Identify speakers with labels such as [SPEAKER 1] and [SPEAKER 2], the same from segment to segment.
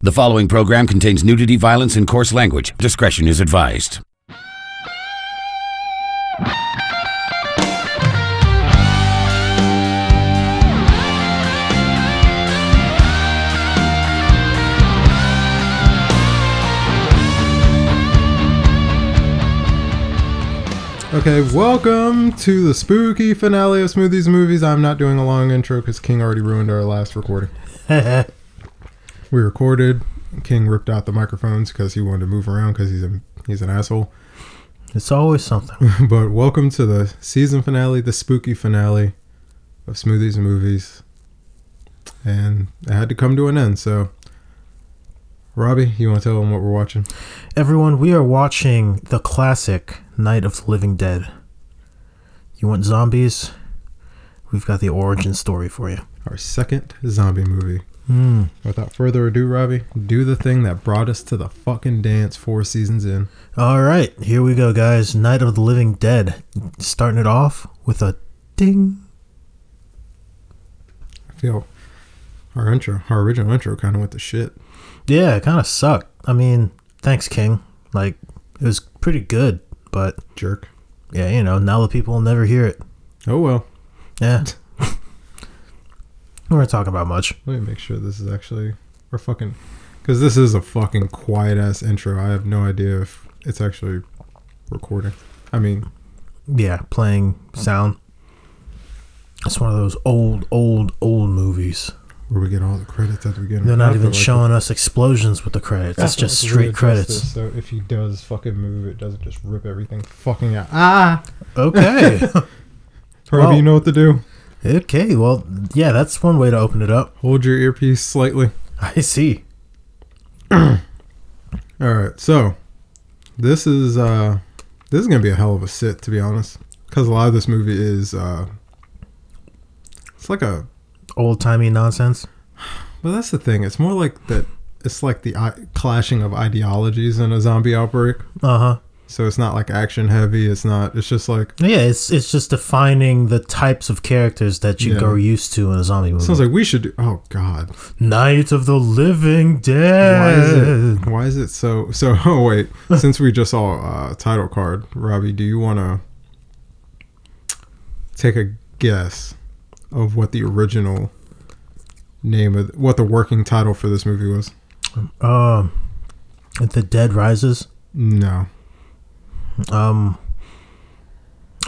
[SPEAKER 1] The following program contains nudity, violence, and coarse language. Discretion is advised.
[SPEAKER 2] Okay, welcome to the spooky finale of Smoothies and Movies. I'm not doing a long intro because King already ruined our last recording. we recorded, King ripped out the microphones because he wanted to move around because he's a he's an asshole.
[SPEAKER 3] It's always something.
[SPEAKER 2] But welcome to the season finale, the spooky finale of Smoothies and Movies, and it had to come to an end. So, Robbie, you want to tell them what we're watching?
[SPEAKER 3] Everyone, we are watching the classic Night of the Living Dead. You want zombies? We've got the origin story for you.
[SPEAKER 2] Our second zombie movie. Without further ado, Robbie, do the thing that brought us to the fucking dance four seasons in.
[SPEAKER 3] All right, here we go, guys. Night of the Living Dead. Starting it off with a ding.
[SPEAKER 2] I feel our intro, our original intro, kind of went to shit.
[SPEAKER 3] Yeah, it kind of sucked. I mean, thanks, King. Like, it was pretty good, but
[SPEAKER 2] Jerk.
[SPEAKER 3] yeah, you know, now the people will never hear it.
[SPEAKER 2] Oh well.
[SPEAKER 3] Yeah. We're not talking about much.
[SPEAKER 2] Let me make sure this is actually our fucking. Because this is a fucking quiet ass intro. I have no idea if it's actually recording. I mean,
[SPEAKER 3] yeah, playing sound. It's one of those old, old, old movies.
[SPEAKER 2] where we get all the credits at the beginning.
[SPEAKER 3] They're
[SPEAKER 2] I
[SPEAKER 3] not
[SPEAKER 2] feel
[SPEAKER 3] even
[SPEAKER 2] like
[SPEAKER 3] showing us explosions with the credits.
[SPEAKER 2] I
[SPEAKER 3] It's
[SPEAKER 2] feel
[SPEAKER 3] just
[SPEAKER 2] like we
[SPEAKER 3] straight
[SPEAKER 2] addressed
[SPEAKER 3] credits.
[SPEAKER 2] this, so if he does fucking move, it doesn't just rip everything fucking out. Ah,
[SPEAKER 3] Okay.
[SPEAKER 2] Robbie,
[SPEAKER 3] Well-
[SPEAKER 2] you know what to do.
[SPEAKER 3] okay. Well, yeah, that's one way to open it up.
[SPEAKER 2] Hold your earpiece slightly.
[SPEAKER 3] I see.
[SPEAKER 2] All right, so this is uh this is gonna be a hell of a sit to be honest, because a lot of this movie is uh it's like a
[SPEAKER 3] Old timey nonsense.
[SPEAKER 2] well that's the thing it's more like that it's like the I- clashing of ideologies in a zombie outbreak.
[SPEAKER 3] Uh huh.
[SPEAKER 2] So it's not like action heavy. It's not. It's just like
[SPEAKER 3] Yeah, it's it's just defining the types of characters that you
[SPEAKER 2] Yeah.
[SPEAKER 3] grow used to in a zombie movie.
[SPEAKER 2] sounds like we should do. Oh God,
[SPEAKER 3] Night of the Living
[SPEAKER 2] why
[SPEAKER 3] Dead.
[SPEAKER 2] is it? Why is it so? So oh wait, since we just saw uh, title card, Robbie, do you want to take a guess of what the original name of what the working title for this movie was?
[SPEAKER 3] Um, the Dead Rises.
[SPEAKER 2] No,
[SPEAKER 3] Um,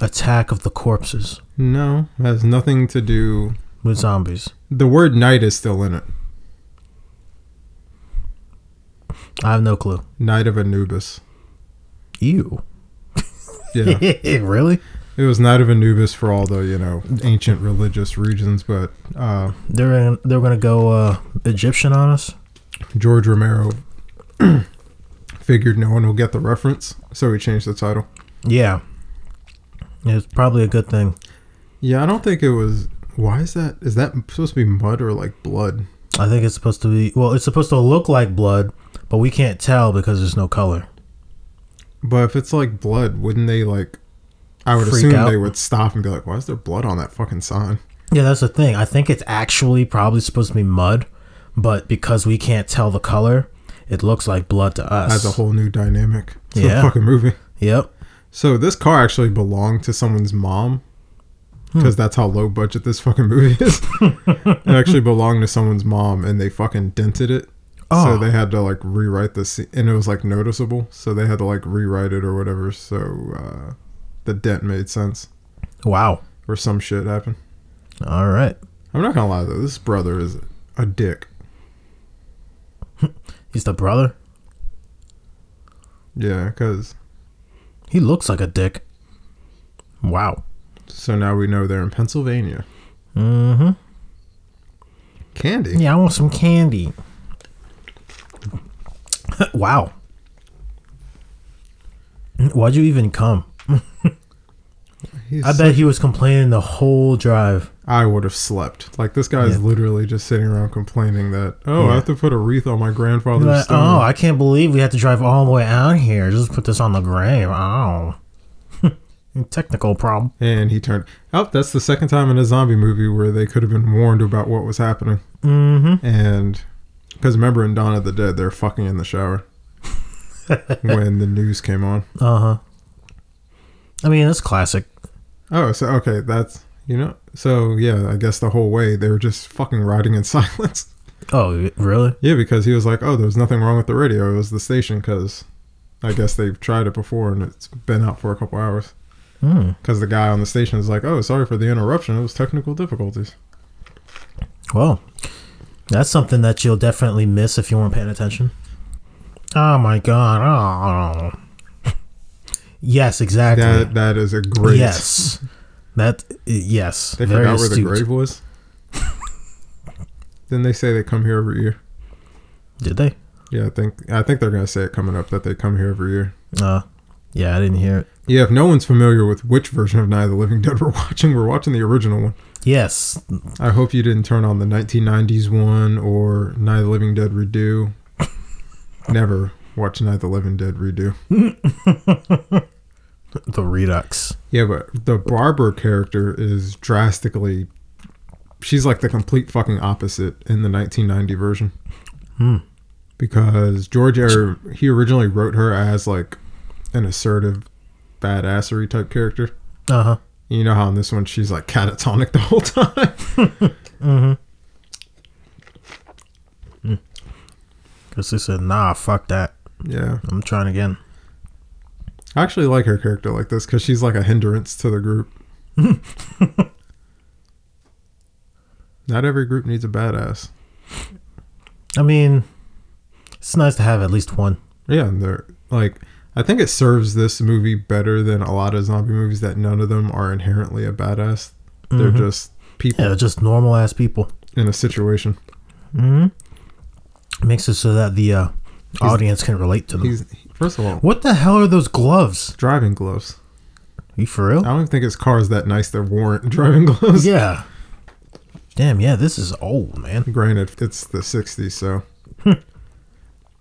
[SPEAKER 3] Attack of the Corpses
[SPEAKER 2] no, it has nothing to do.
[SPEAKER 3] with zombies.
[SPEAKER 2] The word "night" is still in it.
[SPEAKER 3] I have no clue.
[SPEAKER 2] Night of Anubis.
[SPEAKER 3] Ew.
[SPEAKER 2] Yeah,
[SPEAKER 3] really?
[SPEAKER 2] it was Night of Anubis for all the you know ancient religious regions, but uh,
[SPEAKER 3] They're gonna, they're gonna go uh, Egyptian on us.
[SPEAKER 2] George Romero figured no one will get the reference, so he changed the title.
[SPEAKER 3] Yeah. It's probably a good thing.
[SPEAKER 2] Yeah, I don't think it was. Why is that? Is that supposed to be mud or like blood?
[SPEAKER 3] I think it's supposed to be well. It's supposed to look like blood, but we can't tell because there's no color.
[SPEAKER 2] But if it's like blood, wouldn't they like? I would
[SPEAKER 3] Freak
[SPEAKER 2] assume
[SPEAKER 3] out.
[SPEAKER 2] they would stop and be like, "Why is there blood on that fucking sign?"
[SPEAKER 3] Yeah, that's the thing. I think it's actually probably supposed to be mud, but because we can't tell the color, it looks like blood to us.
[SPEAKER 2] That's a whole new dynamic to the
[SPEAKER 3] Yeah.
[SPEAKER 2] fucking movie.
[SPEAKER 3] Yep.
[SPEAKER 2] So this car actually belonged to someone's mom.
[SPEAKER 3] Hmm.
[SPEAKER 2] Because that's how low budget this fucking movie is. it actually belonged to someone's mom, and they fucking dented it.
[SPEAKER 3] Oh.
[SPEAKER 2] So they had to like rewrite the scene, and it was like noticeable. So they had to like rewrite it or whatever. So uh, the dent made sense,
[SPEAKER 3] Wow.
[SPEAKER 2] or some shit happened.
[SPEAKER 3] All right.
[SPEAKER 2] I'm not gonna lie though, this brother is a dick.
[SPEAKER 3] He's the brother.
[SPEAKER 2] Yeah, because
[SPEAKER 3] He looks like a dick. Wow.
[SPEAKER 2] so now we know they're in Pennsylvania.
[SPEAKER 3] Mm-hmm.
[SPEAKER 2] Candy.
[SPEAKER 3] Yeah, I want some candy. wow. Why'd you even come?
[SPEAKER 2] He's-
[SPEAKER 3] I bet he was complaining the whole drive.
[SPEAKER 2] I would have slept. Like this guy's literally just sitting around complaining that, oh, I
[SPEAKER 3] Yeah.
[SPEAKER 2] have to put a wreath on my grandfather's
[SPEAKER 3] Like,
[SPEAKER 2] stone.
[SPEAKER 3] oh, I can't believe we had to drive all the way out here. Just put this on the grave. Oh. Technical problem.
[SPEAKER 2] and he turned. Oh, that's the second time in a zombie movie where they could have been warned about what was happening.
[SPEAKER 3] Mm-hmm.
[SPEAKER 2] And Because remember in Dawn of the Dead, they're fucking in the shower when the news came on.
[SPEAKER 3] Uh huh. I mean, it's classic.
[SPEAKER 2] Oh, so okay, that's you know. So yeah, I guess the whole way they were just fucking riding in silence.
[SPEAKER 3] Oh, really?
[SPEAKER 2] Yeah, because he was like, "Oh, there's nothing wrong with the radio. It was the station." Because I guess they've tried it before and it's been out for a couple hours.
[SPEAKER 3] Hmm.
[SPEAKER 2] Because the guy on the station is like, "Oh, sorry for the interruption. It was technical difficulties."
[SPEAKER 3] Well, that's something that you'll definitely miss if you weren't paying attention. Oh my god. Oh. yes, exactly.
[SPEAKER 2] That that is a great.
[SPEAKER 3] Yes. That yes.
[SPEAKER 2] They
[SPEAKER 3] very
[SPEAKER 2] forgot where the
[SPEAKER 3] astute.
[SPEAKER 2] grave was. Didn't they say they come here every year?
[SPEAKER 3] Did they?
[SPEAKER 2] Yeah, I think I think they're gonna say it coming up that they come here every year.
[SPEAKER 3] Uh yeah, I didn't hear it.
[SPEAKER 2] Yeah, if no one's familiar with which version of Night of the Living Dead we're watching, we're watching the original one.
[SPEAKER 3] Yes.
[SPEAKER 2] I hope you didn't turn on the 1990s one or Night of the Living Dead redo. Never watch Night of the Living Dead redo.
[SPEAKER 3] The Redux.
[SPEAKER 2] Yeah, but the barber character is drastically. She's like the complete fucking opposite in the 1990 version.
[SPEAKER 3] Hmm.
[SPEAKER 2] Because George Ayer, he originally wrote her as like an assertive, badassery type character.
[SPEAKER 3] Uh-huh.
[SPEAKER 2] You know how in this one she's like catatonic the whole time.
[SPEAKER 3] Cuz they said, "Nah, fuck that.
[SPEAKER 2] yeah,
[SPEAKER 3] I'm trying again."
[SPEAKER 2] I actually like her character like this because she's like a hindrance to the group. Not every group needs a badass.
[SPEAKER 3] I mean, it's nice to have at least one.
[SPEAKER 2] Yeah, and they're like, I think it serves this movie better than a lot of zombie movies that none of them are inherently a badass. They're just people
[SPEAKER 3] Yeah, they're just normal ass people.
[SPEAKER 2] in a situation.
[SPEAKER 3] Makes it so that the uh, audience can relate to them.
[SPEAKER 2] He's first of all
[SPEAKER 3] What the hell are those gloves?
[SPEAKER 2] driving gloves.
[SPEAKER 3] Are you for
[SPEAKER 2] I
[SPEAKER 3] real?
[SPEAKER 2] don't even think his car is that nice that warrant driving gloves.
[SPEAKER 3] Yeah. Damn, yeah, this is old, man.
[SPEAKER 2] Granted, it's the 60s, so.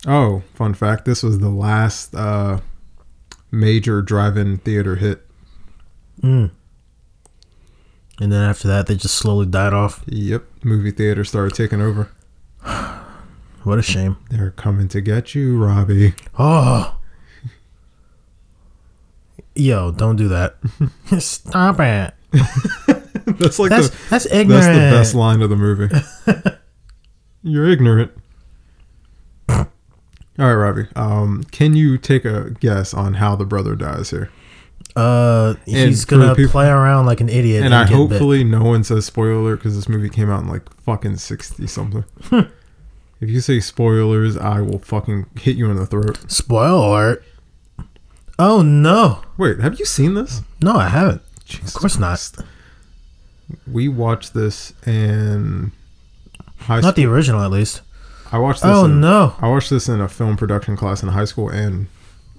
[SPEAKER 2] oh, fun fact this was the last uh, major drive in theater hit.
[SPEAKER 3] And then after that, they just slowly died off.
[SPEAKER 2] Yep, movie theater started taking over.
[SPEAKER 3] What a shame.
[SPEAKER 2] They're coming to get you, Robbie.
[SPEAKER 3] Oh. Yo, don't do that. Stop it.
[SPEAKER 2] That's like
[SPEAKER 3] That's
[SPEAKER 2] the,
[SPEAKER 3] that's
[SPEAKER 2] that's
[SPEAKER 3] ignorant.
[SPEAKER 2] the best line of the movie. You're ignorant. All right, Robbie. Um, can you take a guess on how the brother dies here?
[SPEAKER 3] Uh, he's
[SPEAKER 2] And for the
[SPEAKER 3] gonna
[SPEAKER 2] people-
[SPEAKER 3] play around like an idiot,
[SPEAKER 2] And,
[SPEAKER 3] and,
[SPEAKER 2] I
[SPEAKER 3] get
[SPEAKER 2] hopefully no one says spoiler because this movie came out in like fucking sixty something. if you say spoilers, I will fucking hit you in the throat.
[SPEAKER 3] bit. spoil alert. Oh no,
[SPEAKER 2] Wait, have you seen this?
[SPEAKER 3] no, I haven't.
[SPEAKER 2] Jesus
[SPEAKER 3] of course
[SPEAKER 2] Christ. We watched this in high
[SPEAKER 3] not. Not
[SPEAKER 2] school.
[SPEAKER 3] the original, at least.
[SPEAKER 2] I watched this.
[SPEAKER 3] Oh
[SPEAKER 2] in-
[SPEAKER 3] no.
[SPEAKER 2] I watched this in a film production class in high school and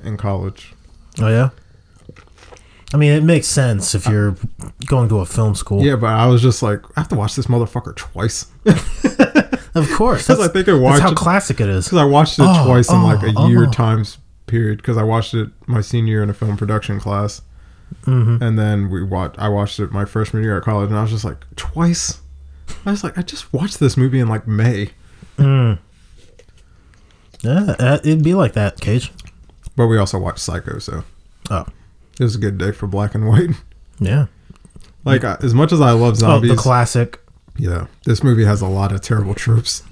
[SPEAKER 2] in college.
[SPEAKER 3] Oh yeah. I mean, it makes sense if you're going to a film school.
[SPEAKER 2] Yeah, but I was just like, I have to watch this motherfucker twice
[SPEAKER 3] Of course.
[SPEAKER 2] 'Cause I
[SPEAKER 3] That's-
[SPEAKER 2] think I
[SPEAKER 3] That's
[SPEAKER 2] watched
[SPEAKER 3] how
[SPEAKER 2] it-
[SPEAKER 3] classic it is.
[SPEAKER 2] because I watched it
[SPEAKER 3] Oh,
[SPEAKER 2] twice in like
[SPEAKER 3] oh,
[SPEAKER 2] a year
[SPEAKER 3] oh.
[SPEAKER 2] times period because I watched it my senior year in a film production class,
[SPEAKER 3] Mm-hmm.
[SPEAKER 2] and then we watched. I watched it my freshman year at college, and I was just like, twice. I was like, I just watched this movie in like May,
[SPEAKER 3] Yeah, uh, it'd be like that, Cage.
[SPEAKER 2] but we also watched Psycho, so
[SPEAKER 3] Oh,
[SPEAKER 2] it was a good day for black and white.
[SPEAKER 3] yeah.
[SPEAKER 2] Like I- as much as I love
[SPEAKER 3] Oh,
[SPEAKER 2] zombies,
[SPEAKER 3] the classic.
[SPEAKER 2] yeah, this movie has a lot of terrible tropes.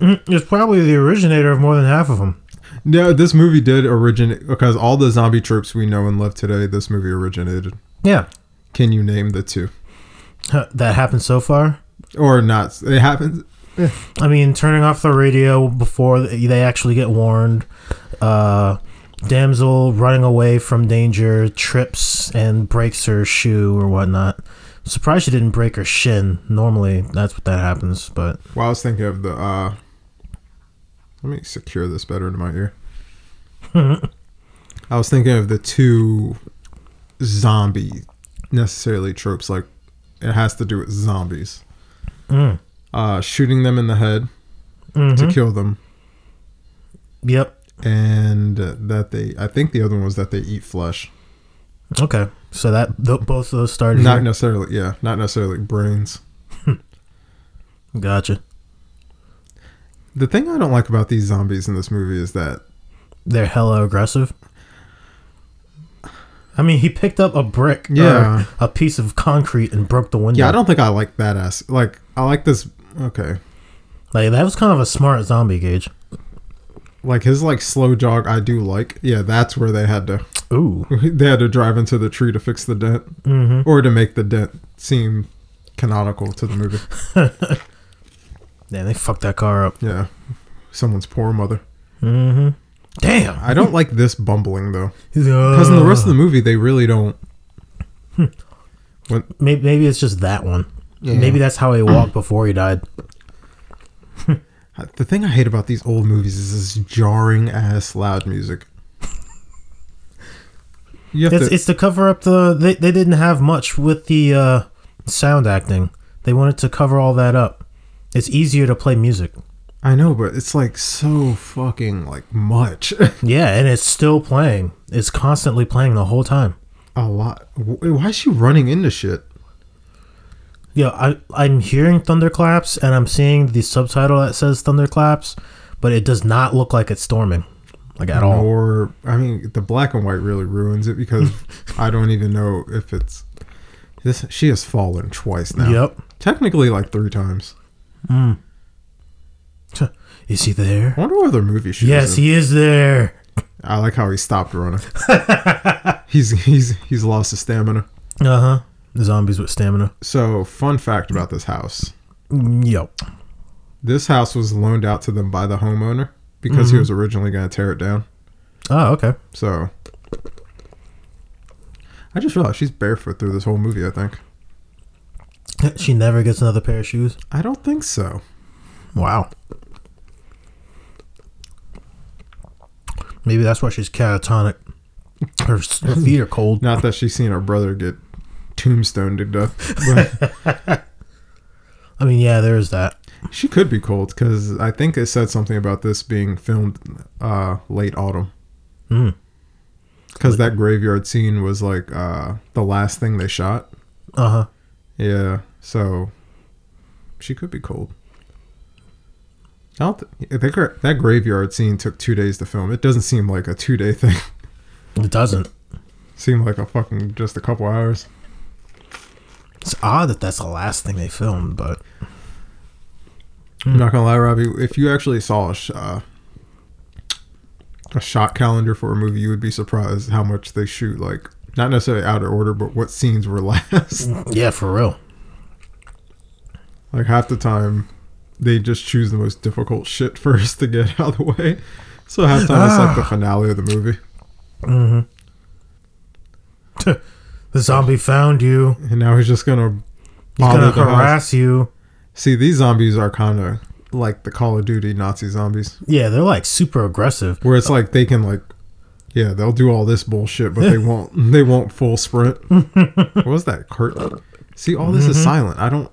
[SPEAKER 3] It's probably the originator of more than half of them.
[SPEAKER 2] No, this movie did originate because all the zombie tropes we know and love today, this movie originated.
[SPEAKER 3] Yeah.
[SPEAKER 2] Can you name the two?
[SPEAKER 3] Huh, That happened so far.
[SPEAKER 2] Or not? It happens.
[SPEAKER 3] I mean, turning off the radio before th- they actually get warned. Uh, damsel running away from danger, trips and breaks her shoe or whatnot. surprised she didn't break her shin. Normally, that's what that happens, but
[SPEAKER 2] Well, I was thinking of the. uh Let me secure this better to my ear. I was thinking of the two zombie necessarily tropes. Like it has to do with zombies. Uh, shooting them in the head to kill them,
[SPEAKER 3] yep.
[SPEAKER 2] and that they. I think the other one was that they eat flesh.
[SPEAKER 3] Okay, so that th- both of those started.
[SPEAKER 2] Not
[SPEAKER 3] here.
[SPEAKER 2] necessarily, yeah, not necessarily brains.
[SPEAKER 3] Gotcha.
[SPEAKER 2] The thing I don't like about these zombies in this movie is that
[SPEAKER 3] They're hella aggressive. I mean, he picked up a brick, or
[SPEAKER 2] Yeah.
[SPEAKER 3] a piece of concrete, and broke the window.
[SPEAKER 2] yeah, I don't think I like that ass. Like I like this. Okay,
[SPEAKER 3] like that was kind of a smart zombie gauge.
[SPEAKER 2] like his like slow jog. I do like. Yeah, that's where they had to
[SPEAKER 3] Ooh,
[SPEAKER 2] they had to drive into the tree to fix the dent
[SPEAKER 3] Mhm.
[SPEAKER 2] or to make the dent seem canonical to the movie.
[SPEAKER 3] damn, they fucked that car up.
[SPEAKER 2] Yeah, someone's poor mother.
[SPEAKER 3] Mm-hmm. Damn,
[SPEAKER 2] I don't like this bumbling though, because
[SPEAKER 3] because
[SPEAKER 2] in the rest of the movie they really don't.
[SPEAKER 3] maybe, maybe it's just that one.
[SPEAKER 2] Yeah.
[SPEAKER 3] Maybe that's how he walked before he died.
[SPEAKER 2] The thing I hate about these old movies is this jarring ass loud music. You have
[SPEAKER 3] It's,
[SPEAKER 2] to,
[SPEAKER 3] it's to cover up the they, they didn't have much with the uh, sound acting. They wanted to cover all that up. It's easier to play music.
[SPEAKER 2] I know, but it's like so fucking like much.
[SPEAKER 3] Yeah, and it's still playing. It's constantly playing the whole time.
[SPEAKER 2] A lot. Wh- Why is she running into shit?
[SPEAKER 3] Yeah, I I'm hearing thunderclaps and I'm seeing the subtitle that says thunderclaps, but it does not look like it's storming, like at all.
[SPEAKER 2] Or I mean, the black and white really ruins it because I don't even know if it's this. She has fallen twice now.
[SPEAKER 3] Yep.
[SPEAKER 2] Technically, like three times.
[SPEAKER 3] Is he there?
[SPEAKER 2] I wonder what other movie she
[SPEAKER 3] Yes,
[SPEAKER 2] was in.
[SPEAKER 3] he is there.
[SPEAKER 2] I like how he stopped running. he's he's he's lost his stamina.
[SPEAKER 3] Uh huh. Zombies with stamina.
[SPEAKER 2] So, fun fact about this house:
[SPEAKER 3] Yep.
[SPEAKER 2] this house was loaned out to them by the homeowner because he was originally going to tear it down.
[SPEAKER 3] Oh, okay.
[SPEAKER 2] So, I just realized she's barefoot through this whole movie. I think.
[SPEAKER 3] She never gets another pair of shoes.
[SPEAKER 2] I don't think so.
[SPEAKER 3] Wow. Maybe that's why she's catatonic. Her, s- her feet are cold.
[SPEAKER 2] Not that she's seen her brother get tombstoned to death.
[SPEAKER 3] I mean, yeah, there is that.
[SPEAKER 2] But she could be cold because I think it said something about this being filmed uh, late autumn.
[SPEAKER 3] Mm.
[SPEAKER 2] Because that graveyard scene was like uh, the last thing they shot.
[SPEAKER 3] Uh huh.
[SPEAKER 2] Yeah, so she could be cold. I don't th- I think her- that graveyard scene took two days to film. It doesn't seem like a two day thing.
[SPEAKER 3] It doesn't.
[SPEAKER 2] seemed like a fucking just a couple hours.
[SPEAKER 3] It's odd that that's the last thing they filmed, but Hmm.
[SPEAKER 2] I'm not gonna lie, Robbie. If you actually saw a, sh- uh, a shot calendar for a movie, you would be surprised how much they shoot. Like, not necessarily out of order, but what scenes were last.
[SPEAKER 3] yeah, for real.
[SPEAKER 2] like half the time, they just choose the most difficult shit first to get out of the way. So half the time it's like
[SPEAKER 3] Ah.
[SPEAKER 2] the finale of the movie,
[SPEAKER 3] The zombie found you.
[SPEAKER 2] and now he's just gonna
[SPEAKER 3] He's
[SPEAKER 2] bother
[SPEAKER 3] gonna
[SPEAKER 2] the house.
[SPEAKER 3] harass you.
[SPEAKER 2] See, these zombies are kind of like the Call of Duty Nazi zombies,
[SPEAKER 3] Yeah, they're like super aggressive.
[SPEAKER 2] where it's like they can like. Yeah, they'll do all this bullshit, but they won't. They won't full sprint. What was that? Kurt? See, all this
[SPEAKER 3] Mm-hmm.
[SPEAKER 2] is silent. I don't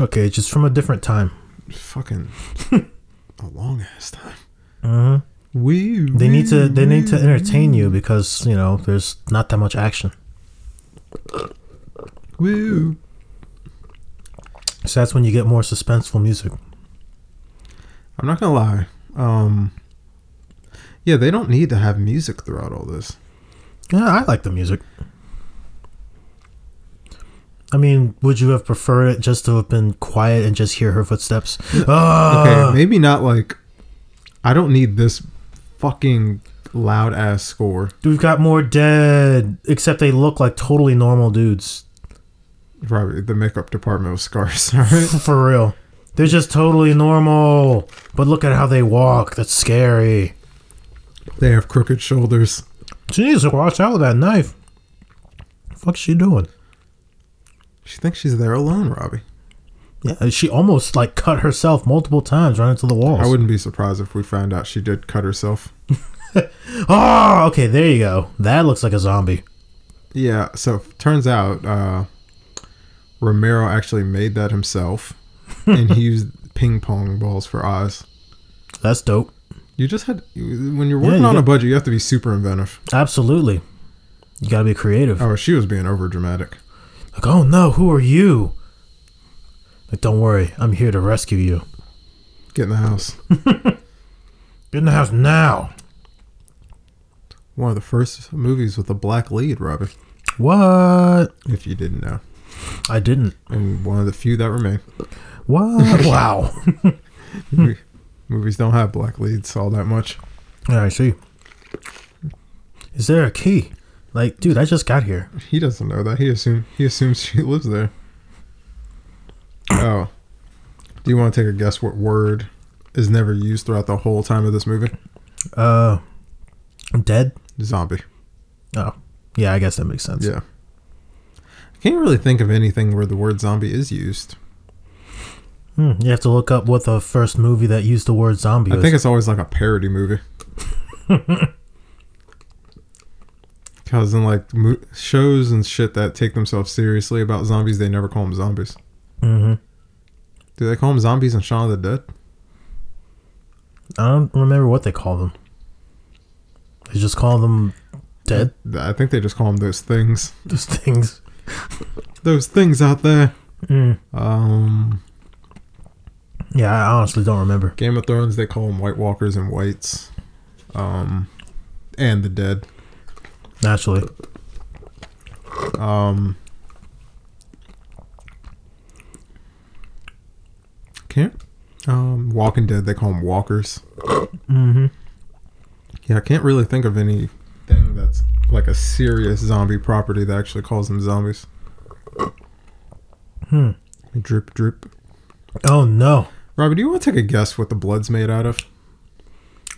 [SPEAKER 3] Okay, just from a different time.
[SPEAKER 2] fucking a long ass time.
[SPEAKER 3] Uh-huh.
[SPEAKER 2] We
[SPEAKER 3] They need to they need to entertain you because you know there's not that much action.
[SPEAKER 2] Woo.
[SPEAKER 3] So that's when you get more suspenseful music.
[SPEAKER 2] I'm not gonna lie. Um, yeah, they don't need to have music throughout all this.
[SPEAKER 3] Yeah, I like the music. I mean, would you have preferred it just to have been quiet and just hear her footsteps?
[SPEAKER 2] Okay,
[SPEAKER 3] Ah!
[SPEAKER 2] maybe not like. I don't need this fucking loud ass score.
[SPEAKER 3] We've got more dead, except they look like totally normal dudes.
[SPEAKER 2] Probably the makeup department was scarce. All right.
[SPEAKER 3] For real. They're just totally normal. But look at how they walk. That's scary.
[SPEAKER 2] They have crooked shoulders.
[SPEAKER 3] Jesus, watch out with that knife. Fuck's she doing?
[SPEAKER 2] She thinks she's there alone, Robbie.
[SPEAKER 3] Yeah, she almost like cut herself multiple times right into the walls.
[SPEAKER 2] I wouldn't be surprised if we found out she did cut herself.
[SPEAKER 3] Oh, okay, there you go. That looks like a zombie.
[SPEAKER 2] Yeah, so f- turns out uh, Romero actually made that himself, and he used ping pong balls for eyes.
[SPEAKER 3] That's dope.
[SPEAKER 2] You just had you- when you're working
[SPEAKER 3] you
[SPEAKER 2] on a
[SPEAKER 3] got-
[SPEAKER 2] budget, you have to be super inventive.
[SPEAKER 3] Absolutely. You gotta be creative.
[SPEAKER 2] Oh, she was being over dramatic.
[SPEAKER 3] Like, oh no, who are you? Like, don't worry, I'm here to rescue you.
[SPEAKER 2] Get in the house.
[SPEAKER 3] Get in the house now.
[SPEAKER 2] One of the first movies with a black lead, Robin.
[SPEAKER 3] What?
[SPEAKER 2] If you didn't know,
[SPEAKER 3] I didn't.
[SPEAKER 2] and one of the few that remain.
[SPEAKER 3] What? wow.
[SPEAKER 2] Mo- Movies don't have black leads all that much.
[SPEAKER 3] Yeah, I see. Is there a key? Like, dude, I just got here.
[SPEAKER 2] He doesn't know that. He assume he assumes she lives there. Oh, do you want to take a guess what word is never used throughout the whole time of this movie?
[SPEAKER 3] Uh, I'm dead.
[SPEAKER 2] Zombie.
[SPEAKER 3] Oh, yeah, I guess that makes sense.
[SPEAKER 2] Yeah. I can't really think of anything where the word zombie is used.
[SPEAKER 3] Hmm, you have to look up what the first movie that used the word zombie
[SPEAKER 2] I
[SPEAKER 3] was.
[SPEAKER 2] think it's always like a parody movie. Because in like mo- shows and shit that take themselves seriously about zombies, they never call them zombies.
[SPEAKER 3] hmm
[SPEAKER 2] Do they call them zombies in Shaun of the Dead?
[SPEAKER 3] I don't remember what they call them. They just call them dead.
[SPEAKER 2] Th- I think they just call them those things.
[SPEAKER 3] Those things.
[SPEAKER 2] Those things out there.
[SPEAKER 3] Mm.
[SPEAKER 2] Um,
[SPEAKER 3] Yeah, I honestly don't remember.
[SPEAKER 2] Game of Thrones, they call them White Walkers and Whites. Um, and the dead.
[SPEAKER 3] Naturally,
[SPEAKER 2] Um, can't. Um, Walking Dead, they call them walkers.
[SPEAKER 3] Mhm.
[SPEAKER 2] Yeah, I can't really think of anything that's like a serious zombie property that actually calls them zombies.
[SPEAKER 3] Hmm.
[SPEAKER 2] Drip, drip.
[SPEAKER 3] Oh no,
[SPEAKER 2] Robert, do you want to take a guess what the blood's made out of?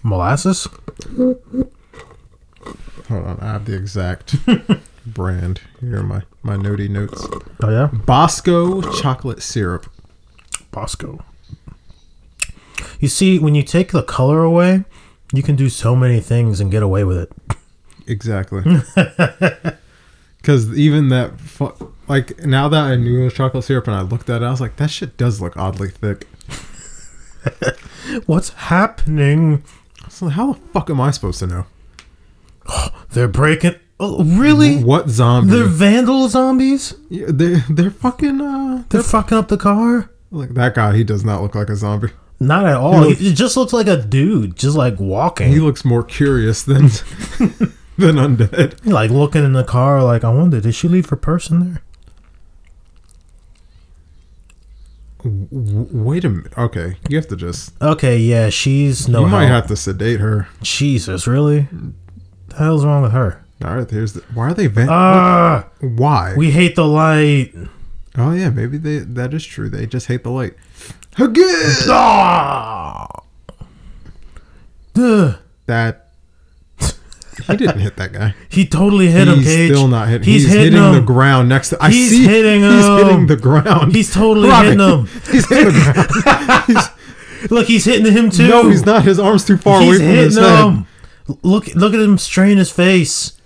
[SPEAKER 3] molasses.
[SPEAKER 2] Hold on, I have the exact brand. Here are my, my notey notes.
[SPEAKER 3] Oh yeah,
[SPEAKER 2] Bosco chocolate syrup.
[SPEAKER 3] Bosco. You see, when you take the color away, you can do so many things and get away with it.
[SPEAKER 2] Exactly. Because even that, fu- like, now that I knew it was chocolate syrup and I looked at it, I was like, that shit does look oddly thick.
[SPEAKER 3] What's happening?
[SPEAKER 2] So, how the fuck am I supposed to know?
[SPEAKER 3] They're breaking. Oh, really?
[SPEAKER 2] What zombie?
[SPEAKER 3] They're vandal zombies.
[SPEAKER 2] Yeah, they're, they're fucking, uh,
[SPEAKER 3] They're fucking up the car.
[SPEAKER 2] like, that guy, he does not look like a zombie.
[SPEAKER 3] Not at all.
[SPEAKER 2] He
[SPEAKER 3] He,
[SPEAKER 2] looks-
[SPEAKER 3] he just looks like a dude, just like walking,
[SPEAKER 2] He looks more curious than, than undead.
[SPEAKER 3] like looking in the car. Like I wonder, did she leave her purse in there?
[SPEAKER 2] W- w- wait a minute. Okay, you have to just,
[SPEAKER 3] Okay, yeah, she's no.
[SPEAKER 2] you might
[SPEAKER 3] help.
[SPEAKER 2] have to sedate her.
[SPEAKER 3] Jesus, really? The hell's wrong with her?
[SPEAKER 2] All right, here's the, why are they, vent-
[SPEAKER 3] Ah,
[SPEAKER 2] why?
[SPEAKER 3] we hate the light.
[SPEAKER 2] oh, yeah, maybe they, that is true. They just hate the light. Again!
[SPEAKER 3] Ah. Ugh.
[SPEAKER 2] that he didn't hit that guy.
[SPEAKER 3] He totally hit him,
[SPEAKER 2] he's
[SPEAKER 3] Cage.
[SPEAKER 2] still not hitting.
[SPEAKER 3] He's,
[SPEAKER 2] He's,
[SPEAKER 3] hitting,
[SPEAKER 2] hitting
[SPEAKER 3] him.
[SPEAKER 2] the ground next to. I
[SPEAKER 3] He's
[SPEAKER 2] see.
[SPEAKER 3] hitting
[SPEAKER 2] He's hitting
[SPEAKER 3] him.
[SPEAKER 2] the ground.
[SPEAKER 3] He's totally
[SPEAKER 2] Robbie,
[SPEAKER 3] hitting him.
[SPEAKER 2] He's hitting the ground.
[SPEAKER 3] Look, he's hitting him too.
[SPEAKER 2] No, he's not. His arms too far away
[SPEAKER 3] He's
[SPEAKER 2] from
[SPEAKER 3] hitting
[SPEAKER 2] his head.
[SPEAKER 3] him. Look, look at him strain his face.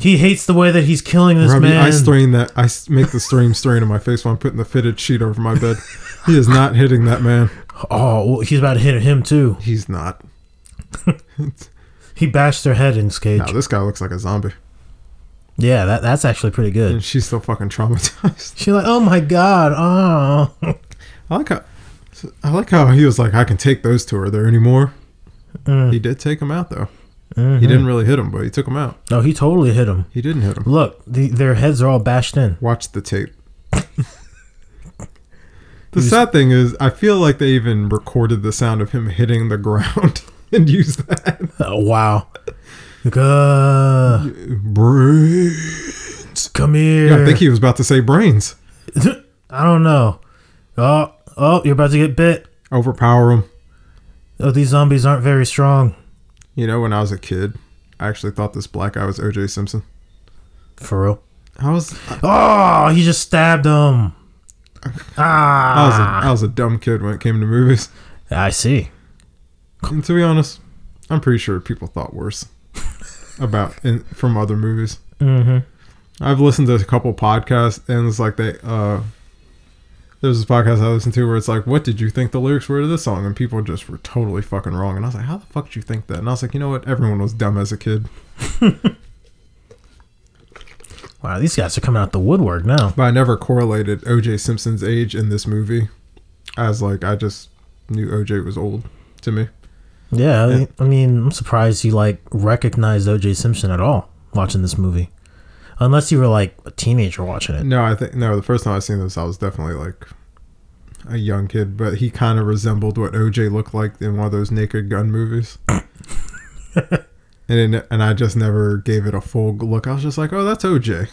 [SPEAKER 3] He hates the way that he's killing this
[SPEAKER 2] Robbie,
[SPEAKER 3] man.
[SPEAKER 2] I strain that. I s- make the stream strain in my face when I'm putting the fitted sheet over my bed. he is not hitting that man.
[SPEAKER 3] oh, well, he's about to hit him too.
[SPEAKER 2] He's not.
[SPEAKER 3] He bashed their head in Cage.
[SPEAKER 2] Now this guy looks like a zombie,
[SPEAKER 3] yeah, that, that's actually pretty good.
[SPEAKER 2] and she's still fucking traumatized.
[SPEAKER 3] She's like, oh my god, oh.
[SPEAKER 2] I like how. I like how he was like, I can take those two. Are there any more? He did take him out though. He didn't really hit him, but he took him out.
[SPEAKER 3] No, he totally hit him.
[SPEAKER 2] He didn't hit him.
[SPEAKER 3] Look, the, their heads are all bashed in.
[SPEAKER 2] Watch the tape. the sad thing is, I feel like they even recorded the sound of him hitting the ground and used that.
[SPEAKER 3] Oh, wow. Like, uh,
[SPEAKER 2] Brains.
[SPEAKER 3] come here.
[SPEAKER 2] Yeah, I think he was about to say brains.
[SPEAKER 3] I don't know. Oh, oh, you're about to get bit.
[SPEAKER 2] Overpower him.
[SPEAKER 3] Oh, these zombies aren't very strong.
[SPEAKER 2] You know, when I was a kid, I actually thought this black guy was O.J. Simpson.
[SPEAKER 3] For real.
[SPEAKER 2] I was, I,
[SPEAKER 3] Oh, he just stabbed him.
[SPEAKER 2] I was, a,
[SPEAKER 3] Ah,
[SPEAKER 2] I was a dumb kid when it came to movies.
[SPEAKER 3] I see.
[SPEAKER 2] And to be honest, I'm pretty sure people thought worse about in, from other movies.
[SPEAKER 3] Mm-hmm.
[SPEAKER 2] I've listened to a couple podcasts, and it's like they uh, there's this podcast I listened to where it's like, "What did you think the lyrics were to this song?" And people just were totally fucking wrong. And I was like, "How the fuck did you think that?" And I was like, "You know what? Everyone was dumb as a kid."
[SPEAKER 3] Wow, these guys are coming out the woodwork now.
[SPEAKER 2] But I never correlated O.J. Simpson's age in this movie as like I just knew OJ was old to me.
[SPEAKER 3] Yeah, I- I mean, I'm surprised you like recognized O.J. Simpson at all watching this movie, unless you were like a teenager watching it.
[SPEAKER 2] No, I think no. The first time I seen this, I was definitely like a young kid, but he kind of resembled what OJ looked like in one of those Naked Gun movies. and then- and I just never gave it a full look. I was just like, oh, that's OJ.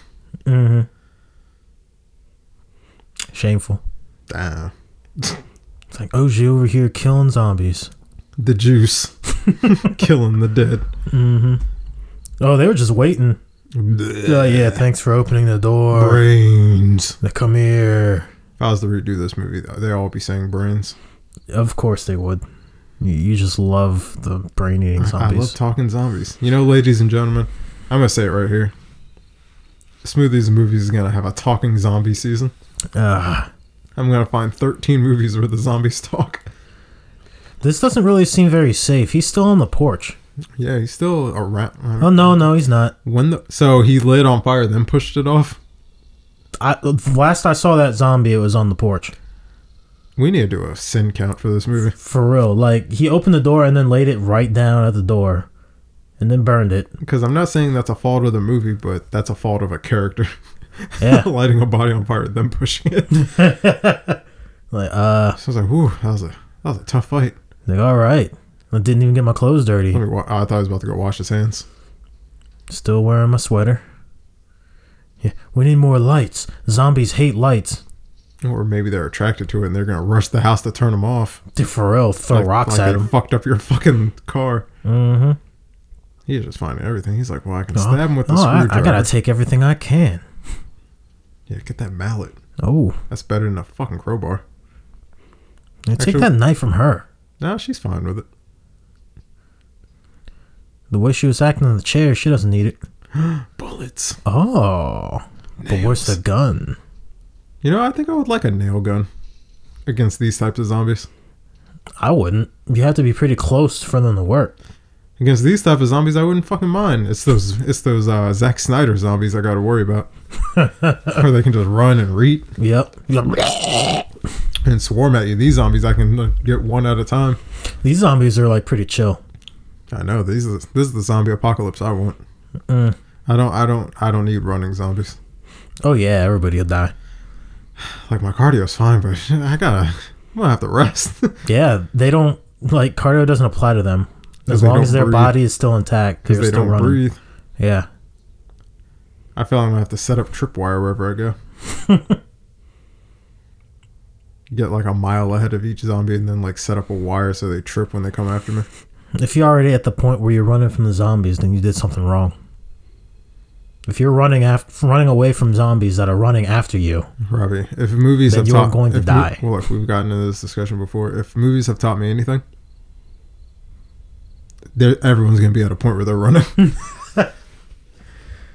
[SPEAKER 3] hmm Shameful.
[SPEAKER 2] Ah,
[SPEAKER 3] It's like O.J. over here killing zombies.
[SPEAKER 2] the juice, killing the dead.
[SPEAKER 3] Oh, they were just waiting. Yeah, Oh, yeah. Thanks for opening the door.
[SPEAKER 2] brains.
[SPEAKER 3] They come here.
[SPEAKER 2] If I was to redo this movie, though, they all be saying brains.
[SPEAKER 3] Of course they would. You, you just love the brain eating
[SPEAKER 2] I love
[SPEAKER 3] zombies.
[SPEAKER 2] talking zombies. You know, ladies and gentlemen, I'm gonna say it right here. Smoothies and movies is gonna have a talking zombie season.
[SPEAKER 3] Ah,
[SPEAKER 2] I'm gonna find 13 movies where the zombies talk.
[SPEAKER 3] this doesn't really seem very safe. He's still on the porch.
[SPEAKER 2] Yeah, he's still around. I don't-
[SPEAKER 3] Oh no, no, he's not.
[SPEAKER 2] When the so he lit on fire, then pushed it off.
[SPEAKER 3] I last I saw that zombie, it was on the porch.
[SPEAKER 2] We need to do a sin count for this movie.
[SPEAKER 3] For real. Like he opened the door and then laid it right down at the door, and then burned it.
[SPEAKER 2] Because I'm not saying that's a fault of the movie, but that's a fault of a character.
[SPEAKER 3] Yeah.
[SPEAKER 2] Lighting a body on fire, then pushing it. so
[SPEAKER 3] like uh,
[SPEAKER 2] I was like, whew, that was a that was a tough fight.
[SPEAKER 3] like all right. I didn't even get my clothes dirty.
[SPEAKER 2] Let me wa- oh, I thought he was about to go wash his hands.
[SPEAKER 3] Still wearing my sweater. Yeah, we need more lights. Zombies hate lights.
[SPEAKER 2] Or maybe they're attracted to it and they're gonna rush the house to turn them off.
[SPEAKER 3] Dude, for real, throw
[SPEAKER 2] Like-
[SPEAKER 3] rocks
[SPEAKER 2] like
[SPEAKER 3] at
[SPEAKER 2] they
[SPEAKER 3] him.
[SPEAKER 2] Fucked up your fucking car.
[SPEAKER 3] Mm-hmm.
[SPEAKER 2] He's just finding everything. He's like, well, I can stab him with the
[SPEAKER 3] oh, I,
[SPEAKER 2] screwdriver.
[SPEAKER 3] I gotta take everything I can.
[SPEAKER 2] yeah, get that mallet.
[SPEAKER 3] Oh,
[SPEAKER 2] That's better than a fucking crowbar.
[SPEAKER 3] yeah, take
[SPEAKER 2] Actually-
[SPEAKER 3] that knife from her.
[SPEAKER 2] No, she's fine with it.
[SPEAKER 3] The way she was acting in the chair, she doesn't need it.
[SPEAKER 2] Bullets.
[SPEAKER 3] Oh, but where's the gun?
[SPEAKER 2] You know, I think I would like a nail gun against these types of zombies.
[SPEAKER 3] I wouldn't. You have to be pretty close for them to work.
[SPEAKER 2] Against these type of zombies, I wouldn't fucking mind. It's those, it's those uh, Zack Snyder zombies I got to worry about, or they can just run and reet
[SPEAKER 3] Yep. Yep.
[SPEAKER 2] and swarm at you. These zombies, I can uh, get one at a time.
[SPEAKER 3] These zombies are like pretty chill.
[SPEAKER 2] I know these. Is, this is the zombie apocalypse I want.
[SPEAKER 3] Mm.
[SPEAKER 2] I don't. I don't. I don't need running zombies.
[SPEAKER 3] Oh yeah, everybody'll die.
[SPEAKER 2] Like my cardio's fine, but I gotta. I'm gonna have to rest.
[SPEAKER 3] Yeah, they don't like cardio doesn't apply to them as
[SPEAKER 2] they
[SPEAKER 3] long
[SPEAKER 2] don't
[SPEAKER 3] as their
[SPEAKER 2] breathe.
[SPEAKER 3] body is still intact.
[SPEAKER 2] Because
[SPEAKER 3] They're
[SPEAKER 2] they
[SPEAKER 3] still
[SPEAKER 2] don't
[SPEAKER 3] running.
[SPEAKER 2] breathe.
[SPEAKER 3] Yeah.
[SPEAKER 2] I feel I'm gonna have to set up tripwire wherever I go. Get like a mile ahead of each zombie and then like set up a wire so they trip when they come after me.
[SPEAKER 3] If you're already at the point where you're running from the zombies, then you did something wrong. If you're running after running away from zombies that are running after you,
[SPEAKER 2] Robbie, if movies
[SPEAKER 3] Then
[SPEAKER 2] have
[SPEAKER 3] you are
[SPEAKER 2] taught-
[SPEAKER 3] going to
[SPEAKER 2] if mo-
[SPEAKER 3] die.
[SPEAKER 2] well, look, we've gotten into this discussion before. If movies have taught me anything, they're- everyone's gonna be at a point where they're running. I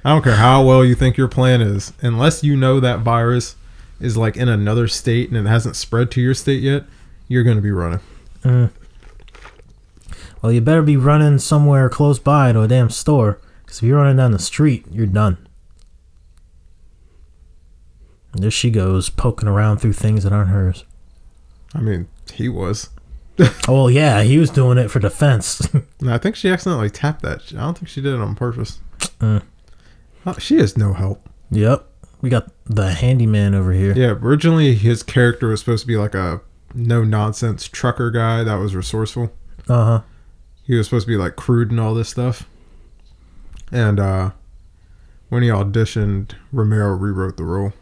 [SPEAKER 2] don't care how well you think your plan is, unless you know that virus is like in another state and it hasn't spread to your state yet, you're gonna be running.
[SPEAKER 3] well, you better be running somewhere close by to a damn store. Because if you're running down the street, you're done. And there she goes, poking around through things that aren't hers.
[SPEAKER 2] I mean, he was.
[SPEAKER 3] Oh, well, yeah, he was doing it for defense.
[SPEAKER 2] No, I think she accidentally tapped that. I don't think she did it on purpose.
[SPEAKER 3] Mm.
[SPEAKER 2] Oh, she is no help.
[SPEAKER 3] yep. We got the handyman over here.
[SPEAKER 2] Yeah, originally his character was supposed to be like a no nonsense trucker guy that was resourceful.
[SPEAKER 3] Uh huh.
[SPEAKER 2] He was supposed to be like crude and all this stuff. And uh when he auditioned, Romero rewrote the role.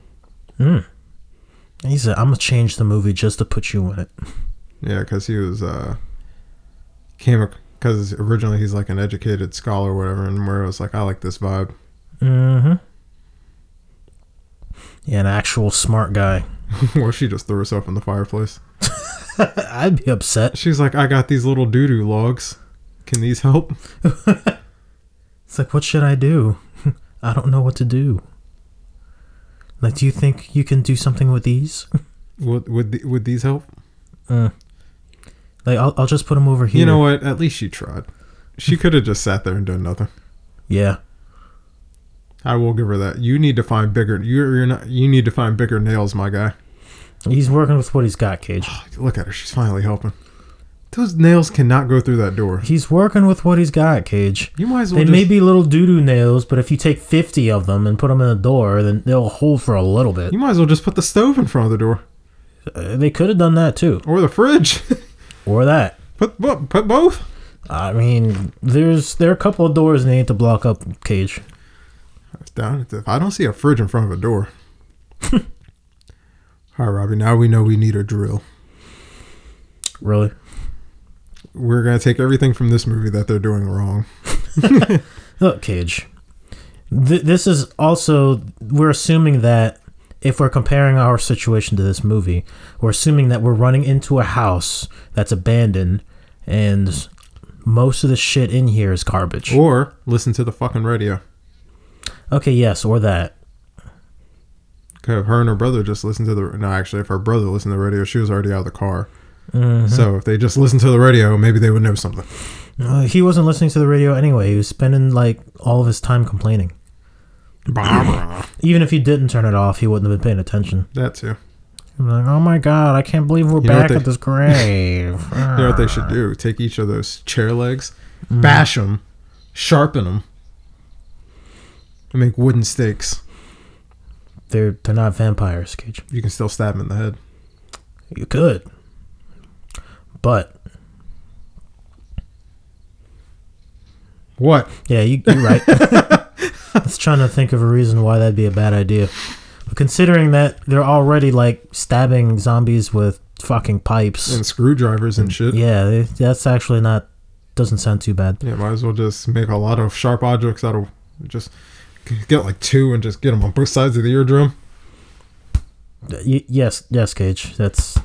[SPEAKER 3] He said, I'm going to change the movie just to put you in it.
[SPEAKER 2] Yeah, because he was uh came because originally he's like an educated scholar or whatever, and Romero's like, I like this vibe.
[SPEAKER 3] Mm-hmm. Yeah, an actual smart guy.
[SPEAKER 2] well, she just threw herself in the fireplace.
[SPEAKER 3] I'd be upset.
[SPEAKER 2] She's like, I got these little doo doo logs. Can these help?
[SPEAKER 3] It's like, what should I do? I don't know what to do. Like, do you think you can do something with these?
[SPEAKER 2] Would would, the, would these help?
[SPEAKER 3] Like, I'll, I'll just put them over here.
[SPEAKER 2] You know what? At least she tried. She could have just sat there and done nothing.
[SPEAKER 3] Yeah.
[SPEAKER 2] I will give her that. You need to find bigger. You're, you're not. You need to find bigger nails, my guy.
[SPEAKER 3] He's working with what he's got, Cage.
[SPEAKER 2] Look at her. She's finally helping. Those nails cannot go through that door.
[SPEAKER 3] He's working with what he's got, Cage.
[SPEAKER 2] You might as well.
[SPEAKER 3] They
[SPEAKER 2] just,
[SPEAKER 3] may be little doo doo nails, but if you take 50 of them and put them in the door, then they'll hold for a little bit.
[SPEAKER 2] You might as well just put the stove in front of the door
[SPEAKER 3] Uh, they could have done that too.
[SPEAKER 2] or the fridge.
[SPEAKER 3] Or that.
[SPEAKER 2] put bo- put both.
[SPEAKER 3] I mean, there's there are a couple of doors they need to block up, Cage.
[SPEAKER 2] Down. If I don't see a fridge in front of a door. All right, Robbie. Now we know we need a drill.
[SPEAKER 3] Really?
[SPEAKER 2] We're gonna take everything from this movie that they're doing wrong.
[SPEAKER 3] Look, Oh, Cage. Th- this is also we're assuming that if we're comparing our situation to this movie, we're assuming that we're running into a house that's abandoned and most of the shit in here is garbage.
[SPEAKER 2] Or listen to the fucking radio.
[SPEAKER 3] Okay, yes, or that.
[SPEAKER 2] Cause her and her brother just listened to the. No, actually, if her brother listened to the radio, she was already out of the car. So if they just listened to the radio, maybe they would know something.
[SPEAKER 3] Uh, he wasn't listening to the radio anyway. He was spending like all of his time complaining.
[SPEAKER 2] that
[SPEAKER 3] Even if he didn't turn it off, he wouldn't have been paying attention.
[SPEAKER 2] too.
[SPEAKER 3] I'm like, oh my god, I can't believe we're
[SPEAKER 2] You know what
[SPEAKER 3] back
[SPEAKER 2] they-
[SPEAKER 3] at this grave.
[SPEAKER 2] You know what they should do? Take each of those chair legs, bash 'em, bash them, sharpen them, and make wooden stakes.
[SPEAKER 3] they're they're not vampires, Cage.
[SPEAKER 2] You can still stab them in the head.
[SPEAKER 3] You could, but
[SPEAKER 2] What?
[SPEAKER 3] yeah, you, you're right. I was trying to think of a reason why that'd be a bad idea, but considering that they're already like stabbing zombies with fucking pipes,
[SPEAKER 2] And screwdrivers and shit. Yeah.
[SPEAKER 3] yeah, they- that's actually not doesn't sound too bad.
[SPEAKER 2] might as well just make a lot of sharp objects out of just get like two and just get them on both sides of the eardrum.
[SPEAKER 3] Y- yes, yes, Cage. That's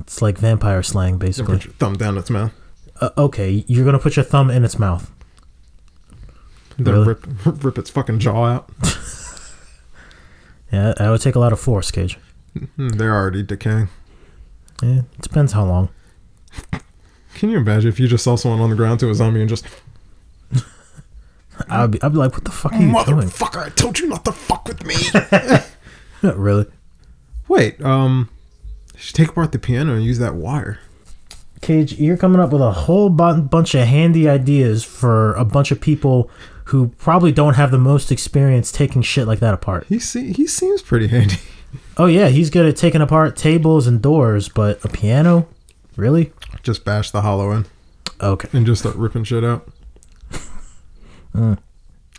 [SPEAKER 3] it's like vampire slang,
[SPEAKER 2] Just
[SPEAKER 3] basically.
[SPEAKER 2] put your thumb down its mouth.
[SPEAKER 3] Uh, okay, you're gonna put your thumb in its mouth.
[SPEAKER 2] Then
[SPEAKER 3] Really?
[SPEAKER 2] rip, rip its fucking jaw out.
[SPEAKER 3] Yeah, that would take a lot of force, Cage.
[SPEAKER 2] Hmm, They're already decaying.
[SPEAKER 3] Yeah, it depends how long.
[SPEAKER 2] Can you imagine if you just saw someone on the ground to a zombie and just
[SPEAKER 3] I'd be, I'd be like, what the fuck are you doing?
[SPEAKER 2] motherfucker? I told you not to fuck with me.
[SPEAKER 3] really?
[SPEAKER 2] Wait, um, you should take apart the piano and use that wire.
[SPEAKER 3] Cage, you're coming up with a whole bu- bunch of handy ideas for a bunch of people who probably don't have the most experience taking shit like that apart.
[SPEAKER 2] He se- he seems pretty handy.
[SPEAKER 3] Oh yeah, he's good at taking apart tables and doors, but a piano? Really?
[SPEAKER 2] Just bash the hollow in
[SPEAKER 3] Okay.
[SPEAKER 2] and just start ripping shit out. I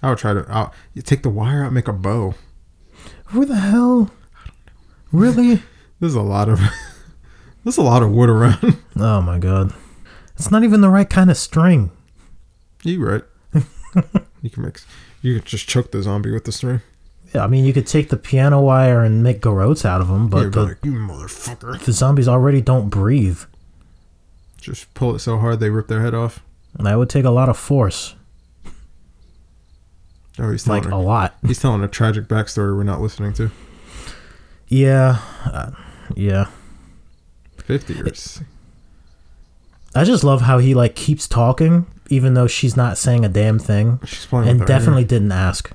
[SPEAKER 2] would try to. I'll, you take the wire out, make a bow.
[SPEAKER 3] Where the hell? Really?
[SPEAKER 2] There's a lot of there's a lot of wood around.
[SPEAKER 3] Oh my god. It's not even the right kind of string.
[SPEAKER 2] you right? you can make. You could just choke the zombie with the string.
[SPEAKER 3] Yeah, I mean, you could take the piano wire and make garrotes out of them,
[SPEAKER 2] You'd
[SPEAKER 3] but
[SPEAKER 2] be
[SPEAKER 3] the,
[SPEAKER 2] like, you motherfucker!
[SPEAKER 3] the zombies already don't breathe.
[SPEAKER 2] Just pull it so hard they rip their head off.
[SPEAKER 3] That would take a lot of force.
[SPEAKER 2] Oh, he's telling
[SPEAKER 3] Like,
[SPEAKER 2] her-
[SPEAKER 3] a lot.
[SPEAKER 2] he's telling a tragic backstory we're not listening to.
[SPEAKER 3] Yeah. Uh, yeah.
[SPEAKER 2] Fifty years.
[SPEAKER 3] I just love how he like keeps talking, even though she's not saying a damn thing,
[SPEAKER 2] She's playing
[SPEAKER 3] and
[SPEAKER 2] with her hair.
[SPEAKER 3] definitely didn't ask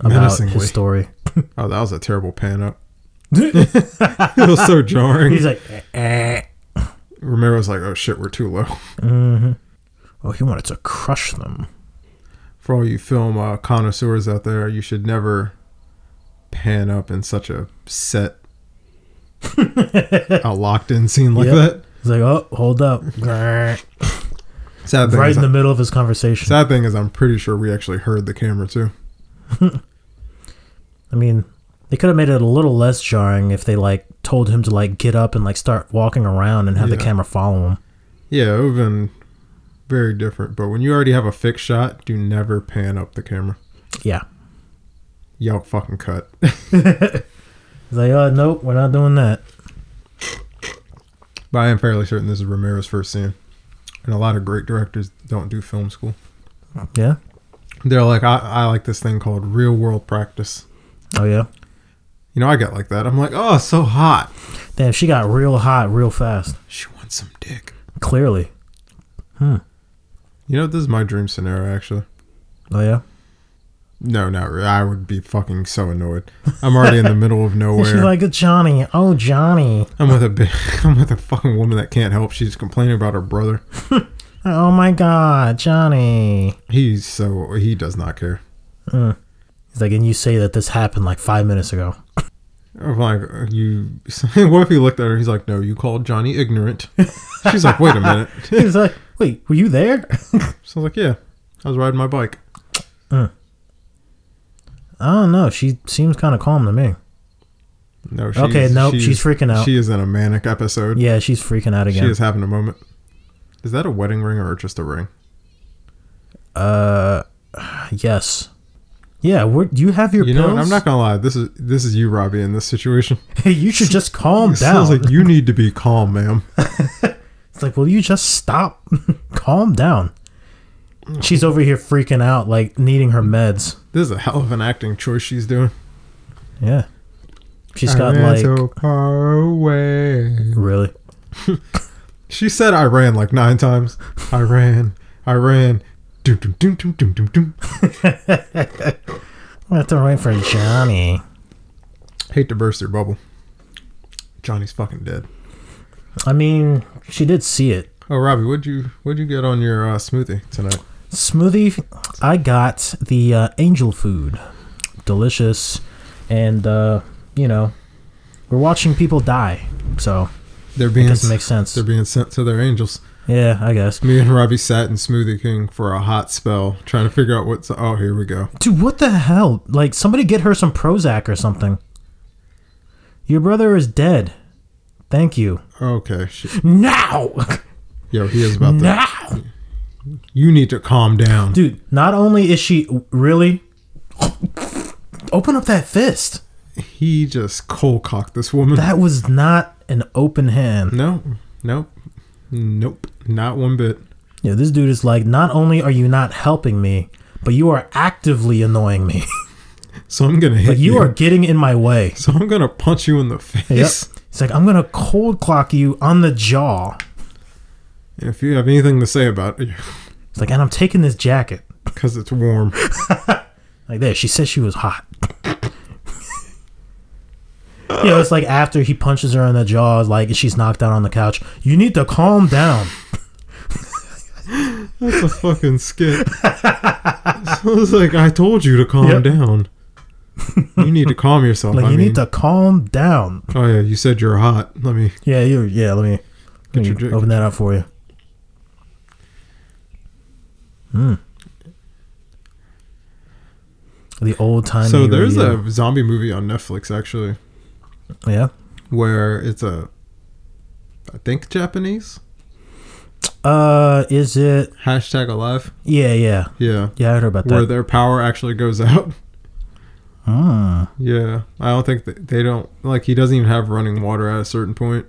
[SPEAKER 3] about
[SPEAKER 2] Oh, Menacingly.
[SPEAKER 3] his story.
[SPEAKER 2] Oh, that was a terrible pan up. it was so jarring.
[SPEAKER 3] He's like, eh.
[SPEAKER 2] Romero was like, "Oh shit, we're too low."
[SPEAKER 3] oh, he wanted to crush them.
[SPEAKER 2] For all you film uh, connoisseurs out there, you should never pan up in such a set, a locked-in scene like
[SPEAKER 3] Yep.
[SPEAKER 2] that.
[SPEAKER 3] He's like, oh, hold up, right
[SPEAKER 2] Sad thing, is,
[SPEAKER 3] in the middle of his conversation.
[SPEAKER 2] sad thing is, I'm pretty sure we actually heard the camera too.
[SPEAKER 3] I mean, they could have made it a little less jarring if they like told him to like get up and like start walking around and have the
[SPEAKER 2] Yeah.
[SPEAKER 3] camera follow him.
[SPEAKER 2] Yeah, it would have been very different. But when you already have a fixed shot, do never pan up the camera.
[SPEAKER 3] Yeah.
[SPEAKER 2] Yelp fucking cut.
[SPEAKER 3] He's like, oh, nope, we're not doing that.
[SPEAKER 2] But I am fairly certain this is Romero's first scene. And a lot of great directors don't do film school.
[SPEAKER 3] Yeah.
[SPEAKER 2] They're like, I, I like this thing called real world practice.
[SPEAKER 3] Oh yeah.
[SPEAKER 2] You know, I get like that. I'm like, oh, it's so hot.
[SPEAKER 3] Damn, she got real hot real fast.
[SPEAKER 2] She wants some dick.
[SPEAKER 3] Clearly.
[SPEAKER 2] You know, this is my dream scenario, actually.
[SPEAKER 3] Oh yeah.
[SPEAKER 2] No, not really. I would be fucking so annoyed. I'm already in the middle of
[SPEAKER 3] She's
[SPEAKER 2] nowhere.
[SPEAKER 3] like, Johnny, oh, Johnny,
[SPEAKER 2] I'm with a bi- I'm with a fucking woman that can't help. She's complaining about her brother.
[SPEAKER 3] oh my God, Johnny.
[SPEAKER 2] He's so he does not care.
[SPEAKER 3] He's like, and you say that this happened like five minutes ago.
[SPEAKER 2] I'm like you. What if he looked at her? He's like, "No, you called Johnny ignorant." She's like, "Wait a minute." so
[SPEAKER 3] He's like, wait, were you there?
[SPEAKER 2] I was like, "Yeah, I was riding my bike."
[SPEAKER 3] I don't know. She seems kind of calm to me.
[SPEAKER 2] No, she's,
[SPEAKER 3] Okay, nope, she's freaking out.
[SPEAKER 2] She is in a manic episode.
[SPEAKER 3] Yeah, she's freaking out
[SPEAKER 2] she
[SPEAKER 3] again.
[SPEAKER 2] is having a moment. Is that a wedding ring or just a ring?
[SPEAKER 3] Uh, yes. Yeah, where, you have your
[SPEAKER 2] You know,
[SPEAKER 3] pills.
[SPEAKER 2] what? I'm not gonna lie. This is this is you, Robbie, in this situation.
[SPEAKER 3] Hey, you should just calm
[SPEAKER 2] I
[SPEAKER 3] down.
[SPEAKER 2] was like, "You need to be calm, ma'am."
[SPEAKER 3] It's like, will you just stop? Calm down. She's over here freaking out, like needing her meds.
[SPEAKER 2] This is a hell of an acting choice she's doing.
[SPEAKER 3] Yeah. She's
[SPEAKER 2] I
[SPEAKER 3] got
[SPEAKER 2] ran
[SPEAKER 3] like
[SPEAKER 2] so far away.
[SPEAKER 3] really.
[SPEAKER 2] She said I ran like nine times. I ran. I ran. Doom, doom, doom, doom, doom, doom, doom.
[SPEAKER 3] I have to wait for Johnny.
[SPEAKER 2] Hate to burst your bubble. Johnny's fucking dead.
[SPEAKER 3] I mean, she did see it.
[SPEAKER 2] Oh, Robbie, what'd you what'd you get on your uh, smoothie tonight?
[SPEAKER 3] Smoothie. I got the uh, angel food, delicious, and uh, you know, we're watching people die, so
[SPEAKER 2] They're being
[SPEAKER 3] guess it makes sense.
[SPEAKER 2] They're being sent to their angels.
[SPEAKER 3] yeah, I guess.
[SPEAKER 2] Me and Robbie sat in Smoothie King for a hot spell, trying to figure out what's. Oh, here we go.
[SPEAKER 3] Dude, what the hell? Like, somebody get her some Prozac or something. Your brother is dead. Thank you.
[SPEAKER 2] Okay, shit.
[SPEAKER 3] Now!
[SPEAKER 2] yo, he is about to.
[SPEAKER 3] now!
[SPEAKER 2] You need to calm down.
[SPEAKER 3] Dude, not only is she really. Open up that fist.
[SPEAKER 2] He just cold cocked this woman.
[SPEAKER 3] That was not an open hand.
[SPEAKER 2] no, nope, nope, not one bit.
[SPEAKER 3] Yeah, this dude is like, not only are you not helping me, but you are actively annoying me.
[SPEAKER 2] So I'm gonna hit
[SPEAKER 3] like, you
[SPEAKER 2] you.
[SPEAKER 3] are getting in my way.
[SPEAKER 2] So I'm gonna punch you in the face.
[SPEAKER 3] It's like, I'm going to cold clock you on the jaw.
[SPEAKER 2] If you have anything to say about it,
[SPEAKER 3] It's like, and I'm taking this jacket.
[SPEAKER 2] because it's warm.
[SPEAKER 3] Like there, she said she was hot. you know, it's like after he punches her in the jaw, like she's knocked out on the couch. You need to calm down.
[SPEAKER 2] That's a fucking skit. so I was like, I told you to calm
[SPEAKER 3] Yep.
[SPEAKER 2] down. You need to calm yourself.
[SPEAKER 3] Like
[SPEAKER 2] I
[SPEAKER 3] you
[SPEAKER 2] mean,
[SPEAKER 3] need to calm down.
[SPEAKER 2] Oh yeah, you said you're hot. Let me.
[SPEAKER 3] Yeah, you. Yeah, let me, let
[SPEAKER 2] your
[SPEAKER 3] me
[SPEAKER 2] dick.
[SPEAKER 3] open that up for you. Hmm. The old time.
[SPEAKER 2] so there's a zombie movie on Netflix actually,
[SPEAKER 3] a yeah.
[SPEAKER 2] where it's a, I think Japanese
[SPEAKER 3] Uh, is it?
[SPEAKER 2] hashtag alive.
[SPEAKER 3] Yeah, yeah,
[SPEAKER 2] Yeah,
[SPEAKER 3] yeah. I heard about
[SPEAKER 2] where
[SPEAKER 3] that.
[SPEAKER 2] their power actually goes out.
[SPEAKER 3] Hmm.
[SPEAKER 2] Yeah, I don't think that they don't like. He doesn't even have running water at a certain point,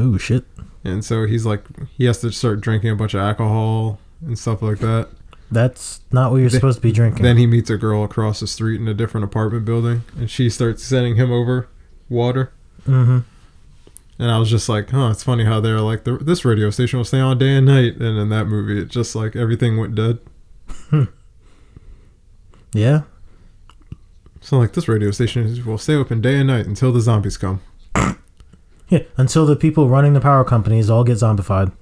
[SPEAKER 3] Ooh, shit.
[SPEAKER 2] and so he's like, he has to start drinking a bunch of alcohol and stuff like that.
[SPEAKER 3] That's not what you're supposed to be drinking.
[SPEAKER 2] Then he meets a girl across the street in a different apartment building, and she starts sending him over water.
[SPEAKER 3] mm-hmm.
[SPEAKER 2] And I was just like, huh, it's funny how they're like, the, this radio station will stay on day and night. And in that movie, it just like everything went dead.
[SPEAKER 3] Yeah.
[SPEAKER 2] So like, this radio station is- will stay open day and night until the zombies come.
[SPEAKER 3] Yeah, until the people running the power companies all get zombified.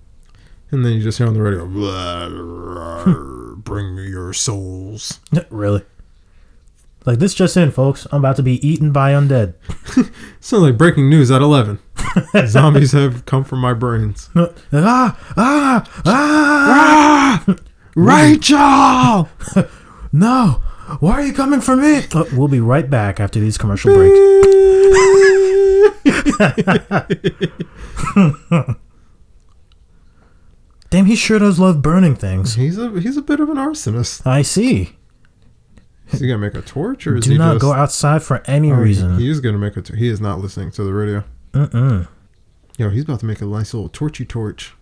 [SPEAKER 2] And then you just hear on the radio, "Blah, bring me your souls.
[SPEAKER 3] really? Like this just in, folks. I'm about to be eaten by undead.
[SPEAKER 2] Sounds like breaking news at 11. zombies have come from my brains.
[SPEAKER 3] ah, ah, ah!
[SPEAKER 2] Ah! Rachel!
[SPEAKER 3] No! Why are you coming for me? Uh, We'll be right back after these commercial breaks. Damn, he sure does love burning things.
[SPEAKER 2] He's a he's a bit of an arsonist.
[SPEAKER 3] I see.
[SPEAKER 2] Is he gonna make a torch or is
[SPEAKER 3] Do
[SPEAKER 2] he
[SPEAKER 3] not
[SPEAKER 2] just,
[SPEAKER 3] go outside for any reason. Uh-uh.
[SPEAKER 2] He is gonna make a. T- he is not listening to the radio.
[SPEAKER 3] Mm-mm.
[SPEAKER 2] Yo, he's about to make a nice little torchy torch.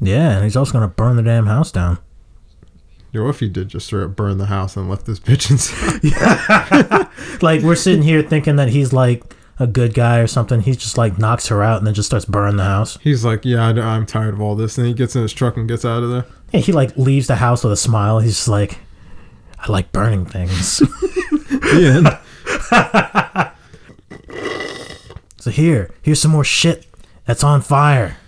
[SPEAKER 3] Yeah, and he's also gonna burn the damn house down.
[SPEAKER 2] Yo, if he did just straight up burn the house and left this bitch inside.
[SPEAKER 3] Like we're sitting here thinking that he's like a good guy or something. He just like knocks her out and then just starts burning the house.
[SPEAKER 2] he's like, yeah, I, know, I'm tired of all this, and he gets in his truck and gets out of there.
[SPEAKER 3] Yeah, he like leaves the house with a smile. He's just like, I like burning things.
[SPEAKER 2] The end.
[SPEAKER 3] so here, here's some more shit that's on fire.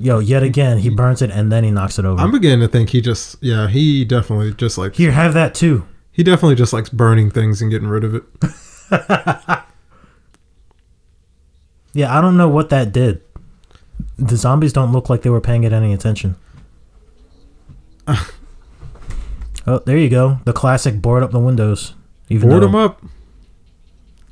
[SPEAKER 3] Yo, yet again, he burns it and then he knocks it over.
[SPEAKER 2] I'm beginning to think he just, yeah, he definitely just like
[SPEAKER 3] here, have that too.
[SPEAKER 2] he definitely just likes burning things and getting rid of it.
[SPEAKER 3] Yeah, I don't know what that did. The zombies don't look like they were paying it any attention. oh, there you go. The classic board up the windows. Even
[SPEAKER 2] Board
[SPEAKER 3] though-
[SPEAKER 2] them up.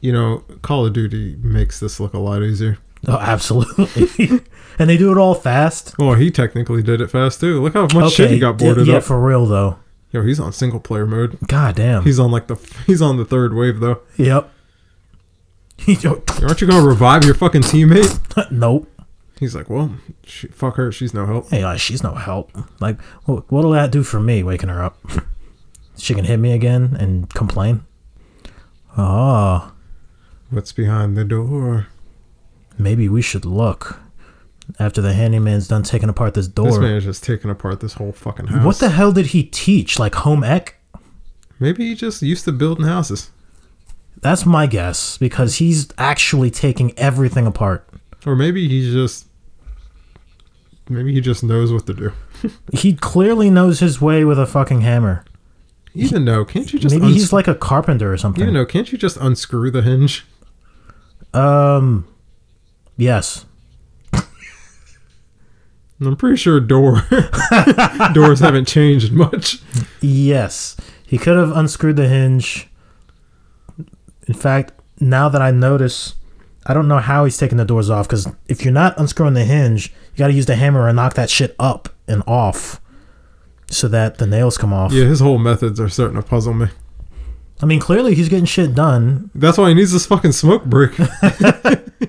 [SPEAKER 2] You know, Call of Duty makes this look a lot easier.
[SPEAKER 3] Oh, absolutely. and they do it all fast.
[SPEAKER 2] Well, he technically did it fast too. Look how much shit he got
[SPEAKER 3] yeah,
[SPEAKER 2] boarded
[SPEAKER 3] yeah,
[SPEAKER 2] up.
[SPEAKER 3] for real though.
[SPEAKER 2] Yo, he's on single player mode.
[SPEAKER 3] God damn.
[SPEAKER 2] He's on like the he's on the third wave though.
[SPEAKER 3] yep. He go-
[SPEAKER 2] Aren't you gonna revive your fucking teammate?
[SPEAKER 3] nope.
[SPEAKER 2] He's like, well, she, fuck her. She's no help.
[SPEAKER 3] Hey, uh, she's no help. Like, wh- what'll that do for me? Waking her up. she can hit me again and complain. Oh,
[SPEAKER 2] What's behind the door?
[SPEAKER 3] maybe we should look after the handyman's done taking apart this
[SPEAKER 2] This
[SPEAKER 3] door.
[SPEAKER 2] man is just taking apart this whole fucking house.
[SPEAKER 3] what the hell did he teach? Like home ec?
[SPEAKER 2] Maybe he just used to building houses,
[SPEAKER 3] That's my guess because he's actually taking everything apart.
[SPEAKER 2] or maybe he just maybe he just knows what to do.
[SPEAKER 3] He clearly knows his way with a fucking hammer.
[SPEAKER 2] Even though, can't you just
[SPEAKER 3] Maybe
[SPEAKER 2] uns-
[SPEAKER 3] he's like a carpenter or something.
[SPEAKER 2] even though, can't you just unscrew the hinge?
[SPEAKER 3] Um, yes.
[SPEAKER 2] And I'm pretty sure door doors haven't changed much.
[SPEAKER 3] Yes. He could have unscrewed the hinge. In fact, now that I notice, I don't know how he's taking the doors off because if you're not unscrewing the hinge, you got to use the hammer and knock that shit up and off so that the nails come off.
[SPEAKER 2] Yeah, his whole methods are starting to puzzle me.
[SPEAKER 3] I mean, clearly he's getting shit done.
[SPEAKER 2] That's why he needs this fucking smoke break.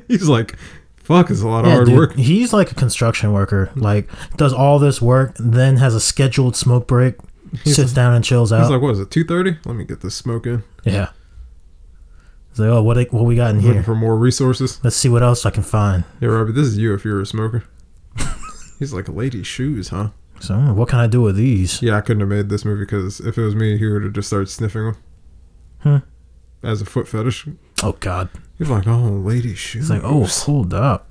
[SPEAKER 2] He's like, fuck, it's a lot of
[SPEAKER 3] Yeah,
[SPEAKER 2] hard
[SPEAKER 3] dude,
[SPEAKER 2] work.
[SPEAKER 3] He's like a construction worker. Like, does all this work, then has a scheduled smoke break, sits down and chills out.
[SPEAKER 2] He's like, what is it, 2.30? Let me get this smoke in.
[SPEAKER 3] yeah. He's like, oh, what, what we got in
[SPEAKER 2] Looking
[SPEAKER 3] here?
[SPEAKER 2] for more resources.
[SPEAKER 3] Let's see what else I can find.
[SPEAKER 2] Yeah, Robbie, this is you if you're a smoker. He's like, lady shoes, huh?
[SPEAKER 3] So mm, what can I do with these?
[SPEAKER 2] Yeah, I couldn't have made this movie because if it was me, he would have just started sniffing them.
[SPEAKER 3] Hmm.
[SPEAKER 2] As a foot fetish.
[SPEAKER 3] Oh God!
[SPEAKER 2] He's like, oh, lady shoes.
[SPEAKER 3] It's like oh, hold up.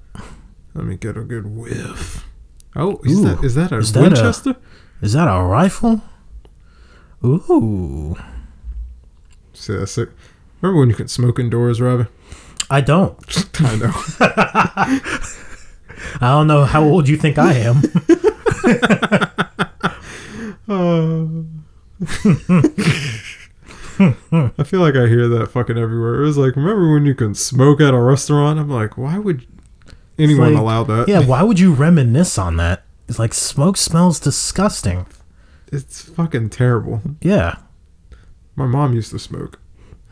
[SPEAKER 2] Let me get a good whiff. Oh, is
[SPEAKER 3] Ooh,
[SPEAKER 2] that is that a
[SPEAKER 3] is that a-
[SPEAKER 2] Winchester?
[SPEAKER 3] Is that a rifle? Ooh,
[SPEAKER 2] See, that's it. Remember when you could smoke indoors, Robbie?
[SPEAKER 3] I don't.
[SPEAKER 2] I know.
[SPEAKER 3] I don't know how old you think I am.
[SPEAKER 2] I feel like I hear that fucking everywhere. It was like, remember when you can smoke at a restaurant? I'm like, why would anyone
[SPEAKER 3] Like,
[SPEAKER 2] allow that?
[SPEAKER 3] yeah, why would you reminisce on that? It's like smoke smells disgusting.
[SPEAKER 2] It's fucking terrible.
[SPEAKER 3] Yeah,
[SPEAKER 2] My mom used to smoke.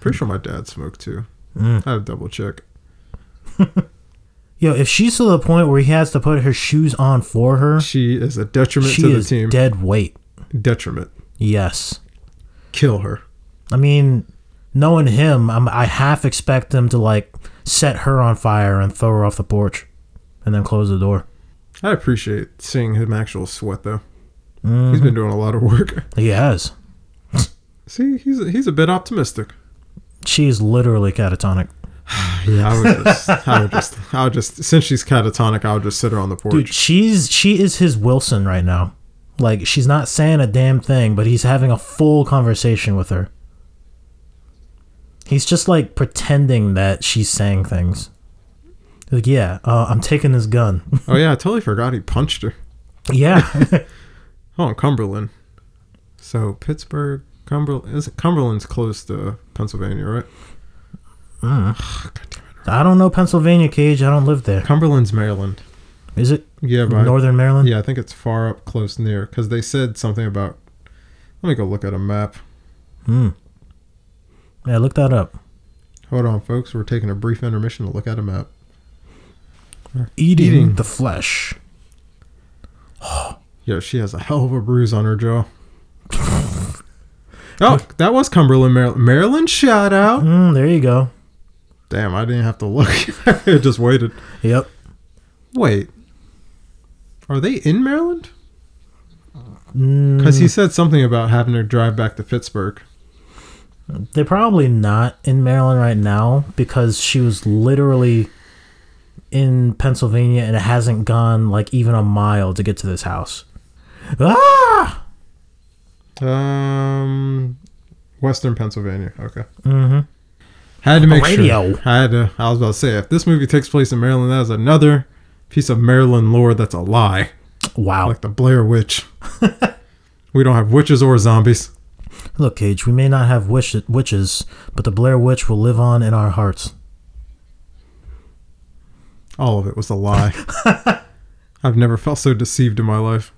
[SPEAKER 2] Pretty sure my dad smoked too.
[SPEAKER 3] Mm.
[SPEAKER 2] I have to double check.
[SPEAKER 3] yo, if she's to the point where he has to put her shoes on for her,
[SPEAKER 2] She is a detriment
[SPEAKER 3] she
[SPEAKER 2] to the
[SPEAKER 3] is
[SPEAKER 2] team.
[SPEAKER 3] dead weight.
[SPEAKER 2] detriment.
[SPEAKER 3] Yes,
[SPEAKER 2] Kill her.
[SPEAKER 3] I mean, knowing him, I'm, I half expect him to like set her on fire and throw her off the porch, and then close the door.
[SPEAKER 2] I appreciate seeing him actual sweat though.
[SPEAKER 3] Mm-hmm.
[SPEAKER 2] He's been doing a lot of work.
[SPEAKER 3] He has.
[SPEAKER 2] See, he's he's a bit optimistic.
[SPEAKER 3] She is literally catatonic.
[SPEAKER 2] Yeah, I would just, I would just, I would just. Since she's catatonic, I would just sit her on the porch.
[SPEAKER 3] Dude, she's she is his Wilson right now. Like she's not saying a damn thing, but he's having a full conversation with her. He's just like pretending that she's saying things. Like, yeah, uh, I'm taking this gun.
[SPEAKER 2] Oh yeah, I totally forgot he punched her.
[SPEAKER 3] yeah.
[SPEAKER 2] Oh, in Cumberland. So Pittsburgh, Cumberland is Cumberland's close to Pennsylvania, right?
[SPEAKER 3] I don't know Pennsylvania, Cage. I don't live there.
[SPEAKER 2] Cumberland's Maryland.
[SPEAKER 3] Is it
[SPEAKER 2] Yeah, but
[SPEAKER 3] Northern Maryland?
[SPEAKER 2] yeah, I think it's far up, close, near, because they said something about. Let me go look at a map.
[SPEAKER 3] Yeah, look that up.
[SPEAKER 2] Hold on, folks. We're taking a brief intermission to look at a map.
[SPEAKER 3] Eating,
[SPEAKER 2] Eating.
[SPEAKER 3] the flesh.
[SPEAKER 2] Yo, she has a hell of a bruise on her jaw. Oh, that was Cumberland, Maryland. Maryland, shout out.
[SPEAKER 3] Mm, there you go.
[SPEAKER 2] Damn, I didn't have to look. I just waited.
[SPEAKER 3] Yep.
[SPEAKER 2] Wait. Are they in Maryland? Because he said something about having to drive back to Pittsburgh.
[SPEAKER 3] They're probably not in Maryland right now because she was literally in Pennsylvania and it hasn't gone like even a mile to get to this house. Ah!
[SPEAKER 2] Um, Western Pennsylvania. Okay. Mm-hmm. Had to make
[SPEAKER 3] Radio.
[SPEAKER 2] sure. I had to. I was about to say, if this movie takes place in Maryland, that is another piece of Maryland lore that's a lie,
[SPEAKER 3] Wow.
[SPEAKER 2] like the Blair Witch. we don't have witches or zombies.
[SPEAKER 3] Look, Cage, we may not have wish- witches, but the Blair Witch will live on in our hearts.
[SPEAKER 2] All of it was a lie. I've never felt so deceived in my life.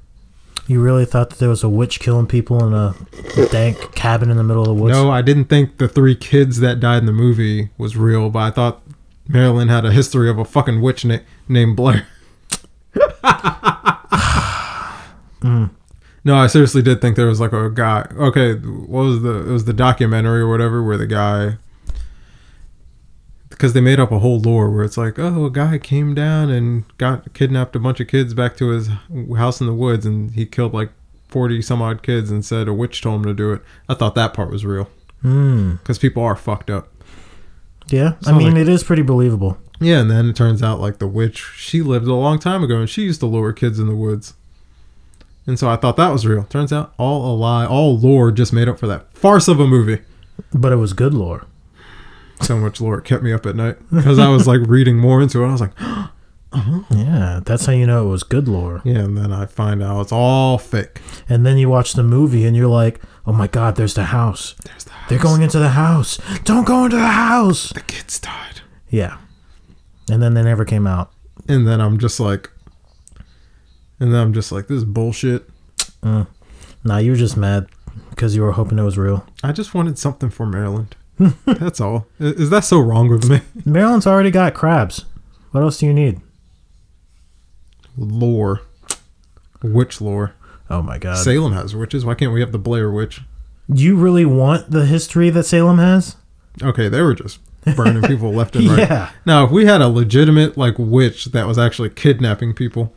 [SPEAKER 3] You really thought that there was a witch killing people in a dank cabin in the middle of the woods?
[SPEAKER 2] No, I didn't think the three kids that died in the movie was real, but I thought Marilyn had a history of a fucking witch na- named Blair. No, I seriously did think there was like a guy. Okay, what was the? It was the documentary or whatever where the guy. Because they made up a whole lore where it's like, oh, a guy came down and got kidnapped a bunch of kids back to his house in the woods, and he killed like forty some odd kids and said a witch told him to do it. I thought that part was real
[SPEAKER 3] Hmm.
[SPEAKER 2] because people are fucked up.
[SPEAKER 3] Yeah, I
[SPEAKER 2] Sounds
[SPEAKER 3] mean,
[SPEAKER 2] like-
[SPEAKER 3] it is pretty believable.
[SPEAKER 2] Yeah, and then it turns out like the witch, she lived a long time ago and she used to lure kids in the woods. And so I thought that was real. Turns out all a lie, all lore just made up for that farce of a movie.
[SPEAKER 3] But it was good lore.
[SPEAKER 2] So much lore it kept me up at night because I was like reading more into it. I was like,
[SPEAKER 3] Yeah, that's how you know it was good lore.
[SPEAKER 2] yeah, and then I find out it's all fake.
[SPEAKER 3] And then you watch the movie and you're like, oh my god, there's the house.
[SPEAKER 2] There's the
[SPEAKER 3] They're going into the house. Don't go into the house.
[SPEAKER 2] the kids died.
[SPEAKER 3] Yeah. And then they never came out.
[SPEAKER 2] And then I'm just like, and then I'm just like, this is bullshit.
[SPEAKER 3] Nah, you were just mad because you were hoping it was real.
[SPEAKER 2] I just wanted something for Maryland. That's all. I- Is that so wrong with me?
[SPEAKER 3] Maryland's already got crabs. What else do you need?
[SPEAKER 2] Lore. Witch lore.
[SPEAKER 3] Oh my god.
[SPEAKER 2] Salem has witches. Why can't we have the Blair Witch?
[SPEAKER 3] you really want the history that Salem has?
[SPEAKER 2] Okay, they were just burning people left and right.
[SPEAKER 3] Yeah.
[SPEAKER 2] Now, if we had a legitimate like witch that was actually kidnapping people,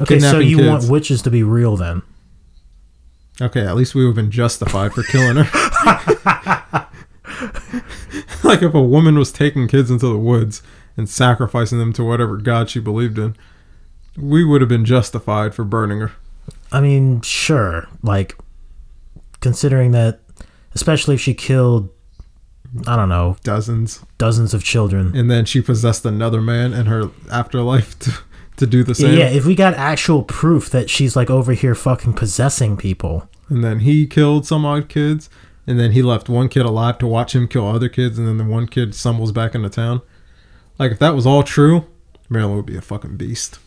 [SPEAKER 3] Okay, so
[SPEAKER 2] Kidnapping
[SPEAKER 3] you want
[SPEAKER 2] kids.
[SPEAKER 3] witches to be real then.
[SPEAKER 2] okay, at least we would have been justified for killing her. like if a woman was taking kids into the woods and sacrificing them to whatever god she believed in, we would have been justified for burning her.
[SPEAKER 3] I mean, sure. Like, considering that, especially if she killed, I don't know,
[SPEAKER 2] Dozens,
[SPEAKER 3] dozens of children.
[SPEAKER 2] and then she possessed another man in her afterlife to, to do the
[SPEAKER 3] Yeah,
[SPEAKER 2] same.
[SPEAKER 3] if we got actual proof that she's like over here fucking possessing people.
[SPEAKER 2] and then he killed some odd kids and then he left one kid alive to watch him kill other kids and then the one kid stumbles back into town like if that was all true marilyn would be a fucking beast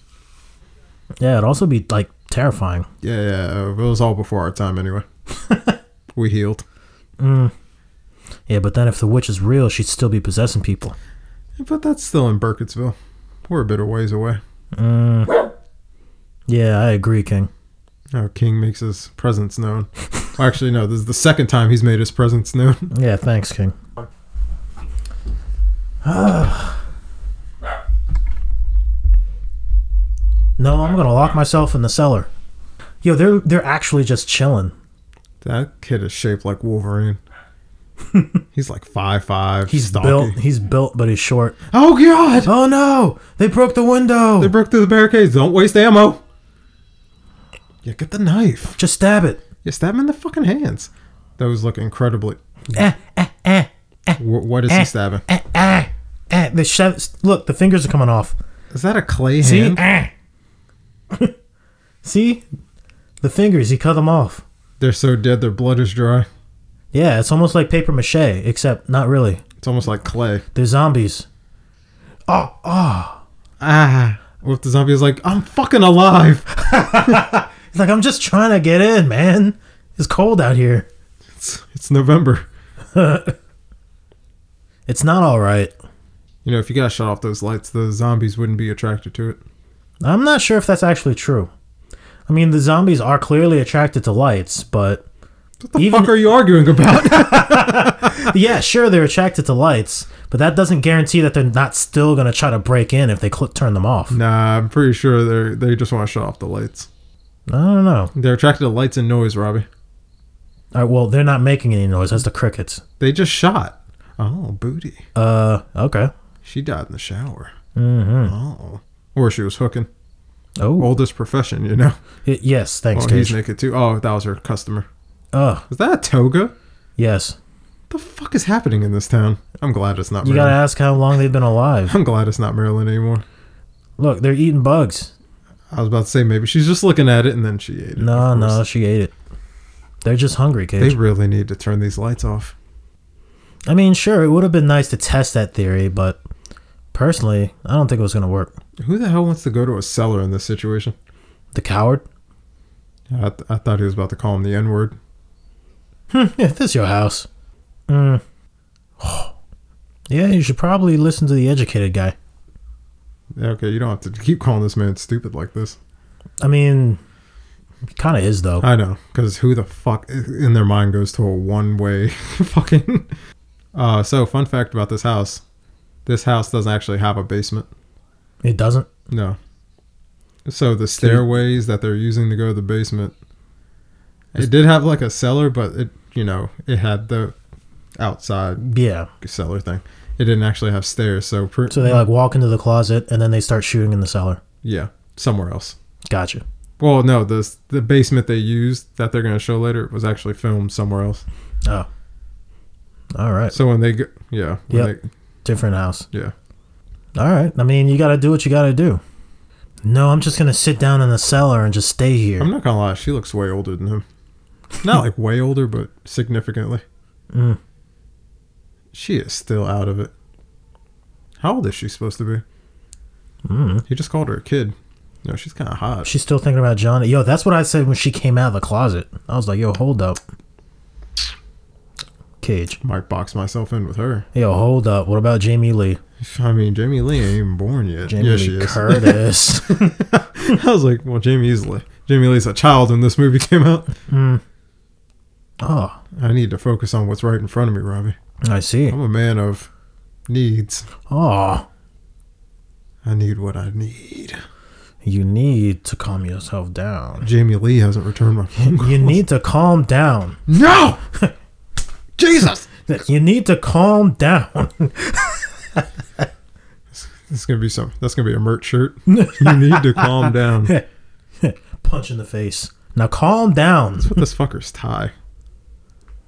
[SPEAKER 3] Yeah, it'd also be like terrifying.
[SPEAKER 2] yeah, yeah it was all before our time anyway we healed
[SPEAKER 3] Yeah, but then if the witch is real, she'd still be possessing people.
[SPEAKER 2] but that's still in burkittsville we're a bit of ways away
[SPEAKER 3] Yeah, I agree, King.
[SPEAKER 2] our king makes his presence known Well, actually no this is the second time he's made his presence known
[SPEAKER 3] Yeah, thanks, King. no, I'm gonna lock myself in the cellar. Yo, they're they're actually just chilling.
[SPEAKER 2] that kid is shaped like wolverine he's like five five
[SPEAKER 3] He's built. He's built, but he's short.
[SPEAKER 2] oh god
[SPEAKER 3] Oh no! They broke the window.
[SPEAKER 2] They broke through the barricades. Don't waste ammo. Yeah, get the knife.
[SPEAKER 3] just stab it.
[SPEAKER 2] Yeah, stab him in the fucking hands. Those look incredibly.
[SPEAKER 3] Eh, eh, eh,
[SPEAKER 2] Wh- what is he stabbing?
[SPEAKER 3] eh, eh, eh. The sh- look, the fingers are coming off.
[SPEAKER 2] Is that a clay
[SPEAKER 3] See,
[SPEAKER 2] hand?
[SPEAKER 3] eh. See, the fingers. He cut them off.
[SPEAKER 2] They're so dead, their blood is dry.
[SPEAKER 3] Yeah, it's almost like paper mache, except not really.
[SPEAKER 2] It's almost like clay.
[SPEAKER 3] They're zombies. Oh,
[SPEAKER 2] Ah. What if the zombie is like, I'm fucking alive?
[SPEAKER 3] It's like I'm just trying to get in, man. It's cold out here.
[SPEAKER 2] It's, it's November.
[SPEAKER 3] It's not all right.
[SPEAKER 2] You know, if you gotta shut off those lights, the zombies wouldn't be attracted to it.
[SPEAKER 3] I'm not sure if that's actually true. I mean, the zombies are clearly attracted to lights, but
[SPEAKER 2] What the
[SPEAKER 3] Even-
[SPEAKER 2] fuck are you arguing about?
[SPEAKER 3] yeah, sure they're attracted to lights, but that doesn't guarantee that they're not still gonna try to break in if they cl- turn them off.
[SPEAKER 2] nah, I'm pretty sure they are they just want to shut off the lights.
[SPEAKER 3] I don't know.
[SPEAKER 2] They're attracted to lights and noise, Robbie.
[SPEAKER 3] All right, well, they're not making any noise. That's the crickets.
[SPEAKER 2] They just shot. Oh, booty.
[SPEAKER 3] Uh, okay.
[SPEAKER 2] She died in the shower.
[SPEAKER 3] Mm-hmm.
[SPEAKER 2] Oh. Or she was hooking.
[SPEAKER 3] Oh,
[SPEAKER 2] Oldest profession, you know.
[SPEAKER 3] y- yes. Thanks,
[SPEAKER 2] Oh, he's
[SPEAKER 3] Cage.
[SPEAKER 2] naked too. Oh, that was her customer.
[SPEAKER 3] Oh,
[SPEAKER 2] Is that a toga?
[SPEAKER 3] yes.
[SPEAKER 2] The fuck is happening in this town? I'm glad it's not
[SPEAKER 3] You gotta
[SPEAKER 2] Maryland.
[SPEAKER 3] ask how long they've been alive.
[SPEAKER 2] I'm glad it's not Maryland anymore.
[SPEAKER 3] Look, they're eating bugs.
[SPEAKER 2] I was about to say maybe she's just looking at it and then she ate it.
[SPEAKER 3] No,
[SPEAKER 2] of course.
[SPEAKER 3] no, she ate it. They're just hungry, Cage.
[SPEAKER 2] They really need to turn these lights off.
[SPEAKER 3] I mean, sure, it would have been nice to test that theory, but personally, I don't think it was gonna work.
[SPEAKER 2] Who the hell wants to go to a cellar in this situation?
[SPEAKER 3] The coward.
[SPEAKER 2] I, th- I thought he was about to call him the N word.
[SPEAKER 3] Yeah, if this your house. Mm. Yeah, you should probably listen to the educated guy.
[SPEAKER 2] Okay, you don't have to keep calling this man stupid like this.
[SPEAKER 3] I mean, kind of is though.
[SPEAKER 2] I know, because who the fuck in their mind goes to a one way fucking. Uh, so, fun fact about this house this house doesn't actually have a basement.
[SPEAKER 3] It doesn't.
[SPEAKER 2] No. So, the stairways that they're using to go to the basement, it did have like a cellar, but it, you know, it had the outside
[SPEAKER 3] Yeah.
[SPEAKER 2] cellar thing. It didn't actually have stairs, so. Pr-
[SPEAKER 3] So they like walk into the closet and then they start shooting in the cellar.
[SPEAKER 2] yeah, somewhere else.
[SPEAKER 3] Gotcha.
[SPEAKER 2] Well, no, the the basement they used that they're going to show later was actually filmed somewhere else.
[SPEAKER 3] Oh. All right.
[SPEAKER 2] So when they go, yeah, when
[SPEAKER 3] Yep. Different house.
[SPEAKER 2] they, yeah,
[SPEAKER 3] All right. I mean, you got to do what you got to do. No, I'm just going to sit down in the cellar and just stay here.
[SPEAKER 2] I'm not gonna lie, she looks way older than him. Not like way older, but significantly.
[SPEAKER 3] Mm.
[SPEAKER 2] She is still out of it. How old is she supposed to be?
[SPEAKER 3] Mm.
[SPEAKER 2] He just called her a kid. No, she's kind of hot.
[SPEAKER 3] She's still thinking about Johnny. Yo, that's what I said when she came out of the closet. I was like, yo, hold up. Cage.
[SPEAKER 2] Might box myself in with her.
[SPEAKER 3] Yo, hold up. What about Jamie Lee?
[SPEAKER 2] I mean, Jamie Lee ain't even born yet.
[SPEAKER 3] Jamie
[SPEAKER 2] yeah, she
[SPEAKER 3] Lee
[SPEAKER 2] is.
[SPEAKER 3] Curtis.
[SPEAKER 2] I was like, well, Jamie is li- Jamie Lee's a child when this movie came out.
[SPEAKER 3] oh,
[SPEAKER 2] I need to focus on what's right in front of me, Robbie.
[SPEAKER 3] I see.
[SPEAKER 2] I'm a man of needs.
[SPEAKER 3] Oh,
[SPEAKER 2] I need what I need.
[SPEAKER 3] you need to calm yourself down.
[SPEAKER 2] Jamie Lee hasn't returned my phone call.
[SPEAKER 3] You need to calm down.
[SPEAKER 2] No! Jesus!
[SPEAKER 3] You need to calm down.
[SPEAKER 2] That's gonna be some. That's gonna be a merch shirt. you need to calm down. That's
[SPEAKER 3] Punch in the face. Now calm down.
[SPEAKER 2] what this fucker's tie.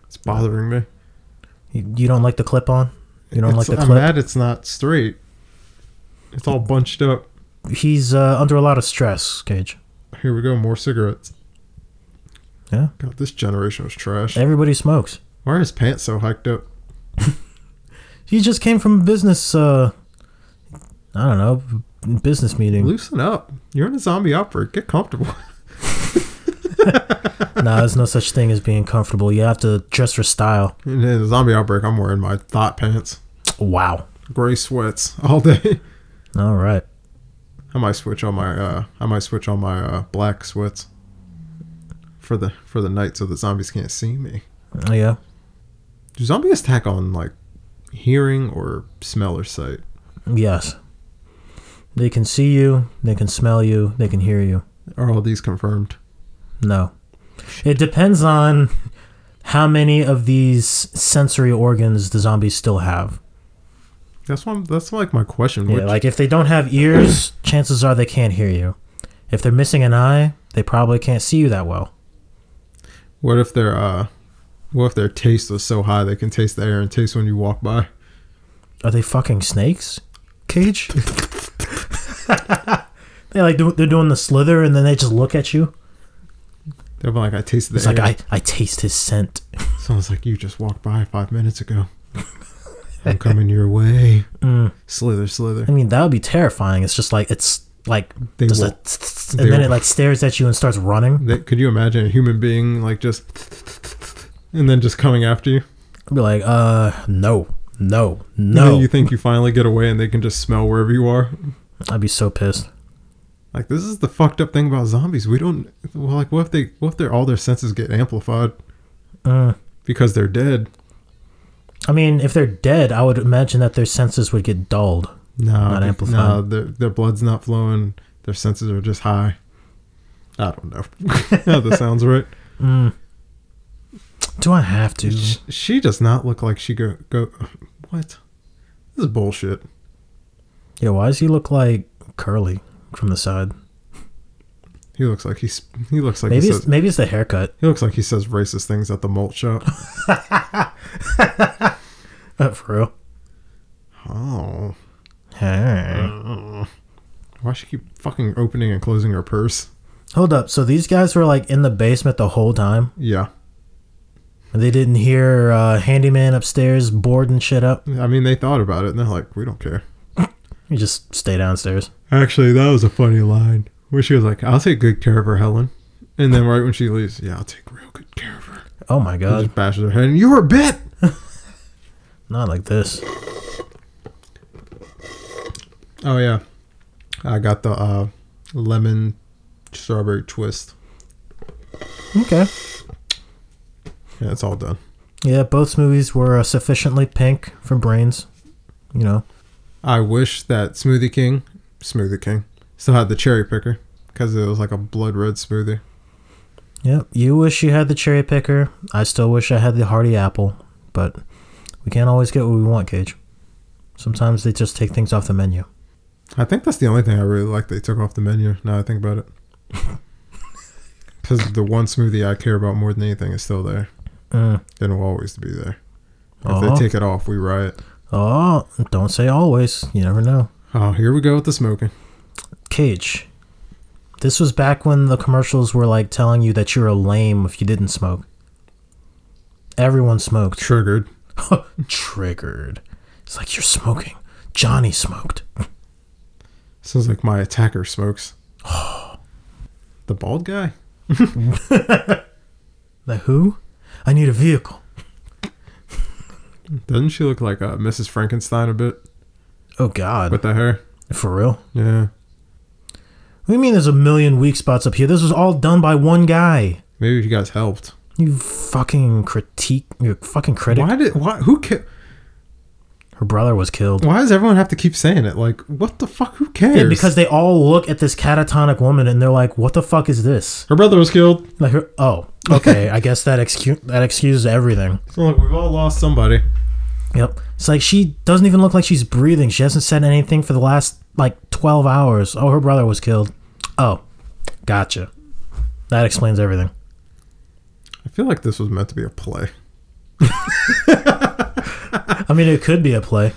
[SPEAKER 2] It's bothering me.
[SPEAKER 3] You, you don't like the clip on? You don't
[SPEAKER 2] It's-
[SPEAKER 3] like the
[SPEAKER 2] I'm
[SPEAKER 3] clip?
[SPEAKER 2] mad it's not straight. It's all bunched up.
[SPEAKER 3] He's uh, under a lot of stress, Cage.
[SPEAKER 2] Here we go. More cigarettes.
[SPEAKER 3] Yeah.
[SPEAKER 2] God, this generation was trash.
[SPEAKER 3] Everybody smokes.
[SPEAKER 2] Why are his pants so hiked up?
[SPEAKER 3] He just came from a business, uh, I don't know, business meeting.
[SPEAKER 2] Loosen up. You're in a zombie outbreak. Get comfortable.
[SPEAKER 3] nah, there's no such thing as being comfortable. You have to dress for style.
[SPEAKER 2] In a zombie outbreak, I'm wearing my thought pants,
[SPEAKER 3] Wow.
[SPEAKER 2] gray sweats all day.
[SPEAKER 3] All right.
[SPEAKER 2] I might switch on my uh, I might switch on my uh, black sweats for the for the night so the zombies can't see me.
[SPEAKER 3] Oh, yeah.
[SPEAKER 2] Do zombies attack on like hearing or smell or sight?
[SPEAKER 3] Yes. They can see you, they can smell you, they can hear you.
[SPEAKER 2] Are all these confirmed?
[SPEAKER 3] No. It depends on how many of these sensory organs the zombies still have.
[SPEAKER 2] That's one. That's like my question.
[SPEAKER 3] Yeah,
[SPEAKER 2] Which-
[SPEAKER 3] like if they don't have ears, chances are they can't hear you. If they're missing an eye, they probably can't see you that well.
[SPEAKER 2] what if their uh, what if their taste was so high they can taste the air and taste when you walk by?
[SPEAKER 3] Are they fucking snakes? Cage? they like do, they're doing the slither and then they just look at you.
[SPEAKER 2] They're like, I tasted the
[SPEAKER 3] It's
[SPEAKER 2] air.
[SPEAKER 3] like I, I taste his scent.
[SPEAKER 2] Someone's like, you just walked by five minutes ago. I'm coming your way.
[SPEAKER 3] Mm.
[SPEAKER 2] Slither, slither.
[SPEAKER 3] I mean, that would be terrifying. It's just like it's like
[SPEAKER 2] They
[SPEAKER 3] just
[SPEAKER 2] will-
[SPEAKER 3] a tss, tss, and
[SPEAKER 2] they
[SPEAKER 3] then
[SPEAKER 2] will-
[SPEAKER 3] it like stares at you and starts running.
[SPEAKER 2] That, could you imagine a human being like just and then just coming after you?
[SPEAKER 3] I'd be like, uh, no, no,
[SPEAKER 2] And then
[SPEAKER 3] no.
[SPEAKER 2] you think you finally get away and they can just smell wherever you are.
[SPEAKER 3] I'd be so pissed.
[SPEAKER 2] Like this is the fucked up thing about zombies. We don't well like what if they what if their all their senses get amplified
[SPEAKER 3] Uh,
[SPEAKER 2] because they're dead?
[SPEAKER 3] I mean, if they're dead, I would imagine that their senses would get dulled.
[SPEAKER 2] No,
[SPEAKER 3] Not
[SPEAKER 2] be-
[SPEAKER 3] amplified.
[SPEAKER 2] No, their their blood's not flowing. Their senses are just high. I don't know. that sounds right.
[SPEAKER 3] Do I have to?
[SPEAKER 2] Sh- She does not look like she go go. What? This is bullshit.
[SPEAKER 3] Yeah, why does he look like curly from the side?
[SPEAKER 2] He looks like he's. He looks like
[SPEAKER 3] Maybe
[SPEAKER 2] he
[SPEAKER 3] it's,
[SPEAKER 2] says.
[SPEAKER 3] maybe it's the haircut
[SPEAKER 2] He looks like he says racist things at the malt shop.
[SPEAKER 3] Uh, for real.
[SPEAKER 2] oh,
[SPEAKER 3] Hey.
[SPEAKER 2] why she keep fucking opening and closing her purse?
[SPEAKER 3] Hold up. So these guys were like in the basement the whole time,
[SPEAKER 2] Yeah,
[SPEAKER 3] and they didn't hear uh, handyman upstairs boarding shit up.
[SPEAKER 2] I mean they thought about it and they're like, we don't care.
[SPEAKER 3] You just stay downstairs.
[SPEAKER 2] Actually, that was a funny line where she was like, "I'll take good care of her, Helen," and then right when she leaves, yeah, I'll take real good care of her.
[SPEAKER 3] Oh my
[SPEAKER 2] And
[SPEAKER 3] god,
[SPEAKER 2] just bashes her head. And you were a bit.
[SPEAKER 3] not like this.
[SPEAKER 2] Oh yeah, I got the uh, lemon strawberry twist.
[SPEAKER 3] Okay.
[SPEAKER 2] Yeah, it's all done.
[SPEAKER 3] Yeah, both movies were uh, sufficiently pink for brains. You know,
[SPEAKER 2] I wish that Smoothie King, Smoothie King, still had the cherry picker because it was like a blood red smoothie.
[SPEAKER 3] Yep. You wish you had the cherry picker. I still wish I had the hearty apple, but we can't always get what we want, Cage. Sometimes they just take things off the menu.
[SPEAKER 2] I think that's the only thing I really like they took off the menu. Now I think about it, because the one smoothie I care about more than anything is still there
[SPEAKER 3] Mm.
[SPEAKER 2] and will always be there. If
[SPEAKER 3] Aw.
[SPEAKER 2] they take it off, we riot.
[SPEAKER 3] Oh, don't say always. You never know.
[SPEAKER 2] Oh, here we go with the smoking.
[SPEAKER 3] Cage. This was back when the commercials were like telling you that you were lame if you didn't smoke. Everyone smoked.
[SPEAKER 2] Triggered.
[SPEAKER 3] Triggered. It's like you're smoking. Johnny smoked.
[SPEAKER 2] Sounds like my attacker smokes. the bald guy.
[SPEAKER 3] The who? I need a vehicle.
[SPEAKER 2] Doesn't she look like uh, Mrs. Frankenstein a bit
[SPEAKER 3] Oh God.
[SPEAKER 2] with the hair?
[SPEAKER 3] For real?
[SPEAKER 2] Yeah.
[SPEAKER 3] What do you mean there's a million weak spots up here? This was all done by one guy.
[SPEAKER 2] Maybe you guys helped.
[SPEAKER 3] You fucking critique, you fucking critic.
[SPEAKER 2] Why did why who ca-
[SPEAKER 3] Her brother was killed.
[SPEAKER 2] Why does everyone have to keep saying it? Like, what the fuck? Who cares?
[SPEAKER 3] Yeah, because they all look at this catatonic woman and they're like, "What the fuck is this?"
[SPEAKER 2] her brother was killed.
[SPEAKER 3] Like, her, oh, okay, I guess that excuse that excuses everything.
[SPEAKER 2] So look, we've all lost somebody.
[SPEAKER 3] Yep. It's like she doesn't even look like she's breathing. She hasn't said anything for the last like twelve hours. Oh, her brother was killed. Oh, gotcha. That explains everything.
[SPEAKER 2] I feel like this was meant to be a play.
[SPEAKER 3] I mean, it could be a play.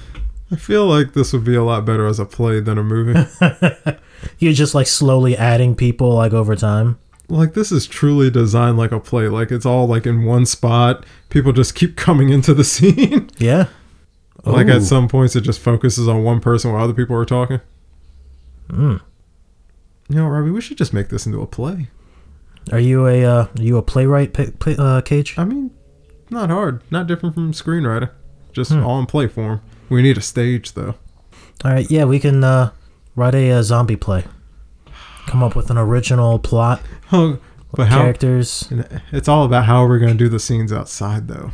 [SPEAKER 2] I feel like this would be a lot better as a play than a movie.
[SPEAKER 3] You're just like slowly adding people like over time.
[SPEAKER 2] like this is truly designed like a play. Like it's all like in one spot. People just keep coming into the scene.
[SPEAKER 3] Yeah.
[SPEAKER 2] like
[SPEAKER 3] Ooh.
[SPEAKER 2] at some points it just focuses on one person while other people are talking.
[SPEAKER 3] Hmm.
[SPEAKER 2] You know, Robbie, we should just make this into a play.
[SPEAKER 3] Are you a uh, are you a playwright, pi- pi- uh, Cage?
[SPEAKER 2] I mean, not hard. Not different from screenwriter. Just
[SPEAKER 3] Hmm.
[SPEAKER 2] all in play form. We need a stage though.
[SPEAKER 3] All right, yeah, we can uh, write a uh, zombie play. Come up with an original plot,
[SPEAKER 2] Oh, but how?
[SPEAKER 3] characters.
[SPEAKER 2] It's all about how we're going to do the scenes outside, though.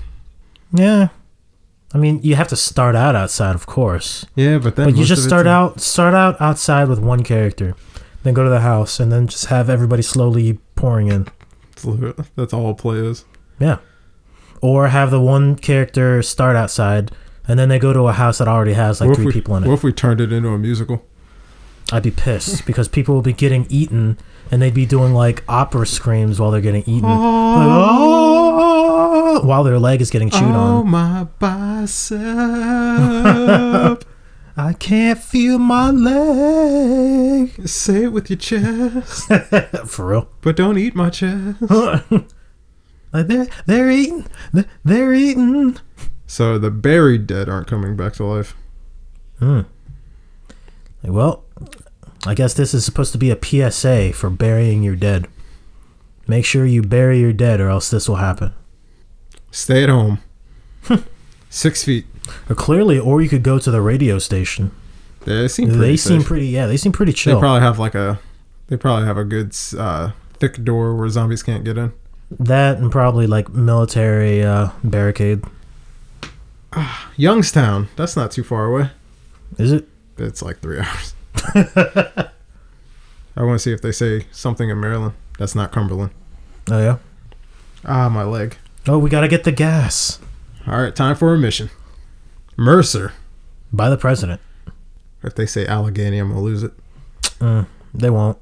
[SPEAKER 3] Yeah, I mean, you have to start out outside, of course,
[SPEAKER 2] Yeah, but then
[SPEAKER 3] but you
[SPEAKER 2] most
[SPEAKER 3] just
[SPEAKER 2] of it's
[SPEAKER 3] start
[SPEAKER 2] in-
[SPEAKER 3] out start out outside with one character, then go to the house, and then just have everybody slowly pouring in.
[SPEAKER 2] it's literally- That's all play is.
[SPEAKER 3] Yeah, or have the one character start outside, and then they go to a house that already has like
[SPEAKER 2] what
[SPEAKER 3] three
[SPEAKER 2] if we,
[SPEAKER 3] people in it.
[SPEAKER 2] What if we turned it into a musical?
[SPEAKER 3] I'd be pissed because people will be getting eaten and they'd be doing like opera screams while they're getting eaten. Like,
[SPEAKER 2] Ah.
[SPEAKER 3] "Oh," while their leg is getting chewed
[SPEAKER 2] oh
[SPEAKER 3] on.
[SPEAKER 2] my bicep! Ah.
[SPEAKER 3] I can't feel my leg.
[SPEAKER 2] Say it with your chest,
[SPEAKER 3] For real.
[SPEAKER 2] but don't eat my chest.
[SPEAKER 3] Like they're they're eating. They're- They're eating.
[SPEAKER 2] So the buried dead aren't coming back to life.
[SPEAKER 3] Like, well, I guess this is supposed to be a PSA for burying your dead. Make sure you bury your dead or else this will happen.
[SPEAKER 2] Stay at home. Six feet.
[SPEAKER 3] Or clearly, or you could go to the radio station.
[SPEAKER 2] They seem pretty.
[SPEAKER 3] They seem
[SPEAKER 2] safe.
[SPEAKER 3] pretty, yeah, they seem pretty
[SPEAKER 2] They
[SPEAKER 3] chill.
[SPEAKER 2] probably have like a. They probably have a good uh, thick door where zombies can't get in.
[SPEAKER 3] That and probably like military uh, barricade.
[SPEAKER 2] Youngstown. That's not too far away.
[SPEAKER 3] Is it?
[SPEAKER 2] It's like three hours. I want to see if they say something in Maryland. That's not Cumberland.
[SPEAKER 3] Oh yeah.
[SPEAKER 2] Ah, my leg.
[SPEAKER 3] Oh, we gotta get the gas
[SPEAKER 2] All right, time for a mission. Mercer.
[SPEAKER 3] by the president.
[SPEAKER 2] If they say Allegheny, I'm gonna lose it.
[SPEAKER 3] They won't.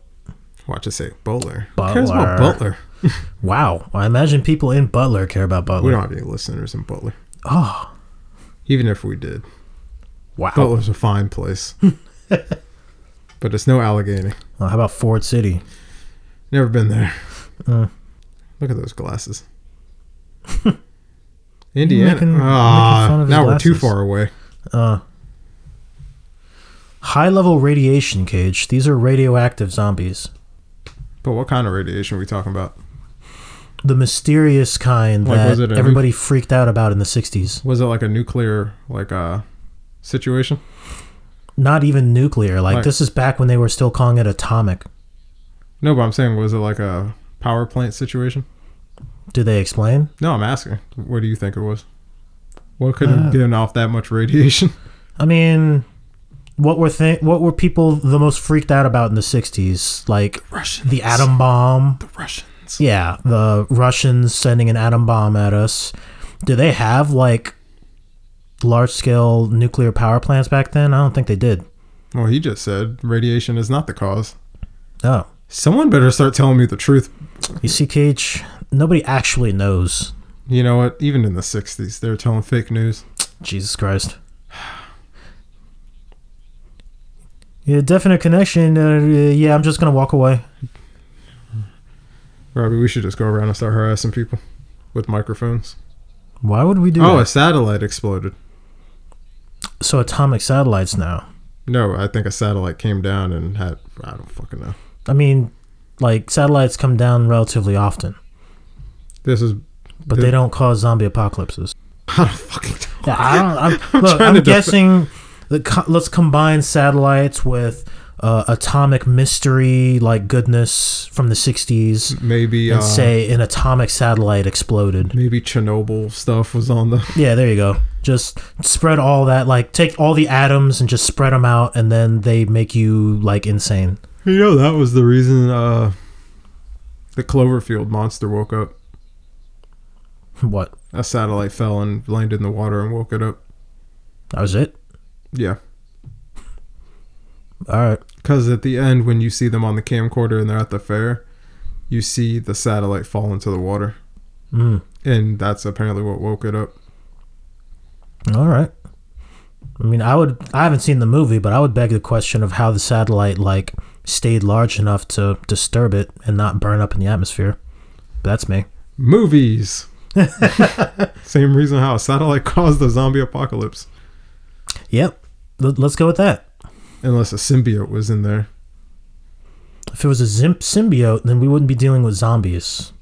[SPEAKER 2] Watch it say Butler. Who cares about
[SPEAKER 3] Butler.
[SPEAKER 2] Butler?
[SPEAKER 3] Wow. I imagine people in Butler care about
[SPEAKER 2] We
[SPEAKER 3] Butler.
[SPEAKER 2] don't have any listeners in Butler.
[SPEAKER 3] Oh.
[SPEAKER 2] Even if we did,
[SPEAKER 3] Wow.
[SPEAKER 2] Butler's a fine place. but it's no Allegheny.
[SPEAKER 3] Well, how about Ford City?
[SPEAKER 2] Never been there.
[SPEAKER 3] Uh.
[SPEAKER 2] Look at those glasses. Indiana.
[SPEAKER 3] Making- making fun
[SPEAKER 2] Ah,
[SPEAKER 3] of his
[SPEAKER 2] now we're too
[SPEAKER 3] glasses.
[SPEAKER 2] far away.
[SPEAKER 3] High level radiation cage. These are radioactive zombies.
[SPEAKER 2] But what kind of radiation are we talking about?
[SPEAKER 3] The mysterious kind
[SPEAKER 2] Like, was
[SPEAKER 3] that
[SPEAKER 2] it a-
[SPEAKER 3] everybody freaked out about in the 60s.
[SPEAKER 2] Was it like a nuclear like uh situation?
[SPEAKER 3] Not even nuclear. Like,
[SPEAKER 2] Like-
[SPEAKER 3] this is back when they were still calling it atomic.
[SPEAKER 2] No, but I'm saying was it like a power plant situation?
[SPEAKER 3] Did they explain?
[SPEAKER 2] No, I'm asking. What do you think it was? What could
[SPEAKER 3] Uh.
[SPEAKER 2] have given off that much radiation?
[SPEAKER 3] I mean, what were thi- what were people the most freaked out about in the 60s? Like
[SPEAKER 2] Russians.
[SPEAKER 3] the atom bomb.
[SPEAKER 2] The Russians.
[SPEAKER 3] Yeah, the Russians sending an atom bomb at us. Do they have like large scale nuclear power plants back then? I don't think they did.
[SPEAKER 2] Well, he just said radiation is not the cause.
[SPEAKER 3] Oh,
[SPEAKER 2] Someone better start telling me the truth.
[SPEAKER 3] you see, Cage, nobody actually knows.
[SPEAKER 2] You know what? Even in the 60s, they were telling fake news.
[SPEAKER 3] Jesus Christ. Yeah, definite connection. Uh, yeah, I'm just gonna walk away.
[SPEAKER 2] Robbie, we should just go around and start harassing people with microphones.
[SPEAKER 3] Why would we do
[SPEAKER 2] Oh, a
[SPEAKER 3] that?
[SPEAKER 2] satellite exploded.
[SPEAKER 3] So atomic satellites now.
[SPEAKER 2] No, I think a satellite came down and had. I don't fucking know.
[SPEAKER 3] I mean, like satellites come down relatively often,
[SPEAKER 2] This is.
[SPEAKER 3] but they don't cause zombie apocalypses.
[SPEAKER 2] I don't fucking know.
[SPEAKER 3] Yeah, I don't. I'm, look,
[SPEAKER 2] trying
[SPEAKER 3] I'm
[SPEAKER 2] to def-
[SPEAKER 3] guessing. The co- let's combine satellites with uh, atomic mystery, like goodness from the '60s,
[SPEAKER 2] Maybe. Uh,
[SPEAKER 3] and say an atomic satellite exploded.
[SPEAKER 2] maybe Chernobyl stuff was on the.
[SPEAKER 3] Yeah, there you go. Just spread all that, like take all the atoms and just spread them out, and then they make you like insane.
[SPEAKER 2] You know, that was the reason uh, the Cloverfield monster woke up.
[SPEAKER 3] What?
[SPEAKER 2] A satellite fell and landed in the water and woke it up.
[SPEAKER 3] That was it.
[SPEAKER 2] Yeah.
[SPEAKER 3] All right.
[SPEAKER 2] Because at the end, when you see them on the camcorder and they're at the fair, you see the satellite fall into the water.
[SPEAKER 3] Mm.
[SPEAKER 2] And that's apparently what woke it up.
[SPEAKER 3] All right. I mean, I would. I haven't seen the movie, but I would beg the question of how the satellite like stayed large enough to disturb it and not burn up in the atmosphere. But that's me.
[SPEAKER 2] Movies! Same reason how a satellite caused the zombie apocalypse.
[SPEAKER 3] Yep. L- let's go with that.
[SPEAKER 2] Unless a symbiote was in there.
[SPEAKER 3] If it was a zimp symbiote, then we wouldn't be dealing with zombies.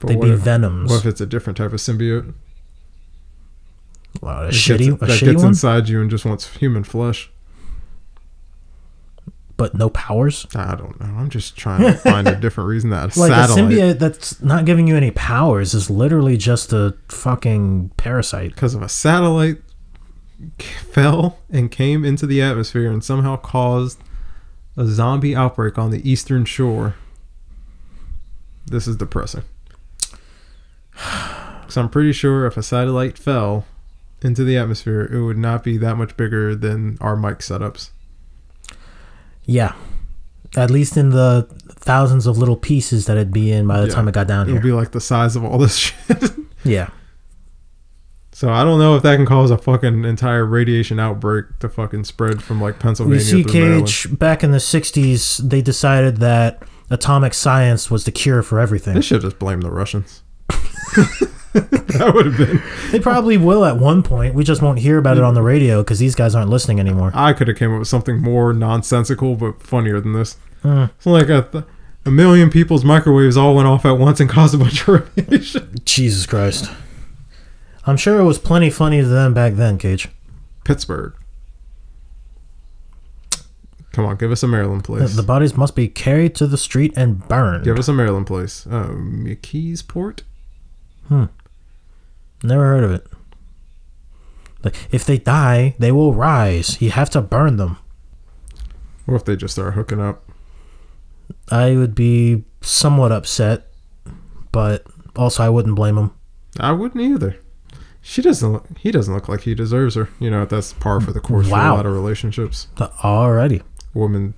[SPEAKER 2] But
[SPEAKER 3] They'd
[SPEAKER 2] what
[SPEAKER 3] be
[SPEAKER 2] if,
[SPEAKER 3] venoms.
[SPEAKER 2] what if it's a different type of symbiote?
[SPEAKER 3] Wow, a
[SPEAKER 2] It gets-
[SPEAKER 3] shitty, a
[SPEAKER 2] that
[SPEAKER 3] shitty
[SPEAKER 2] gets
[SPEAKER 3] one,
[SPEAKER 2] inside you and just wants human flesh.
[SPEAKER 3] but no powers.
[SPEAKER 2] I don't know. I'm just trying to find a different reason that a
[SPEAKER 3] Like
[SPEAKER 2] satellite.
[SPEAKER 3] a symbiote that's not giving you any powers is literally just a fucking parasite.
[SPEAKER 2] because of a satellite c- fell and came into the atmosphere and somehow caused a zombie outbreak on the eastern shore. This is depressing. So I'm pretty sure if a satellite fell into the atmosphere, it would not be that much bigger than our mic setups.
[SPEAKER 3] Yeah. At least in the thousands of little pieces that it'd be in by the
[SPEAKER 2] Yeah.
[SPEAKER 3] time it got down
[SPEAKER 2] It
[SPEAKER 3] here.
[SPEAKER 2] would be like the size of all this shit.
[SPEAKER 3] yeah.
[SPEAKER 2] so I don't know if that can cause a fucking entire radiation outbreak to fucking spread from like
[SPEAKER 3] You
[SPEAKER 2] Pennsylvania
[SPEAKER 3] see,
[SPEAKER 2] through Maryland.
[SPEAKER 3] Cage, back in the 60s, they decided that atomic science was the cure for
[SPEAKER 2] They
[SPEAKER 3] everything.
[SPEAKER 2] should just blame the Russians. that would have been.
[SPEAKER 3] They probably will at one point. We just won't hear about it on the radio because these guys aren't listening anymore.
[SPEAKER 2] I could have came up with something more nonsensical but funnier than this. It's like a, th- a million people's microwaves all went off at once and caused a bunch of radiation.
[SPEAKER 3] Jesus Christ. I'm sure it was plenty funny to them back then, Cage.
[SPEAKER 2] Pittsburgh. Come on, give us a Maryland place.
[SPEAKER 3] The bodies must be carried to the street and burned.
[SPEAKER 2] give us a Maryland place. Um, McKeesport?
[SPEAKER 3] Never heard of it. Like, if they die, they will rise. You have to burn them.
[SPEAKER 2] What if they just start hooking up?
[SPEAKER 3] I would be somewhat upset, but also I wouldn't blame him.
[SPEAKER 2] I wouldn't either. She doesn't. look- He doesn't look like he deserves her. You know that's par for the course for a
[SPEAKER 3] Wow.
[SPEAKER 2] lot of relationships.
[SPEAKER 3] Alrighty.
[SPEAKER 2] Women,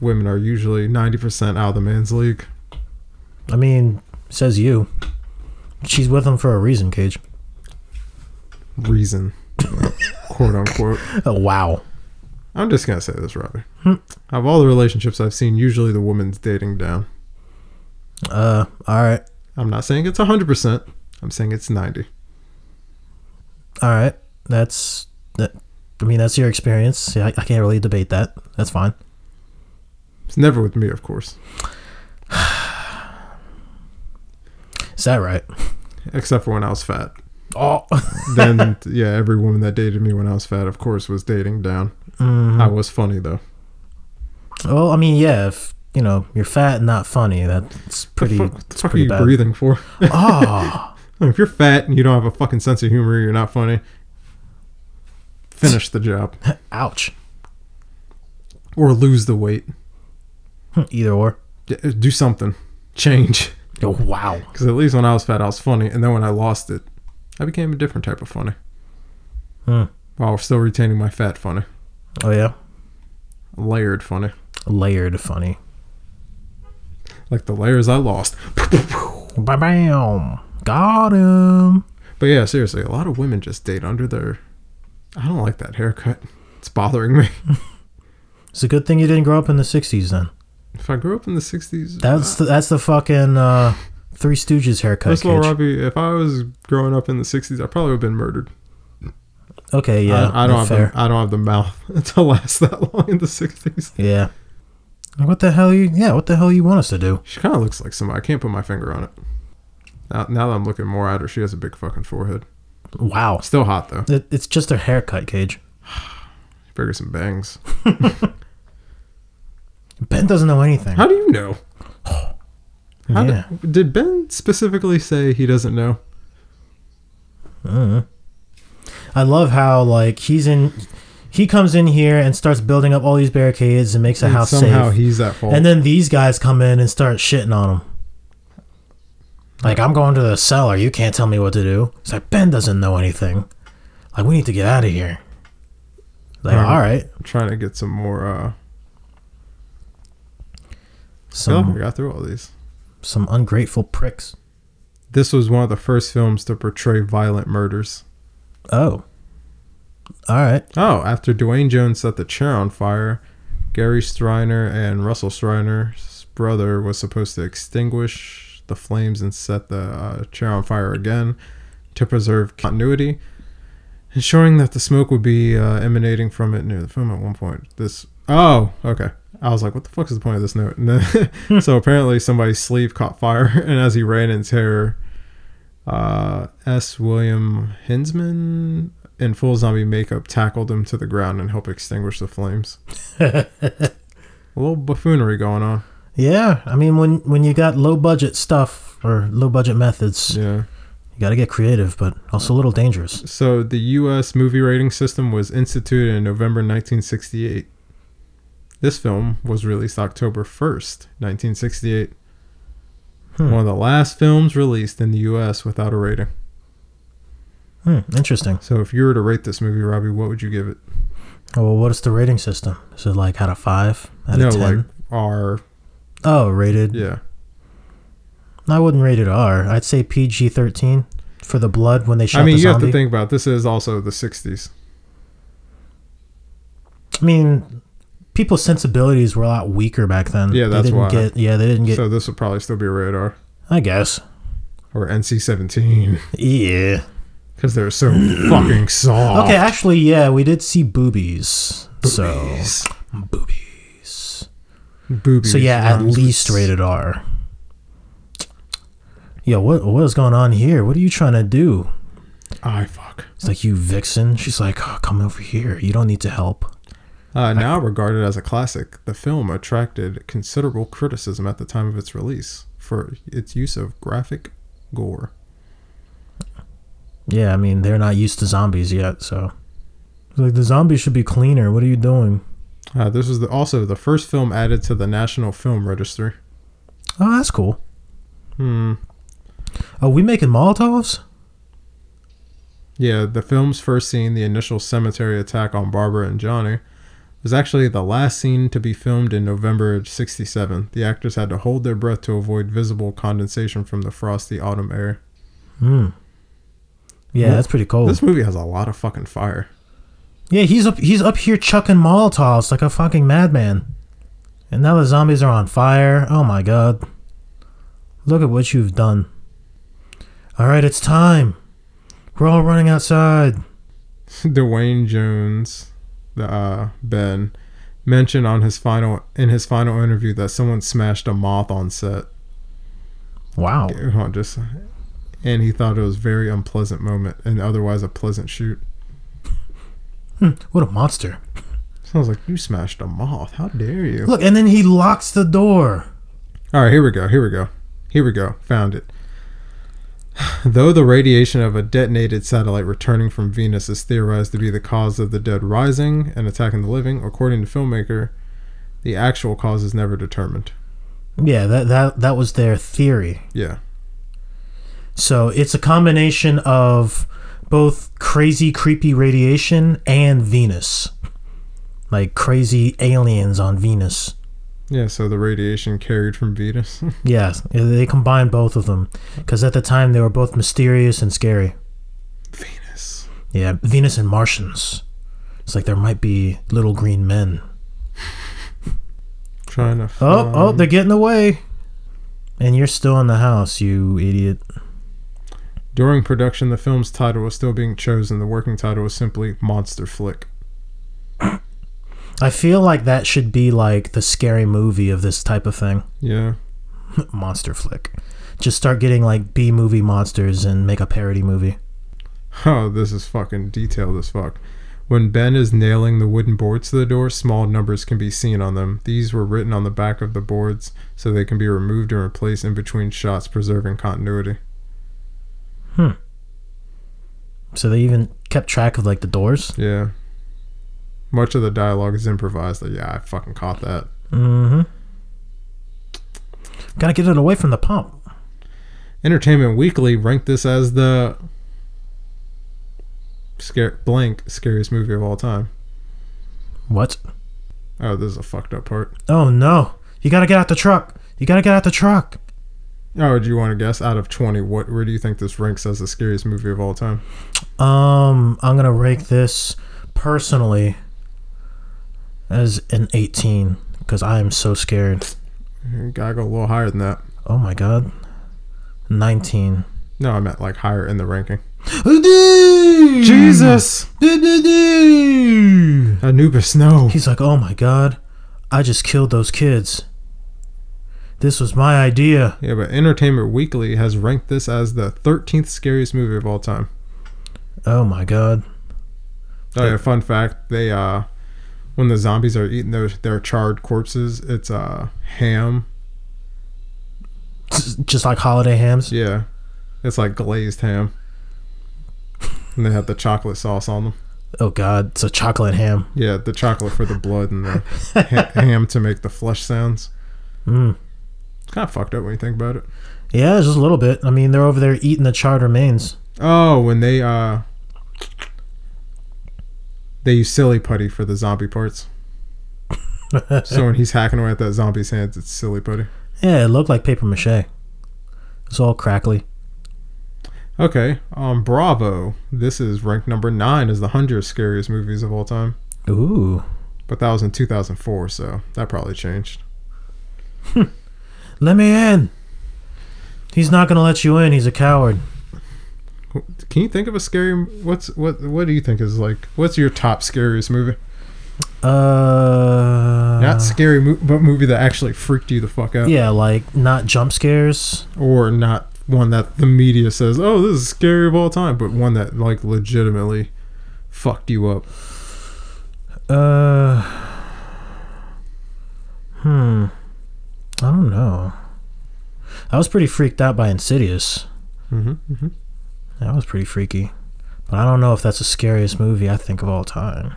[SPEAKER 2] women are usually ninety percent out of the man's league.
[SPEAKER 3] I mean, says you. She's with him for a reason, Cage.
[SPEAKER 2] Reason, quote unquote.
[SPEAKER 3] Oh, wow.
[SPEAKER 2] I'm just gonna say this, Robbie.
[SPEAKER 3] Hmm.
[SPEAKER 2] Out of all the relationships I've seen, usually the woman's dating down.
[SPEAKER 3] Uh, all right,
[SPEAKER 2] I'm not saying it's hundred percent. I'm saying it's ninety.
[SPEAKER 3] all right. That's that. I mean, that's your experience. Yeah, I, I can't really debate that. That's fine.
[SPEAKER 2] It's never with me, of course,
[SPEAKER 3] Is that right?
[SPEAKER 2] except for when I was fat.
[SPEAKER 3] Oh,
[SPEAKER 2] Then, yeah, every woman that dated me when I was fat, of course, was dating down.
[SPEAKER 3] Mm-hmm.
[SPEAKER 2] I was funny though.
[SPEAKER 3] well, I mean, yeah. If you know you're fat and not funny, that's pretty.
[SPEAKER 2] Fuck, what the
[SPEAKER 3] it's
[SPEAKER 2] fuck are
[SPEAKER 3] pretty
[SPEAKER 2] you
[SPEAKER 3] bad.
[SPEAKER 2] breathing for?
[SPEAKER 3] Oh,
[SPEAKER 2] If you're fat and you don't have a fucking sense of humor, you're not funny. Finish the job
[SPEAKER 3] ouch.
[SPEAKER 2] or lose the weight.
[SPEAKER 3] Either or.
[SPEAKER 2] D- uh, Do something. Change.
[SPEAKER 3] Oh, wow.
[SPEAKER 2] Because at least when I was fat, I was funny, and then when I lost it, I became a different type of funny.
[SPEAKER 3] Hmm.
[SPEAKER 2] While still retaining my fat funny,
[SPEAKER 3] Oh yeah,
[SPEAKER 2] layered funny,
[SPEAKER 3] layered funny.
[SPEAKER 2] like the layers I lost.
[SPEAKER 3] Bam, bam. Got him.
[SPEAKER 2] But yeah, seriously, a lot of women just date under their. I don't like that haircut. It's bothering me.
[SPEAKER 3] It's a good thing you didn't grow up in the '60s then.
[SPEAKER 2] If I grew up in the '60s,
[SPEAKER 3] That's the, that's the fucking uh, Three Stooges haircut.
[SPEAKER 2] First of all,
[SPEAKER 3] Cage.
[SPEAKER 2] Robbie, if I was growing up in the '60s, I probably would have been murdered.
[SPEAKER 3] Okay, yeah,
[SPEAKER 2] I, I don't have
[SPEAKER 3] fair.
[SPEAKER 2] the, I don't have the mouth to last that long in the '60s.
[SPEAKER 3] Yeah. Like, What the hell you? Yeah, what the hell you want us to do?
[SPEAKER 2] She kind of looks like somebody. I can't put my finger on it. Now, now that I'm looking more at her, she has a big fucking forehead.
[SPEAKER 3] Wow,
[SPEAKER 2] Still hot though.
[SPEAKER 3] it, it's just a haircut, Cage.
[SPEAKER 2] Figure some bangs.
[SPEAKER 3] Ben doesn't know anything.
[SPEAKER 2] How do you know? How
[SPEAKER 3] yeah,
[SPEAKER 2] did, did Ben specifically say he doesn't know?
[SPEAKER 3] I love how like he's in. He comes in here and starts building up all these barricades and makes a
[SPEAKER 2] And
[SPEAKER 3] house
[SPEAKER 2] somehow
[SPEAKER 3] safe.
[SPEAKER 2] he's at fault.
[SPEAKER 3] and then these guys come in and start shitting on him. Like I'm going to the cellar. You can't tell me what to do. It's like Ben doesn't know anything. Like we need to get out of here. Like
[SPEAKER 2] Alright.
[SPEAKER 3] all right,
[SPEAKER 2] I'm trying to get some more. Uh, I feel like
[SPEAKER 3] some
[SPEAKER 2] oh, we got through all these.
[SPEAKER 3] some ungrateful pricks.
[SPEAKER 2] This was one of the first films to portray violent murders.
[SPEAKER 3] Oh. All right.
[SPEAKER 2] Oh, after Dwayne Jones set the chair on fire, Gary Striner and Russell Striner's brother was supposed to extinguish the flames and set the uh, chair on fire again to preserve continuity, ensuring that the smoke would be uh, emanating from it near the film at one point. This. Oh, okay. I was like, what the fuck is the point of this note? And then- so apparently somebody's sleeve caught fire, and as he ran in terror, uh, S. William Hinsman in full zombie makeup tackled him to the ground and helped extinguish the flames. A little buffoonery going on.
[SPEAKER 3] Yeah, I mean when when you got low budget stuff or low budget methods,
[SPEAKER 2] Yeah.
[SPEAKER 3] you got to get creative but also a little dangerous.
[SPEAKER 2] So the U.S. movie rating system was instituted in November 1968. This film was released October 1st, 1968.
[SPEAKER 3] Hmm.
[SPEAKER 2] One of the last films released in the U.S. without a rating.
[SPEAKER 3] Hmm, interesting.
[SPEAKER 2] So if you were to rate this movie, Robbie, what would you give it?
[SPEAKER 3] Oh, Well, what is the rating system? Is it like out of 5, out
[SPEAKER 2] no,
[SPEAKER 3] of 10?
[SPEAKER 2] like R.
[SPEAKER 3] oh, rated.
[SPEAKER 2] Yeah.
[SPEAKER 3] I wouldn't rate it R. I'd say PG-13 for the blood when they shot
[SPEAKER 2] I mean,
[SPEAKER 3] the
[SPEAKER 2] you have
[SPEAKER 3] zombie.
[SPEAKER 2] to think about it. this is also the 60s.
[SPEAKER 3] I mean, people's sensibilities were a lot weaker back then.
[SPEAKER 2] Yeah, that's
[SPEAKER 3] they didn't
[SPEAKER 2] why.
[SPEAKER 3] get yeah, they didn't get
[SPEAKER 2] So this would probably still be a rated R
[SPEAKER 3] I guess.
[SPEAKER 2] or NC seventeen
[SPEAKER 3] Yeah.
[SPEAKER 2] because they're so fucking soft.
[SPEAKER 3] Okay, actually, yeah, we did see boobies. So
[SPEAKER 2] Oh. Boobies.
[SPEAKER 3] boobies.
[SPEAKER 2] Boobies
[SPEAKER 3] So yeah, at
[SPEAKER 2] rhymes with
[SPEAKER 3] least rated R. Yo, what what is going on here? What are you trying to do?
[SPEAKER 2] I fuck.
[SPEAKER 3] It's like you vixen. She's like, oh, come over here. You don't need to help.
[SPEAKER 2] Uh, now regarded as a classic, the film attracted considerable criticism at the time of its release for its use of graphic gore.
[SPEAKER 3] Yeah, I mean they're not used to zombies yet, so It's like the zombies should be cleaner. What are you doing?
[SPEAKER 2] Uh, this was the, also the first film added to the National Film Registry.
[SPEAKER 3] Oh, that's cool.
[SPEAKER 2] Hmm.
[SPEAKER 3] Oh, we making Molotovs?
[SPEAKER 2] Yeah, the film's first scene, the initial cemetery attack on Barbara and Johnny, was actually the last scene to be filmed in November of 67. The actors had to hold their breath to avoid visible condensation from the frosty autumn air.
[SPEAKER 3] Hmm. Yeah,
[SPEAKER 2] Yeah.
[SPEAKER 3] that's pretty cold.
[SPEAKER 2] This movie has a lot of fucking fire.
[SPEAKER 3] Yeah, he's up. He's up here chucking Molotovs like a fucking madman. And now the zombies are on fire. Oh my god! Look at what you've done. All right, it's time. We're all running outside.
[SPEAKER 2] Dwayne Jones, the uh, Ben, mentioned on his final in his final interview that someone smashed a moth on set.
[SPEAKER 3] Wow.
[SPEAKER 2] You know, just and he thought it was a very unpleasant moment and otherwise a pleasant shoot.
[SPEAKER 3] What a monster!
[SPEAKER 2] Sounds like you smashed a moth. How dare you?
[SPEAKER 3] Look, and then he locks the door.
[SPEAKER 2] All right, here we go. Here we go. Here we go. Found it. Though the radiation of a detonated satellite returning from Venus is theorized to be the cause of the dead rising and attacking the living, according to filmmaker, the actual cause is never determined.
[SPEAKER 3] Yeah, that that that was their theory.
[SPEAKER 2] Yeah.
[SPEAKER 3] So it's a combination of both crazy, creepy radiation and Venus, like crazy aliens on Venus.
[SPEAKER 2] Yeah, so the radiation carried from Venus.
[SPEAKER 3] Yeah, they combined both of them because at the time they were both mysterious and scary.
[SPEAKER 2] Venus.
[SPEAKER 3] Yeah, Venus and Martians. It's like there might be little green men.
[SPEAKER 2] Trying to.
[SPEAKER 3] Oh, oh,
[SPEAKER 2] find-
[SPEAKER 3] they're getting away. And you're still in the house, you idiot.
[SPEAKER 2] During production, the film's title was still being chosen. The working title was simply Monster Flick.
[SPEAKER 3] I feel like that should be like the scary movie of this type of thing.
[SPEAKER 2] Yeah.
[SPEAKER 3] Monster flick. Just start getting like B movie monsters and make a parody movie.
[SPEAKER 2] Oh, this is fucking detailed as fuck. When Ben is nailing the wooden boards to the door, small numbers can be seen on them. These were written on the back of the boards so they can be removed and replaced in between shots, preserving continuity.
[SPEAKER 3] So they even kept track of like the doors.
[SPEAKER 2] Yeah. Much of the dialogue is improvised. Like, yeah, I fucking caught that.
[SPEAKER 3] Mm hmm. Gotta get it away from the pump.
[SPEAKER 2] Entertainment Weekly ranked this as the scare blank scariest movie of all time.
[SPEAKER 3] What?
[SPEAKER 2] Oh, this is a fucked up part.
[SPEAKER 3] Oh no. You gotta get out the truck. You gotta get out the truck.
[SPEAKER 2] Oh, do you want to guess out of twenty? What where do you think this ranks as the scariest movie of all time?
[SPEAKER 3] Um, I'm gonna rank this personally as an 18 because I am so scared.
[SPEAKER 2] You gotta go a little higher than that.
[SPEAKER 3] Oh my god. 19.
[SPEAKER 2] No, I meant like higher in the ranking. Mm.
[SPEAKER 3] Jesus!
[SPEAKER 2] Anubis, no.
[SPEAKER 3] He's like, oh my god, I just killed those kids. This was my idea.
[SPEAKER 2] Yeah, but Entertainment Weekly has ranked this as the 13th scariest movie of all time.
[SPEAKER 3] Oh my god.
[SPEAKER 2] Oh yeah, fun fact: they uh, when the zombies are eating those their charred corpses, it's uh ham.
[SPEAKER 3] Just like holiday hams.
[SPEAKER 2] Yeah, it's like glazed ham, and they have the chocolate sauce on them.
[SPEAKER 3] Oh god, it's a chocolate ham.
[SPEAKER 2] Yeah, the chocolate for the blood and the ha- ham to make the flush sounds.
[SPEAKER 3] Mm.
[SPEAKER 2] It's kind of fucked up when you think about it.
[SPEAKER 3] Yeah, just a little bit. I mean, they're over there eating the charred remains.
[SPEAKER 2] Oh, when they uh they use silly putty for the zombie parts. so when he's hacking away at that zombie's hands, it's silly putty.
[SPEAKER 3] Yeah, it looked like paper mache. It's all crackly.
[SPEAKER 2] Okay, um, Bravo. This is ranked number nine as the hundred scariest movies of all time,
[SPEAKER 3] Ooh.
[SPEAKER 2] but that was in 2004, so that probably changed.
[SPEAKER 3] Let me in. He's not gonna let you in. He's a coward.
[SPEAKER 2] Can you think of a scary? What's what? What do you think is like? What's your top scariest movie?
[SPEAKER 3] Uh.
[SPEAKER 2] Not scary, mo- but movie that actually freaked you the fuck out,
[SPEAKER 3] Yeah, like not jump scares.
[SPEAKER 2] or not one that the media says, "Oh, this is scary of all time," but one that like legitimately fucked you up.
[SPEAKER 3] Uh. Hmm. I don't know. I was pretty freaked out by Insidious.
[SPEAKER 2] Mm-hmm.
[SPEAKER 3] That was pretty freaky. But I don't know if that's the scariest movie I think of all time.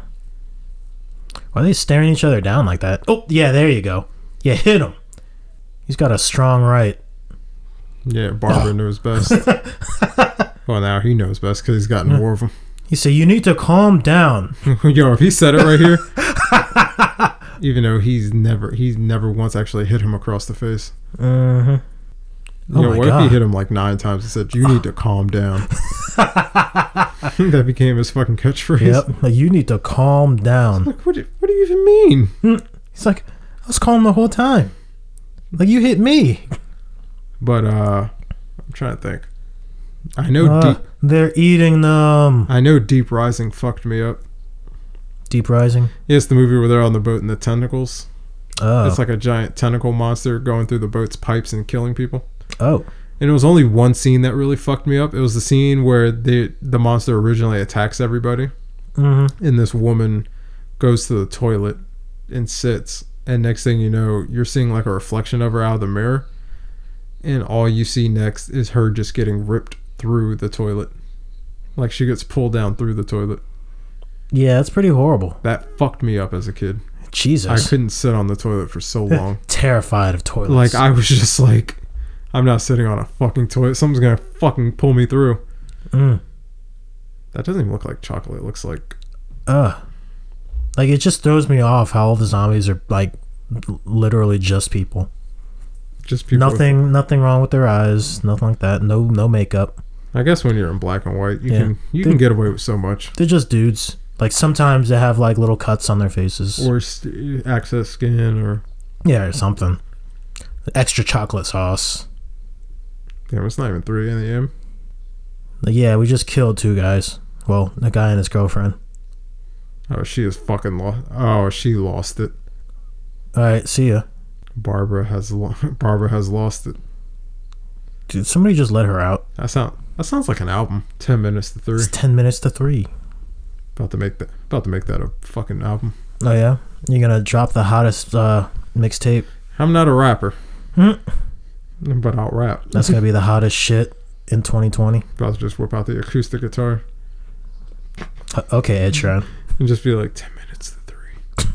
[SPEAKER 3] Why are they staring each other down like that? Oh, yeah, there you go. Yeah, hit him. He's got a strong right.
[SPEAKER 2] Yeah, Barber knows best. well, now he knows best because he's gotten more of them.
[SPEAKER 3] He said, "You need to calm down."
[SPEAKER 2] Yo, if he said it right here, even though he's never he's never once actually hit him across the face.
[SPEAKER 3] hmm Oh
[SPEAKER 2] Yo,
[SPEAKER 3] my
[SPEAKER 2] what if
[SPEAKER 3] God.
[SPEAKER 2] he hit him like nine times and said, "You need to calm down"? that became his fucking catchphrase.
[SPEAKER 3] Yep. Like, you need to calm down.
[SPEAKER 2] Like, what? do- What do you even mean?
[SPEAKER 3] He's like, "I was calm the whole time." Like you hit me.
[SPEAKER 2] But uh, I'm trying to think. I know
[SPEAKER 3] Uh,
[SPEAKER 2] deep.
[SPEAKER 3] they're eating them.
[SPEAKER 2] I know Deep Rising fucked me up.
[SPEAKER 3] Deep rising.
[SPEAKER 2] It's the movie where they're on the boat and the tentacles.
[SPEAKER 3] Oh.
[SPEAKER 2] It's like a giant tentacle monster going through the boat's pipes and killing people.
[SPEAKER 3] oh.
[SPEAKER 2] And it was only one scene that really fucked me up. It was the scene where the the monster originally attacks everybody,
[SPEAKER 3] hmm
[SPEAKER 2] and this woman goes to the toilet and sits. And next thing you know, you're seeing like a reflection of her out of the mirror, and all you see next is her just getting ripped through the toilet. Like she gets pulled down through the toilet.
[SPEAKER 3] Yeah, that's pretty horrible.
[SPEAKER 2] That fucked me up as a kid. I
[SPEAKER 3] Jesus.
[SPEAKER 2] couldn't sit on the toilet for so long.
[SPEAKER 3] Terrified of toilets.
[SPEAKER 2] Like I was just like, I'm not sitting on a fucking toilet. Someone's gonna fucking pull me through.
[SPEAKER 3] Mm.
[SPEAKER 2] That doesn't even look like chocolate. It looks like
[SPEAKER 3] Ugh. Like it just throws me off how all the zombies are like l- literally just people.
[SPEAKER 2] just people.
[SPEAKER 3] nothing, nothing wrong with their eyes, nothing like that. No, no makeup.
[SPEAKER 2] I guess when you're in black and white, you
[SPEAKER 3] Yeah.
[SPEAKER 2] can you can get away with so much.
[SPEAKER 3] They're just dudes. Like sometimes they have like little cuts on their faces,
[SPEAKER 2] Or st- access skin, or
[SPEAKER 3] yeah, or something. Extra chocolate sauce.
[SPEAKER 2] damn, it's not even 3 a.m.
[SPEAKER 3] Like, yeah, we just killed two guys. Well, a guy and his girlfriend.
[SPEAKER 2] Oh, she is fucking lost. Oh, she lost it.
[SPEAKER 3] All right, see ya.
[SPEAKER 2] Barbara has lo- Barbara has lost it.
[SPEAKER 3] Dude, somebody just let her out.
[SPEAKER 2] That sound that sounds like an album. Ten minutes to three.
[SPEAKER 3] It's ten minutes to three.
[SPEAKER 2] About to make that about to make that a fucking album.
[SPEAKER 3] Oh yeah, you're gonna drop the hottest uh, mixtape.
[SPEAKER 2] I'm not a rapper,
[SPEAKER 3] Hmm.
[SPEAKER 2] but I'll rap.
[SPEAKER 3] That's gonna be the hottest shit in 2020.
[SPEAKER 2] about to just whip out the acoustic guitar
[SPEAKER 3] H- Okay, Ed Sheeran.
[SPEAKER 2] and just be like 10 minutes to three.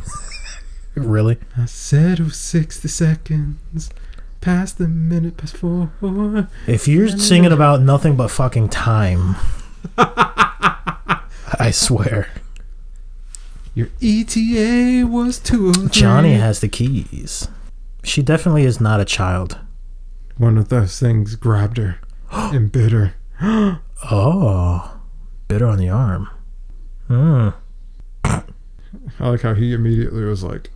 [SPEAKER 3] Really?
[SPEAKER 2] I said it was 60 seconds past the minute past four.
[SPEAKER 3] If you're singing about nothing but fucking time, I swear.
[SPEAKER 2] Your ETA was two. or
[SPEAKER 3] Johnny
[SPEAKER 2] three.
[SPEAKER 3] has the keys. She definitely is not a child.
[SPEAKER 2] One of those things grabbed her and bit her.
[SPEAKER 3] Oh, bit her on the arm. Hmm.
[SPEAKER 2] I like how he immediately was like,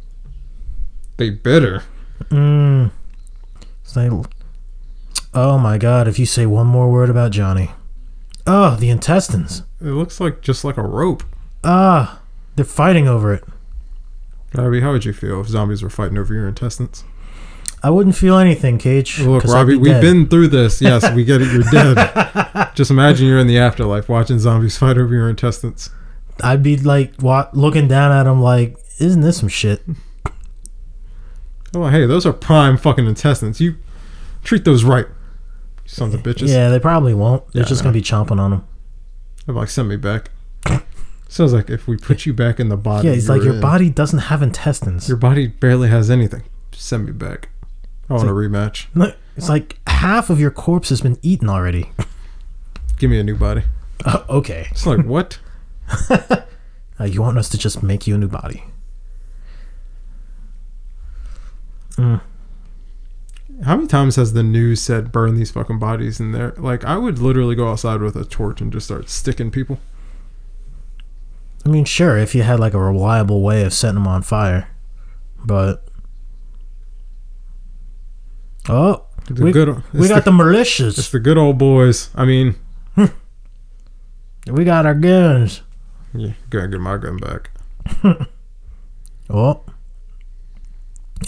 [SPEAKER 2] they bit her.
[SPEAKER 3] Mm. Say, oh my god, if you say one more word about Johnny. Oh, the intestines.
[SPEAKER 2] It looks like just like a rope.
[SPEAKER 3] Ah, they're fighting over it.
[SPEAKER 2] Robbie, how would you feel if zombies were fighting over your intestines?
[SPEAKER 3] I wouldn't feel anything, Cage.
[SPEAKER 2] Look,
[SPEAKER 3] 'cause I'd
[SPEAKER 2] Robbie,
[SPEAKER 3] be
[SPEAKER 2] we've
[SPEAKER 3] dead.
[SPEAKER 2] been through this. Yes, we get it. You're dead. Just imagine you're in the afterlife watching zombies fight over your intestines.
[SPEAKER 3] I'd be like wa- looking down at him like, isn't this some shit?
[SPEAKER 2] Oh, hey, those are prime fucking intestines. You treat those right, you sons of bitches.
[SPEAKER 3] yeah, they probably won't. They're
[SPEAKER 2] Yeah, I
[SPEAKER 3] just
[SPEAKER 2] know.
[SPEAKER 3] gonna be chomping on him.
[SPEAKER 2] I'm like, send me back. Sounds like if we put you back in the body,
[SPEAKER 3] Yeah, he's like,
[SPEAKER 2] you're
[SPEAKER 3] your
[SPEAKER 2] in.
[SPEAKER 3] body doesn't have intestines.
[SPEAKER 2] Your body barely has anything. Send me back. I want a rematch.
[SPEAKER 3] No, It's like half of your corpse has been eaten already.
[SPEAKER 2] Give me a new body.
[SPEAKER 3] Uh, okay,
[SPEAKER 2] It's like what?
[SPEAKER 3] uh, you want us to just make you a new body?
[SPEAKER 2] How many times has the news said burn these fucking bodies in there? Like I would literally go outside with a torch and just start sticking people.
[SPEAKER 3] I mean, sure, if you had like a reliable way of setting them on fire, but oh,
[SPEAKER 2] The
[SPEAKER 3] we,
[SPEAKER 2] good,
[SPEAKER 3] we
[SPEAKER 2] it's
[SPEAKER 3] got the,
[SPEAKER 2] it's
[SPEAKER 3] militias.
[SPEAKER 2] the good old boys. I mean,
[SPEAKER 3] we got our guns.
[SPEAKER 2] yeah, gonna get my gun back.
[SPEAKER 3] Oh.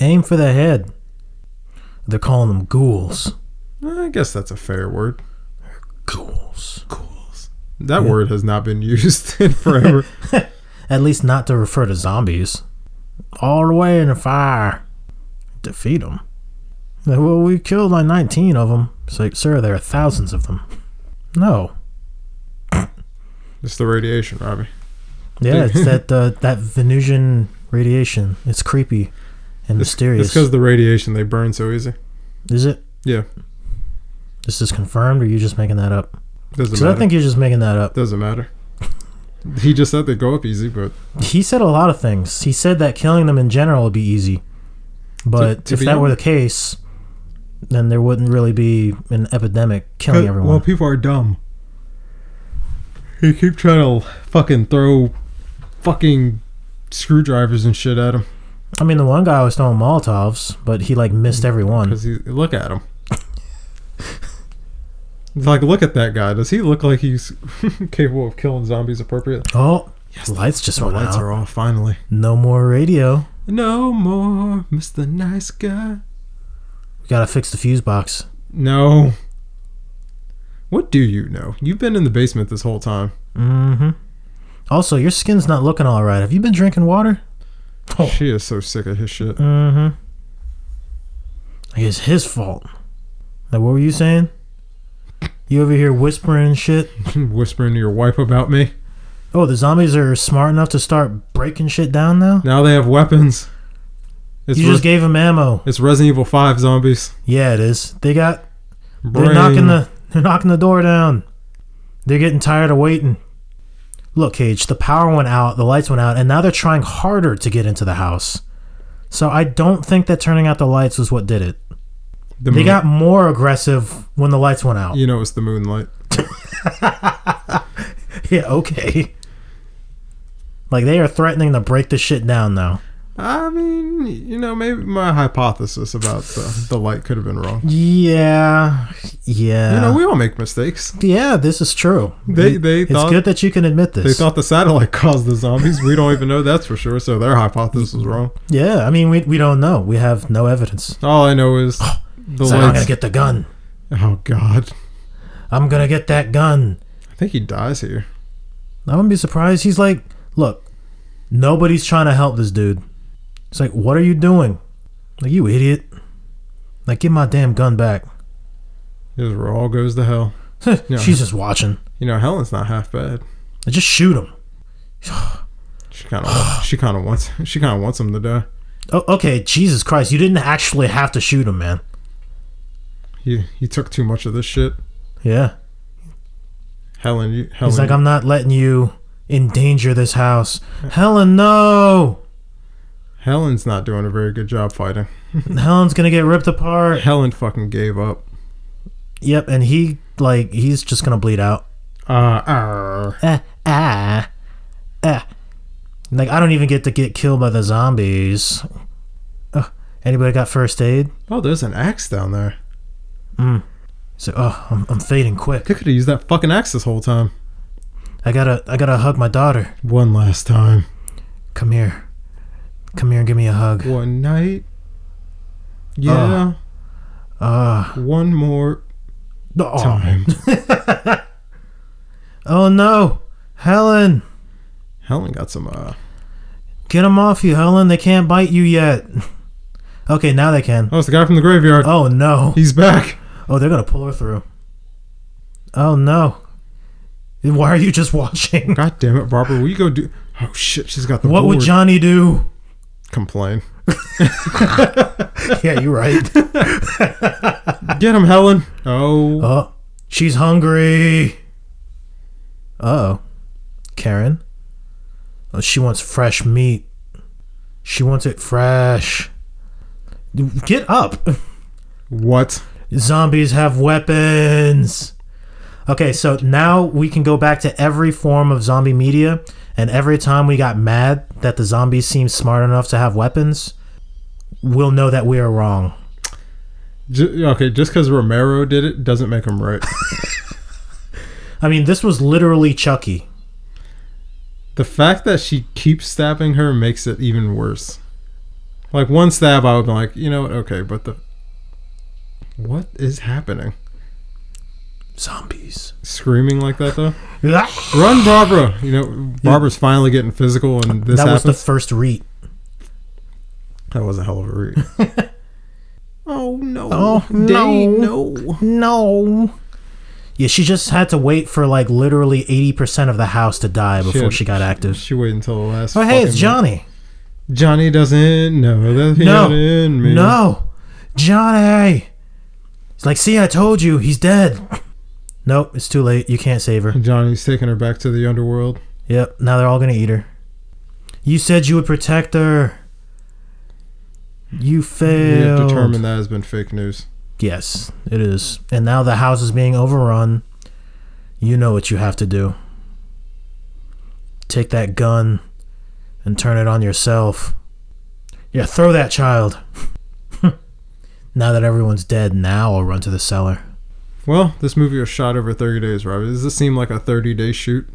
[SPEAKER 3] Aim for the head. They're calling them ghouls.
[SPEAKER 2] I guess that's a fair word.
[SPEAKER 3] Ghouls.
[SPEAKER 2] That word has not been used in forever.
[SPEAKER 3] At least not to refer to zombies. All the way in the fire. Defeat them. well, we killed like 19 of them. It's like, sir, there are thousands of them. No.
[SPEAKER 2] it's the radiation, Robbie.
[SPEAKER 3] Yeah, it's that uh, that Venusian radiation. It's creepy and
[SPEAKER 2] It's
[SPEAKER 3] mysterious.
[SPEAKER 2] because the radiation they burn so easy.
[SPEAKER 3] Is it?
[SPEAKER 2] Yeah.
[SPEAKER 3] Is this confirmed, or are you just making that up?
[SPEAKER 2] Doesn't
[SPEAKER 3] Because I
[SPEAKER 2] matter.
[SPEAKER 3] think you're just making that up.
[SPEAKER 2] Doesn't matter. He just said they go up easy, but
[SPEAKER 3] He said a lot of things. He said that killing them in general would be easy, but
[SPEAKER 2] to
[SPEAKER 3] if
[SPEAKER 2] be-
[SPEAKER 3] that were the case, then there wouldn't really be an epidemic killing everyone.
[SPEAKER 2] well, people are dumb. He keep trying to fucking throw fucking screwdrivers and shit at him
[SPEAKER 3] I mean, the one guy was throwing Molotovs, but he like
[SPEAKER 2] Mm,
[SPEAKER 3] missed every one.
[SPEAKER 2] because he look at him. It's like, look at that guy. Does he look like he's capable of killing zombies appropriately?
[SPEAKER 3] Oh, lights just
[SPEAKER 2] The
[SPEAKER 3] went
[SPEAKER 2] lights
[SPEAKER 3] out.
[SPEAKER 2] are off finally.
[SPEAKER 3] No more radio.
[SPEAKER 2] No more, Mr. Nice Guy.
[SPEAKER 3] We gotta fix the fuse box.
[SPEAKER 2] No. What do you know? You've been in the basement this whole time.
[SPEAKER 3] Mm-hmm. Also, your skin's not looking all right. Have you been drinking water? Oh.
[SPEAKER 2] She is so sick of his shit.
[SPEAKER 3] Mm-hmm. Like it's his fault. Like what were you saying? You over here whispering and shit.
[SPEAKER 2] Whispering to your wife about me.
[SPEAKER 3] Oh, the zombies are smart enough to start breaking shit down now.
[SPEAKER 2] Now they have weapons. It's,
[SPEAKER 3] you
[SPEAKER 2] Res-
[SPEAKER 3] just gave them ammo.
[SPEAKER 2] it's Resident Evil 5 zombies.
[SPEAKER 3] Yeah, it is. They got. They're
[SPEAKER 2] Brain.
[SPEAKER 3] knocking the. They're knocking the door down. They're getting tired of waiting. Look, Cage. The power went out. The lights went out, and now they're trying harder to get into the house. So I don't think that turning out the lights was what did it.
[SPEAKER 2] The
[SPEAKER 3] They
[SPEAKER 2] moon-
[SPEAKER 3] got more aggressive when the lights went out.
[SPEAKER 2] You know it's the moonlight.
[SPEAKER 3] Yeah, okay. Like they are threatening to break the shit down now.
[SPEAKER 2] I mean, you know, maybe my hypothesis about the, the light could have been wrong.
[SPEAKER 3] Yeah, yeah,
[SPEAKER 2] You know, we all make mistakes.
[SPEAKER 3] yeah. This is true.
[SPEAKER 2] They-
[SPEAKER 3] It-
[SPEAKER 2] they
[SPEAKER 3] it's
[SPEAKER 2] thought-
[SPEAKER 3] good that you can admit this.
[SPEAKER 2] They thought the satellite caused the zombies. We don't even know that's for sure, so their hypothesis was wrong.
[SPEAKER 3] yeah, I mean, we, we don't know. We have no evidence.
[SPEAKER 2] All I know is the
[SPEAKER 3] So I'm gonna
[SPEAKER 2] lights.
[SPEAKER 3] get the gun.
[SPEAKER 2] oh, God.
[SPEAKER 3] I'm gonna get that gun.
[SPEAKER 2] I think he dies here.
[SPEAKER 3] I wouldn't be surprised. He's like, look, nobody's trying to help this dude. It's like, what are you doing? Like you idiot. Like give my damn gun back.
[SPEAKER 2] Israel all goes to hell.
[SPEAKER 3] She's just watching.
[SPEAKER 2] You know, Helen's not half bad.
[SPEAKER 3] Like, just shoot him.
[SPEAKER 2] She kind of she kind of wants she kind of wants him to die.
[SPEAKER 3] Oh, okay, Jesus Christ, you didn't actually have to shoot him, man.
[SPEAKER 2] He he took too much of this shit.
[SPEAKER 3] Yeah.
[SPEAKER 2] Helen, you, Helen,
[SPEAKER 3] He's like, I'm not letting you endanger this house. Helen, no!
[SPEAKER 2] Helen's not doing a very good job fighting.
[SPEAKER 3] Helen's gonna get ripped apart.
[SPEAKER 2] Helen fucking gave up.
[SPEAKER 3] Yep, and he, like, he's just gonna bleed out.
[SPEAKER 2] Uh, arr.
[SPEAKER 3] Ah, ah, ah. Like, I don't even get to get killed by the zombies. Ugh. Anybody got first aid?
[SPEAKER 2] oh, there's an axe down there.
[SPEAKER 3] He's like, oh, I'm, I'm fading quick.
[SPEAKER 2] They could have used that fucking axe this whole time.
[SPEAKER 3] I gotta, I gotta hug my daughter.
[SPEAKER 2] One last time.
[SPEAKER 3] Come here. Come here and give me a hug.
[SPEAKER 2] One night. Yeah.
[SPEAKER 3] Ah.
[SPEAKER 2] One more
[SPEAKER 3] Oh.
[SPEAKER 2] time.
[SPEAKER 3] Oh no, Helen,
[SPEAKER 2] Helen got some. Uh.
[SPEAKER 3] get them off you, Helen. They can't bite you yet. Okay, now they can.
[SPEAKER 2] Oh, it's the guy from the graveyard.
[SPEAKER 3] Oh no.
[SPEAKER 2] He's back.
[SPEAKER 3] Oh, they're gonna pull her through. Oh no. Why are you just watching?
[SPEAKER 2] God damn it, Barbara. Will you go do? Oh shit, she's got the.
[SPEAKER 3] What would
[SPEAKER 2] board.
[SPEAKER 3] Johnny do?
[SPEAKER 2] complain?
[SPEAKER 3] Yeah, you're right.
[SPEAKER 2] Get him, Helen. Oh,
[SPEAKER 3] oh, she's hungry. Oh, Karen. Oh, she wants fresh meat. She wants it fresh. Get up.
[SPEAKER 2] what?
[SPEAKER 3] Zombies have weapons. Okay, so now we can go back to every form of zombie media, and every time we got mad that the zombies seem smart enough to have weapons, we'll know that we are wrong.
[SPEAKER 2] J- okay, just because Romero did it doesn't make him right.
[SPEAKER 3] I mean, this was literally Chucky.
[SPEAKER 2] the fact that she keeps stabbing her makes it even worse. Like one stab, I would be like, you know what? Okay, but the what is happening?
[SPEAKER 3] Zombies.
[SPEAKER 2] Screaming like that though.
[SPEAKER 3] That
[SPEAKER 2] Run, Barbara. You know, Barbara's finally getting physical, and this
[SPEAKER 3] was
[SPEAKER 2] happens.
[SPEAKER 3] the first read.
[SPEAKER 2] that was a hell of a read. oh no!
[SPEAKER 3] Oh,
[SPEAKER 2] Dave,
[SPEAKER 3] no.
[SPEAKER 2] no!
[SPEAKER 3] No. Yeah, she just had to wait for like literally 80% of the house to die before
[SPEAKER 2] had-
[SPEAKER 3] she got active.
[SPEAKER 2] She waited until the last.
[SPEAKER 3] Oh, hey, it's
[SPEAKER 2] fucking-
[SPEAKER 3] Johnny.
[SPEAKER 2] Johnny doesn't know that he
[SPEAKER 3] No.
[SPEAKER 2] had it in me.
[SPEAKER 3] No. Johnny. He's like, see, I told you, he's dead. Nope, it's too late. You can't save her.
[SPEAKER 2] And Johnny's taking her back to the underworld.
[SPEAKER 3] Yep, now they're all gonna eat her. You said you would protect her. You
[SPEAKER 2] We have
[SPEAKER 3] failed.
[SPEAKER 2] determined that has been fake news.
[SPEAKER 3] Yes, it is. And now the house is being overrun. You know what you have to do. Take that gun and turn it on yourself. Yeah, throw that child. now that everyone's dead, now I'll run to the cellar.
[SPEAKER 2] Well, this movie was shot over 30 days, Robbie. Does this seem like a 30 day shoot?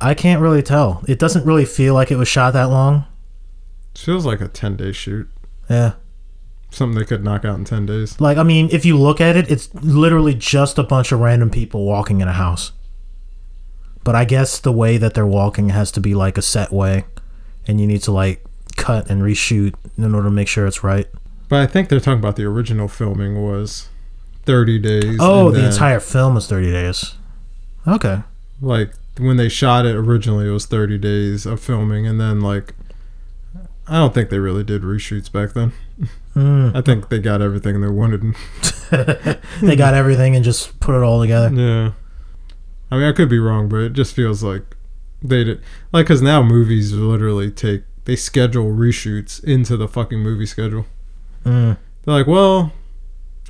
[SPEAKER 3] I can't really tell. It doesn't really feel like it was shot that long.
[SPEAKER 2] It feels like a 10 day shoot.
[SPEAKER 3] Yeah.
[SPEAKER 2] Something they could knock out in 10 days.
[SPEAKER 3] Like, I mean, if you look at it, it's literally just a bunch of random people walking in a house. But I guess the way that they're walking has to be like a set way, and you need to like cut and reshoot in order to make sure it's right.
[SPEAKER 2] But I think they're talking about the original filming was 30 days.
[SPEAKER 3] Oh,
[SPEAKER 2] and
[SPEAKER 3] the
[SPEAKER 2] then,
[SPEAKER 3] entire film is 30 days. Okay.
[SPEAKER 2] Like, when they shot it originally, it was 30 days of filming. And then, like, I don't think they really did reshoots back then.
[SPEAKER 3] Mm.
[SPEAKER 2] I think they got everything they wanted.
[SPEAKER 3] they got everything and just put it all together.
[SPEAKER 2] Yeah. I mean, I could be wrong, but it just feels like they did. Like, because now movies literally take. They schedule reshoots into the fucking movie schedule.
[SPEAKER 3] Mm.
[SPEAKER 2] They're like, well,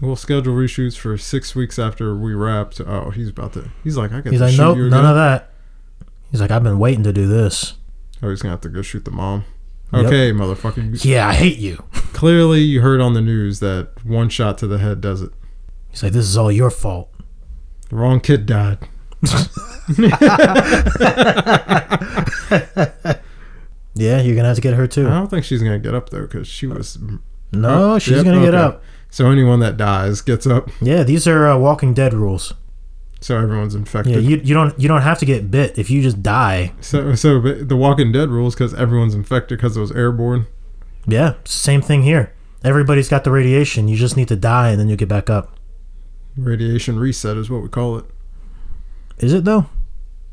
[SPEAKER 2] we'll schedule reshoots for six weeks after we wrapped. Oh, he's about to. He's like, I got
[SPEAKER 3] He's
[SPEAKER 2] to
[SPEAKER 3] like,
[SPEAKER 2] shoot
[SPEAKER 3] nope,
[SPEAKER 2] you
[SPEAKER 3] none
[SPEAKER 2] again."
[SPEAKER 3] of that. He's like, I've been waiting to do this.
[SPEAKER 2] Oh, he's gonna have to go shoot the mom.
[SPEAKER 3] Yep.
[SPEAKER 2] Okay, motherfucker.
[SPEAKER 3] Yeah, I hate you.
[SPEAKER 2] Clearly, you heard on the news that one shot to the head does it.
[SPEAKER 3] He's like, this is all your fault.
[SPEAKER 2] The wrong kid died.
[SPEAKER 3] Yeah, you're gonna have to get her
[SPEAKER 2] I
[SPEAKER 3] too.
[SPEAKER 2] don't think she's gonna get up though, because she was.
[SPEAKER 3] No, she's
[SPEAKER 2] Yep,
[SPEAKER 3] gonna get
[SPEAKER 2] okay.
[SPEAKER 3] up.
[SPEAKER 2] So anyone that dies gets up.
[SPEAKER 3] Yeah, these are uh, Walking Dead rules.
[SPEAKER 2] So everyone's infected.
[SPEAKER 3] Yeah, you, you don't you don't have to get bit if you just die.
[SPEAKER 2] So, so but the Walking Dead rules because everyone's infected because it was airborne.
[SPEAKER 3] Yeah, same thing here. Everybody's got the radiation. You just need to die and then you get back up.
[SPEAKER 2] Radiation reset is what we call it.
[SPEAKER 3] Is it though?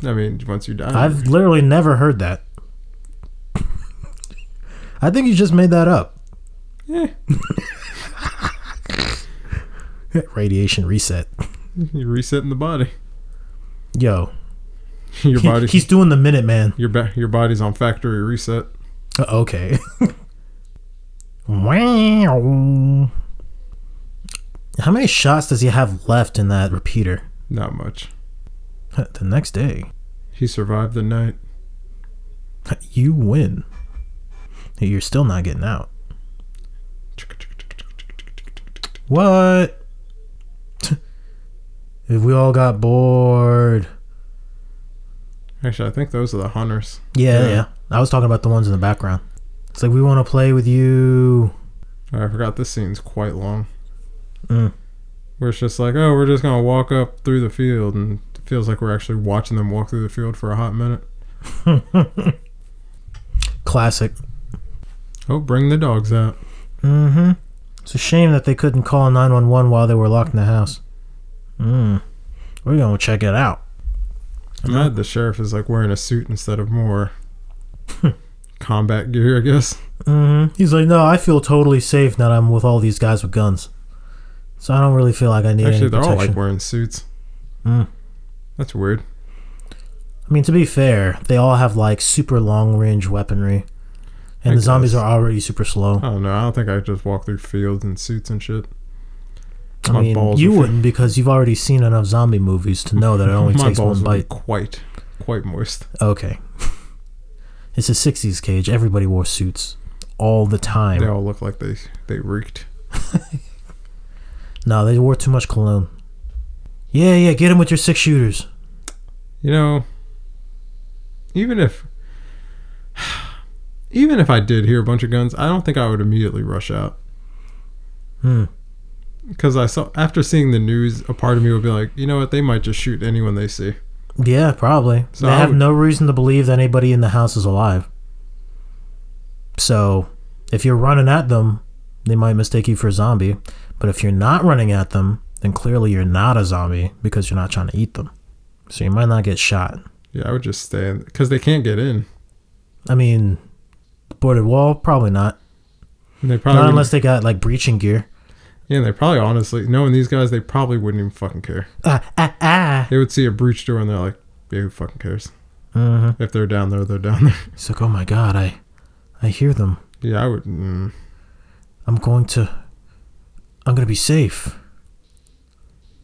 [SPEAKER 2] I mean, once you die,
[SPEAKER 3] I've literally never heard that. I think you just made that up.
[SPEAKER 2] eh,
[SPEAKER 3] Radiation reset.
[SPEAKER 2] you're resetting the body.
[SPEAKER 3] Yo,
[SPEAKER 2] Your
[SPEAKER 3] he-
[SPEAKER 2] body,
[SPEAKER 3] he's doing the minute man.
[SPEAKER 2] your ba- your body's on factory reset.
[SPEAKER 3] Uh, Okay. wow. How many shots does he have left in that repeater?
[SPEAKER 2] Not much.
[SPEAKER 3] The next day.
[SPEAKER 2] He survived the night.
[SPEAKER 3] You win. You're still not getting out. What? if we all got bored.
[SPEAKER 2] Actually, I think those are the hunters.
[SPEAKER 3] Yeah, yeah,
[SPEAKER 2] Yeah.
[SPEAKER 3] I was talking about the ones in the background. It's like we want to play with you.
[SPEAKER 2] Oh, I forgot this scene's quite long.
[SPEAKER 3] Mm.
[SPEAKER 2] Where it's just like, oh, we're just gonna walk up through the field, and it feels like we're actually watching them walk through the field for a hot minute.
[SPEAKER 3] Classic.
[SPEAKER 2] Oh, bring the dogs out.
[SPEAKER 3] Mm-hmm. It's a shame that they couldn't call 911 while they were locked in the house. Mm. We're gonna check it out.
[SPEAKER 2] I'm mad the sheriff is like wearing a suit instead of more combat gear, I guess.
[SPEAKER 3] Mm-hmm. He's like, no, I feel totally safe now that I'm with all these guys with guns. So I don't really feel like I need
[SPEAKER 2] Actually,
[SPEAKER 3] any
[SPEAKER 2] they're all
[SPEAKER 3] protection.
[SPEAKER 2] like wearing suits.
[SPEAKER 3] Mm.
[SPEAKER 2] That's weird.
[SPEAKER 3] I mean, to be fair, they all have like super long range weaponry, and
[SPEAKER 2] I
[SPEAKER 3] the zombies
[SPEAKER 2] guess.
[SPEAKER 3] are already super slow.
[SPEAKER 2] I don't know. I don't think I could just walk through fields in suits and shit.
[SPEAKER 3] I
[SPEAKER 2] my
[SPEAKER 3] mean,
[SPEAKER 2] balls
[SPEAKER 3] you
[SPEAKER 2] are-
[SPEAKER 3] wouldn't because you've already seen enough zombie movies to know that it only
[SPEAKER 2] My
[SPEAKER 3] takes
[SPEAKER 2] balls
[SPEAKER 3] one
[SPEAKER 2] are
[SPEAKER 3] bite.
[SPEAKER 2] quite, quite moist.
[SPEAKER 3] Okay, it's a '60s cage. Everybody wore suits all the time.
[SPEAKER 2] They all look like they they reeked.
[SPEAKER 3] No, they wore too much cologne. Yeah, yeah, get him with your six shooters.
[SPEAKER 2] You know, even if, even if I did hear a bunch of guns, I don't think I would immediately rush out.
[SPEAKER 3] Hmm.
[SPEAKER 2] Because I saw after seeing the news, a part of me would be like, you know what? They might just shoot anyone they see.
[SPEAKER 3] Yeah, probably.
[SPEAKER 2] So
[SPEAKER 3] they
[SPEAKER 2] I
[SPEAKER 3] have
[SPEAKER 2] would-
[SPEAKER 3] no reason to believe that anybody in the house is alive. So, if you're running at them, they might mistake you for a zombie. But if you're not running at them, then clearly you're not a zombie because you're not trying to eat them. So you might not get shot.
[SPEAKER 2] Yeah, I would just stay in because they can't get in.
[SPEAKER 3] I mean, the boarded wall, probably not.
[SPEAKER 2] And they probably
[SPEAKER 3] not
[SPEAKER 2] wouldn't-
[SPEAKER 3] unless they got like breaching gear.
[SPEAKER 2] Yeah, and they probably honestly, knowing these guys, they probably wouldn't even fucking care.
[SPEAKER 3] Ah, ah, ah.
[SPEAKER 2] They would see a breach door and they're like, yeah, who fucking cares?
[SPEAKER 3] Uh-huh.
[SPEAKER 2] If they're down there, they're down there.
[SPEAKER 3] It's like, oh my god, I, I hear them.
[SPEAKER 2] Yeah, I would. Mm.
[SPEAKER 3] I'm going to, I'm gonna be safe.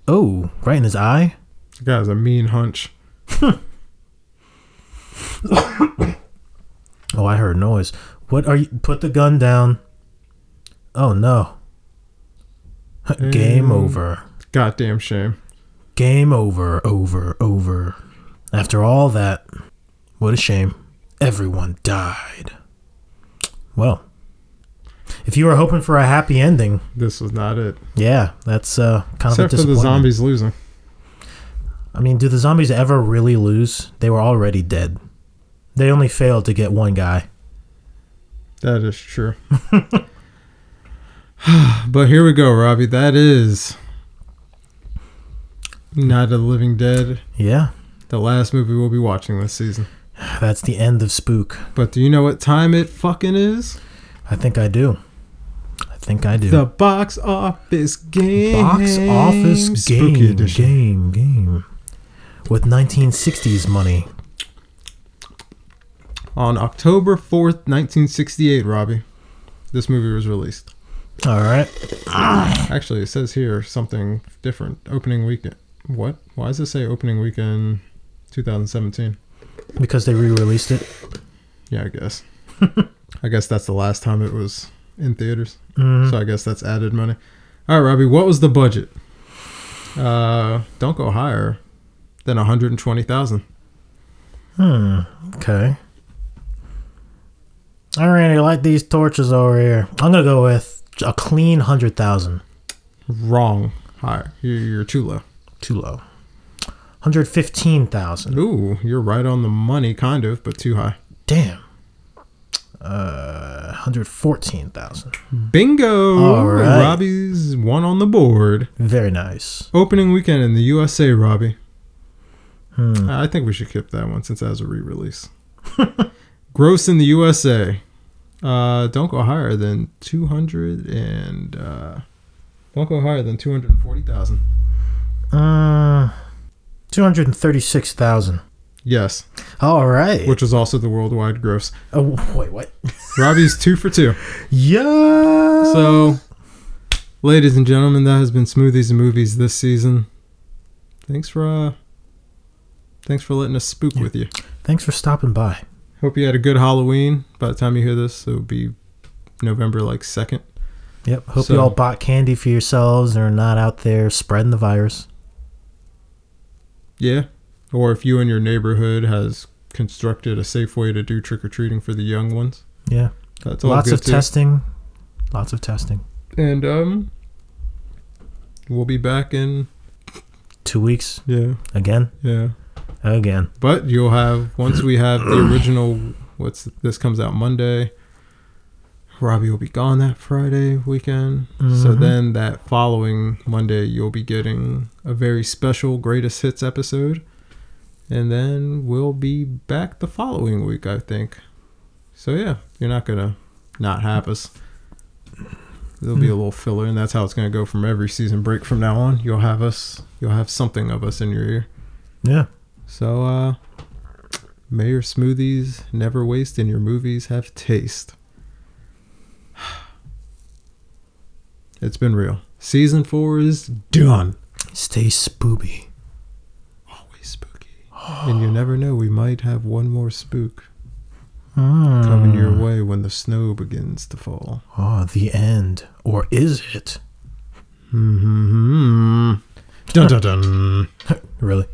[SPEAKER 3] Oh, right in his eye.
[SPEAKER 2] The guy has a mean hunch.
[SPEAKER 3] Oh, I heard a noise. What are you? Put the gun down. Oh no. Game
[SPEAKER 2] Mm.
[SPEAKER 3] over.
[SPEAKER 2] Goddamn shame.
[SPEAKER 3] Game over. Over. Over. After all that, what a shame. Everyone died. Well, if you were hoping for a happy ending,
[SPEAKER 2] This was not it.
[SPEAKER 3] yeah, that's uh, kind
[SPEAKER 2] Except
[SPEAKER 3] of a
[SPEAKER 2] for the
[SPEAKER 3] disappointment.
[SPEAKER 2] zombies losing.
[SPEAKER 3] I mean, do the zombies ever really lose? They were already dead. They only failed to get one guy.
[SPEAKER 2] That is true. but here we go, Robbie. That is Night of the Living Dead,
[SPEAKER 3] Yeah,
[SPEAKER 2] the last movie we'll be watching this season.
[SPEAKER 3] that's the end of Spook.
[SPEAKER 2] But do you know what time it fucking is?
[SPEAKER 3] I think I do. I think I do.
[SPEAKER 2] The box office game.
[SPEAKER 3] Box office game,
[SPEAKER 2] Spooky edition.
[SPEAKER 3] game, game, with 1960s money.
[SPEAKER 2] On October 4th, 1968, Robbie, this movie was released.
[SPEAKER 3] All right,
[SPEAKER 2] Actually, it says here something different. Opening weekend. What? Why does it say opening weekend 2017?
[SPEAKER 3] because they re-released it.
[SPEAKER 2] Yeah, I guess. I guess that's the last time it was in theaters.
[SPEAKER 3] Mm-hmm.
[SPEAKER 2] So I guess that's added money. All right, Robbie, what was the budget? Uh, don't go higher than 120,000.
[SPEAKER 3] Okay. I really like these torches over here. I'm gonna go with a clean hundred thousand.
[SPEAKER 2] Wrong. Higher. You're, you're too low.
[SPEAKER 3] Too low. Hundred fifteen thousand.
[SPEAKER 2] Ooh, you're right on the money, kind of, but too high.
[SPEAKER 3] Damn. Uh, hundred fourteen thousand.
[SPEAKER 2] Bingo!
[SPEAKER 3] All right.
[SPEAKER 2] Robbie's one on the board.
[SPEAKER 3] Very nice.
[SPEAKER 2] Opening weekend in the USA, Robbie. I think we should keep that one since that was a re-release. Gross in the USA. Uh, don't go higher than two hundred and uh, don't go higher than two hundred forty thousand.
[SPEAKER 3] Uh, two hundred thirty-six thousand.
[SPEAKER 2] Yes,
[SPEAKER 3] All right.
[SPEAKER 2] which was also the worldwide gross.
[SPEAKER 3] oh, wait, what?
[SPEAKER 2] Robbie's two for two.
[SPEAKER 3] Yeah.
[SPEAKER 2] So, ladies and gentlemen, that has been smoothies and movies this season. Thanks for uh, thanks for letting us spook with you.
[SPEAKER 3] Thanks for stopping by.
[SPEAKER 2] Hope you had a good Halloween. By the time you hear this, it'll be November like second.
[SPEAKER 3] Yep. Hope
[SPEAKER 2] So-
[SPEAKER 3] you all bought candy for yourselves and are not out there spreading the virus.
[SPEAKER 2] Yeah. Or if you in your neighborhood has constructed a safe way to do trick or treating for the young ones.
[SPEAKER 3] Yeah.
[SPEAKER 2] That's all
[SPEAKER 3] lots
[SPEAKER 2] good
[SPEAKER 3] of
[SPEAKER 2] too.
[SPEAKER 3] testing. Lots of testing.
[SPEAKER 2] And um we'll be back in
[SPEAKER 3] Two weeks
[SPEAKER 2] yeah,
[SPEAKER 3] again,
[SPEAKER 2] yeah.
[SPEAKER 3] again.
[SPEAKER 2] But you'll have once we have the original what's this comes out Monday. Robbie will be gone that Friday weekend. So
[SPEAKER 3] Mhm.
[SPEAKER 2] then that following Monday you'll be getting a very special greatest hits episode. And then we'll be back the following week, I think. So yeah, you're not gonna not have us. There'll be a little filler, and that's how it's gonna go from every season break from now on. You'll have us you'll have something of us in your ear.
[SPEAKER 3] Yeah.
[SPEAKER 2] So, uh, may your smoothies never waste and your movies have taste. It's been real. Season four is done.
[SPEAKER 3] Stay spooby.
[SPEAKER 2] Always spooky. And you never know, we might have one more spook
[SPEAKER 3] Mm.
[SPEAKER 2] coming your way when the snow begins to fall.
[SPEAKER 3] Oh, the end. Or is it?
[SPEAKER 2] Mm-hmm. Dun dun dun.
[SPEAKER 3] Really?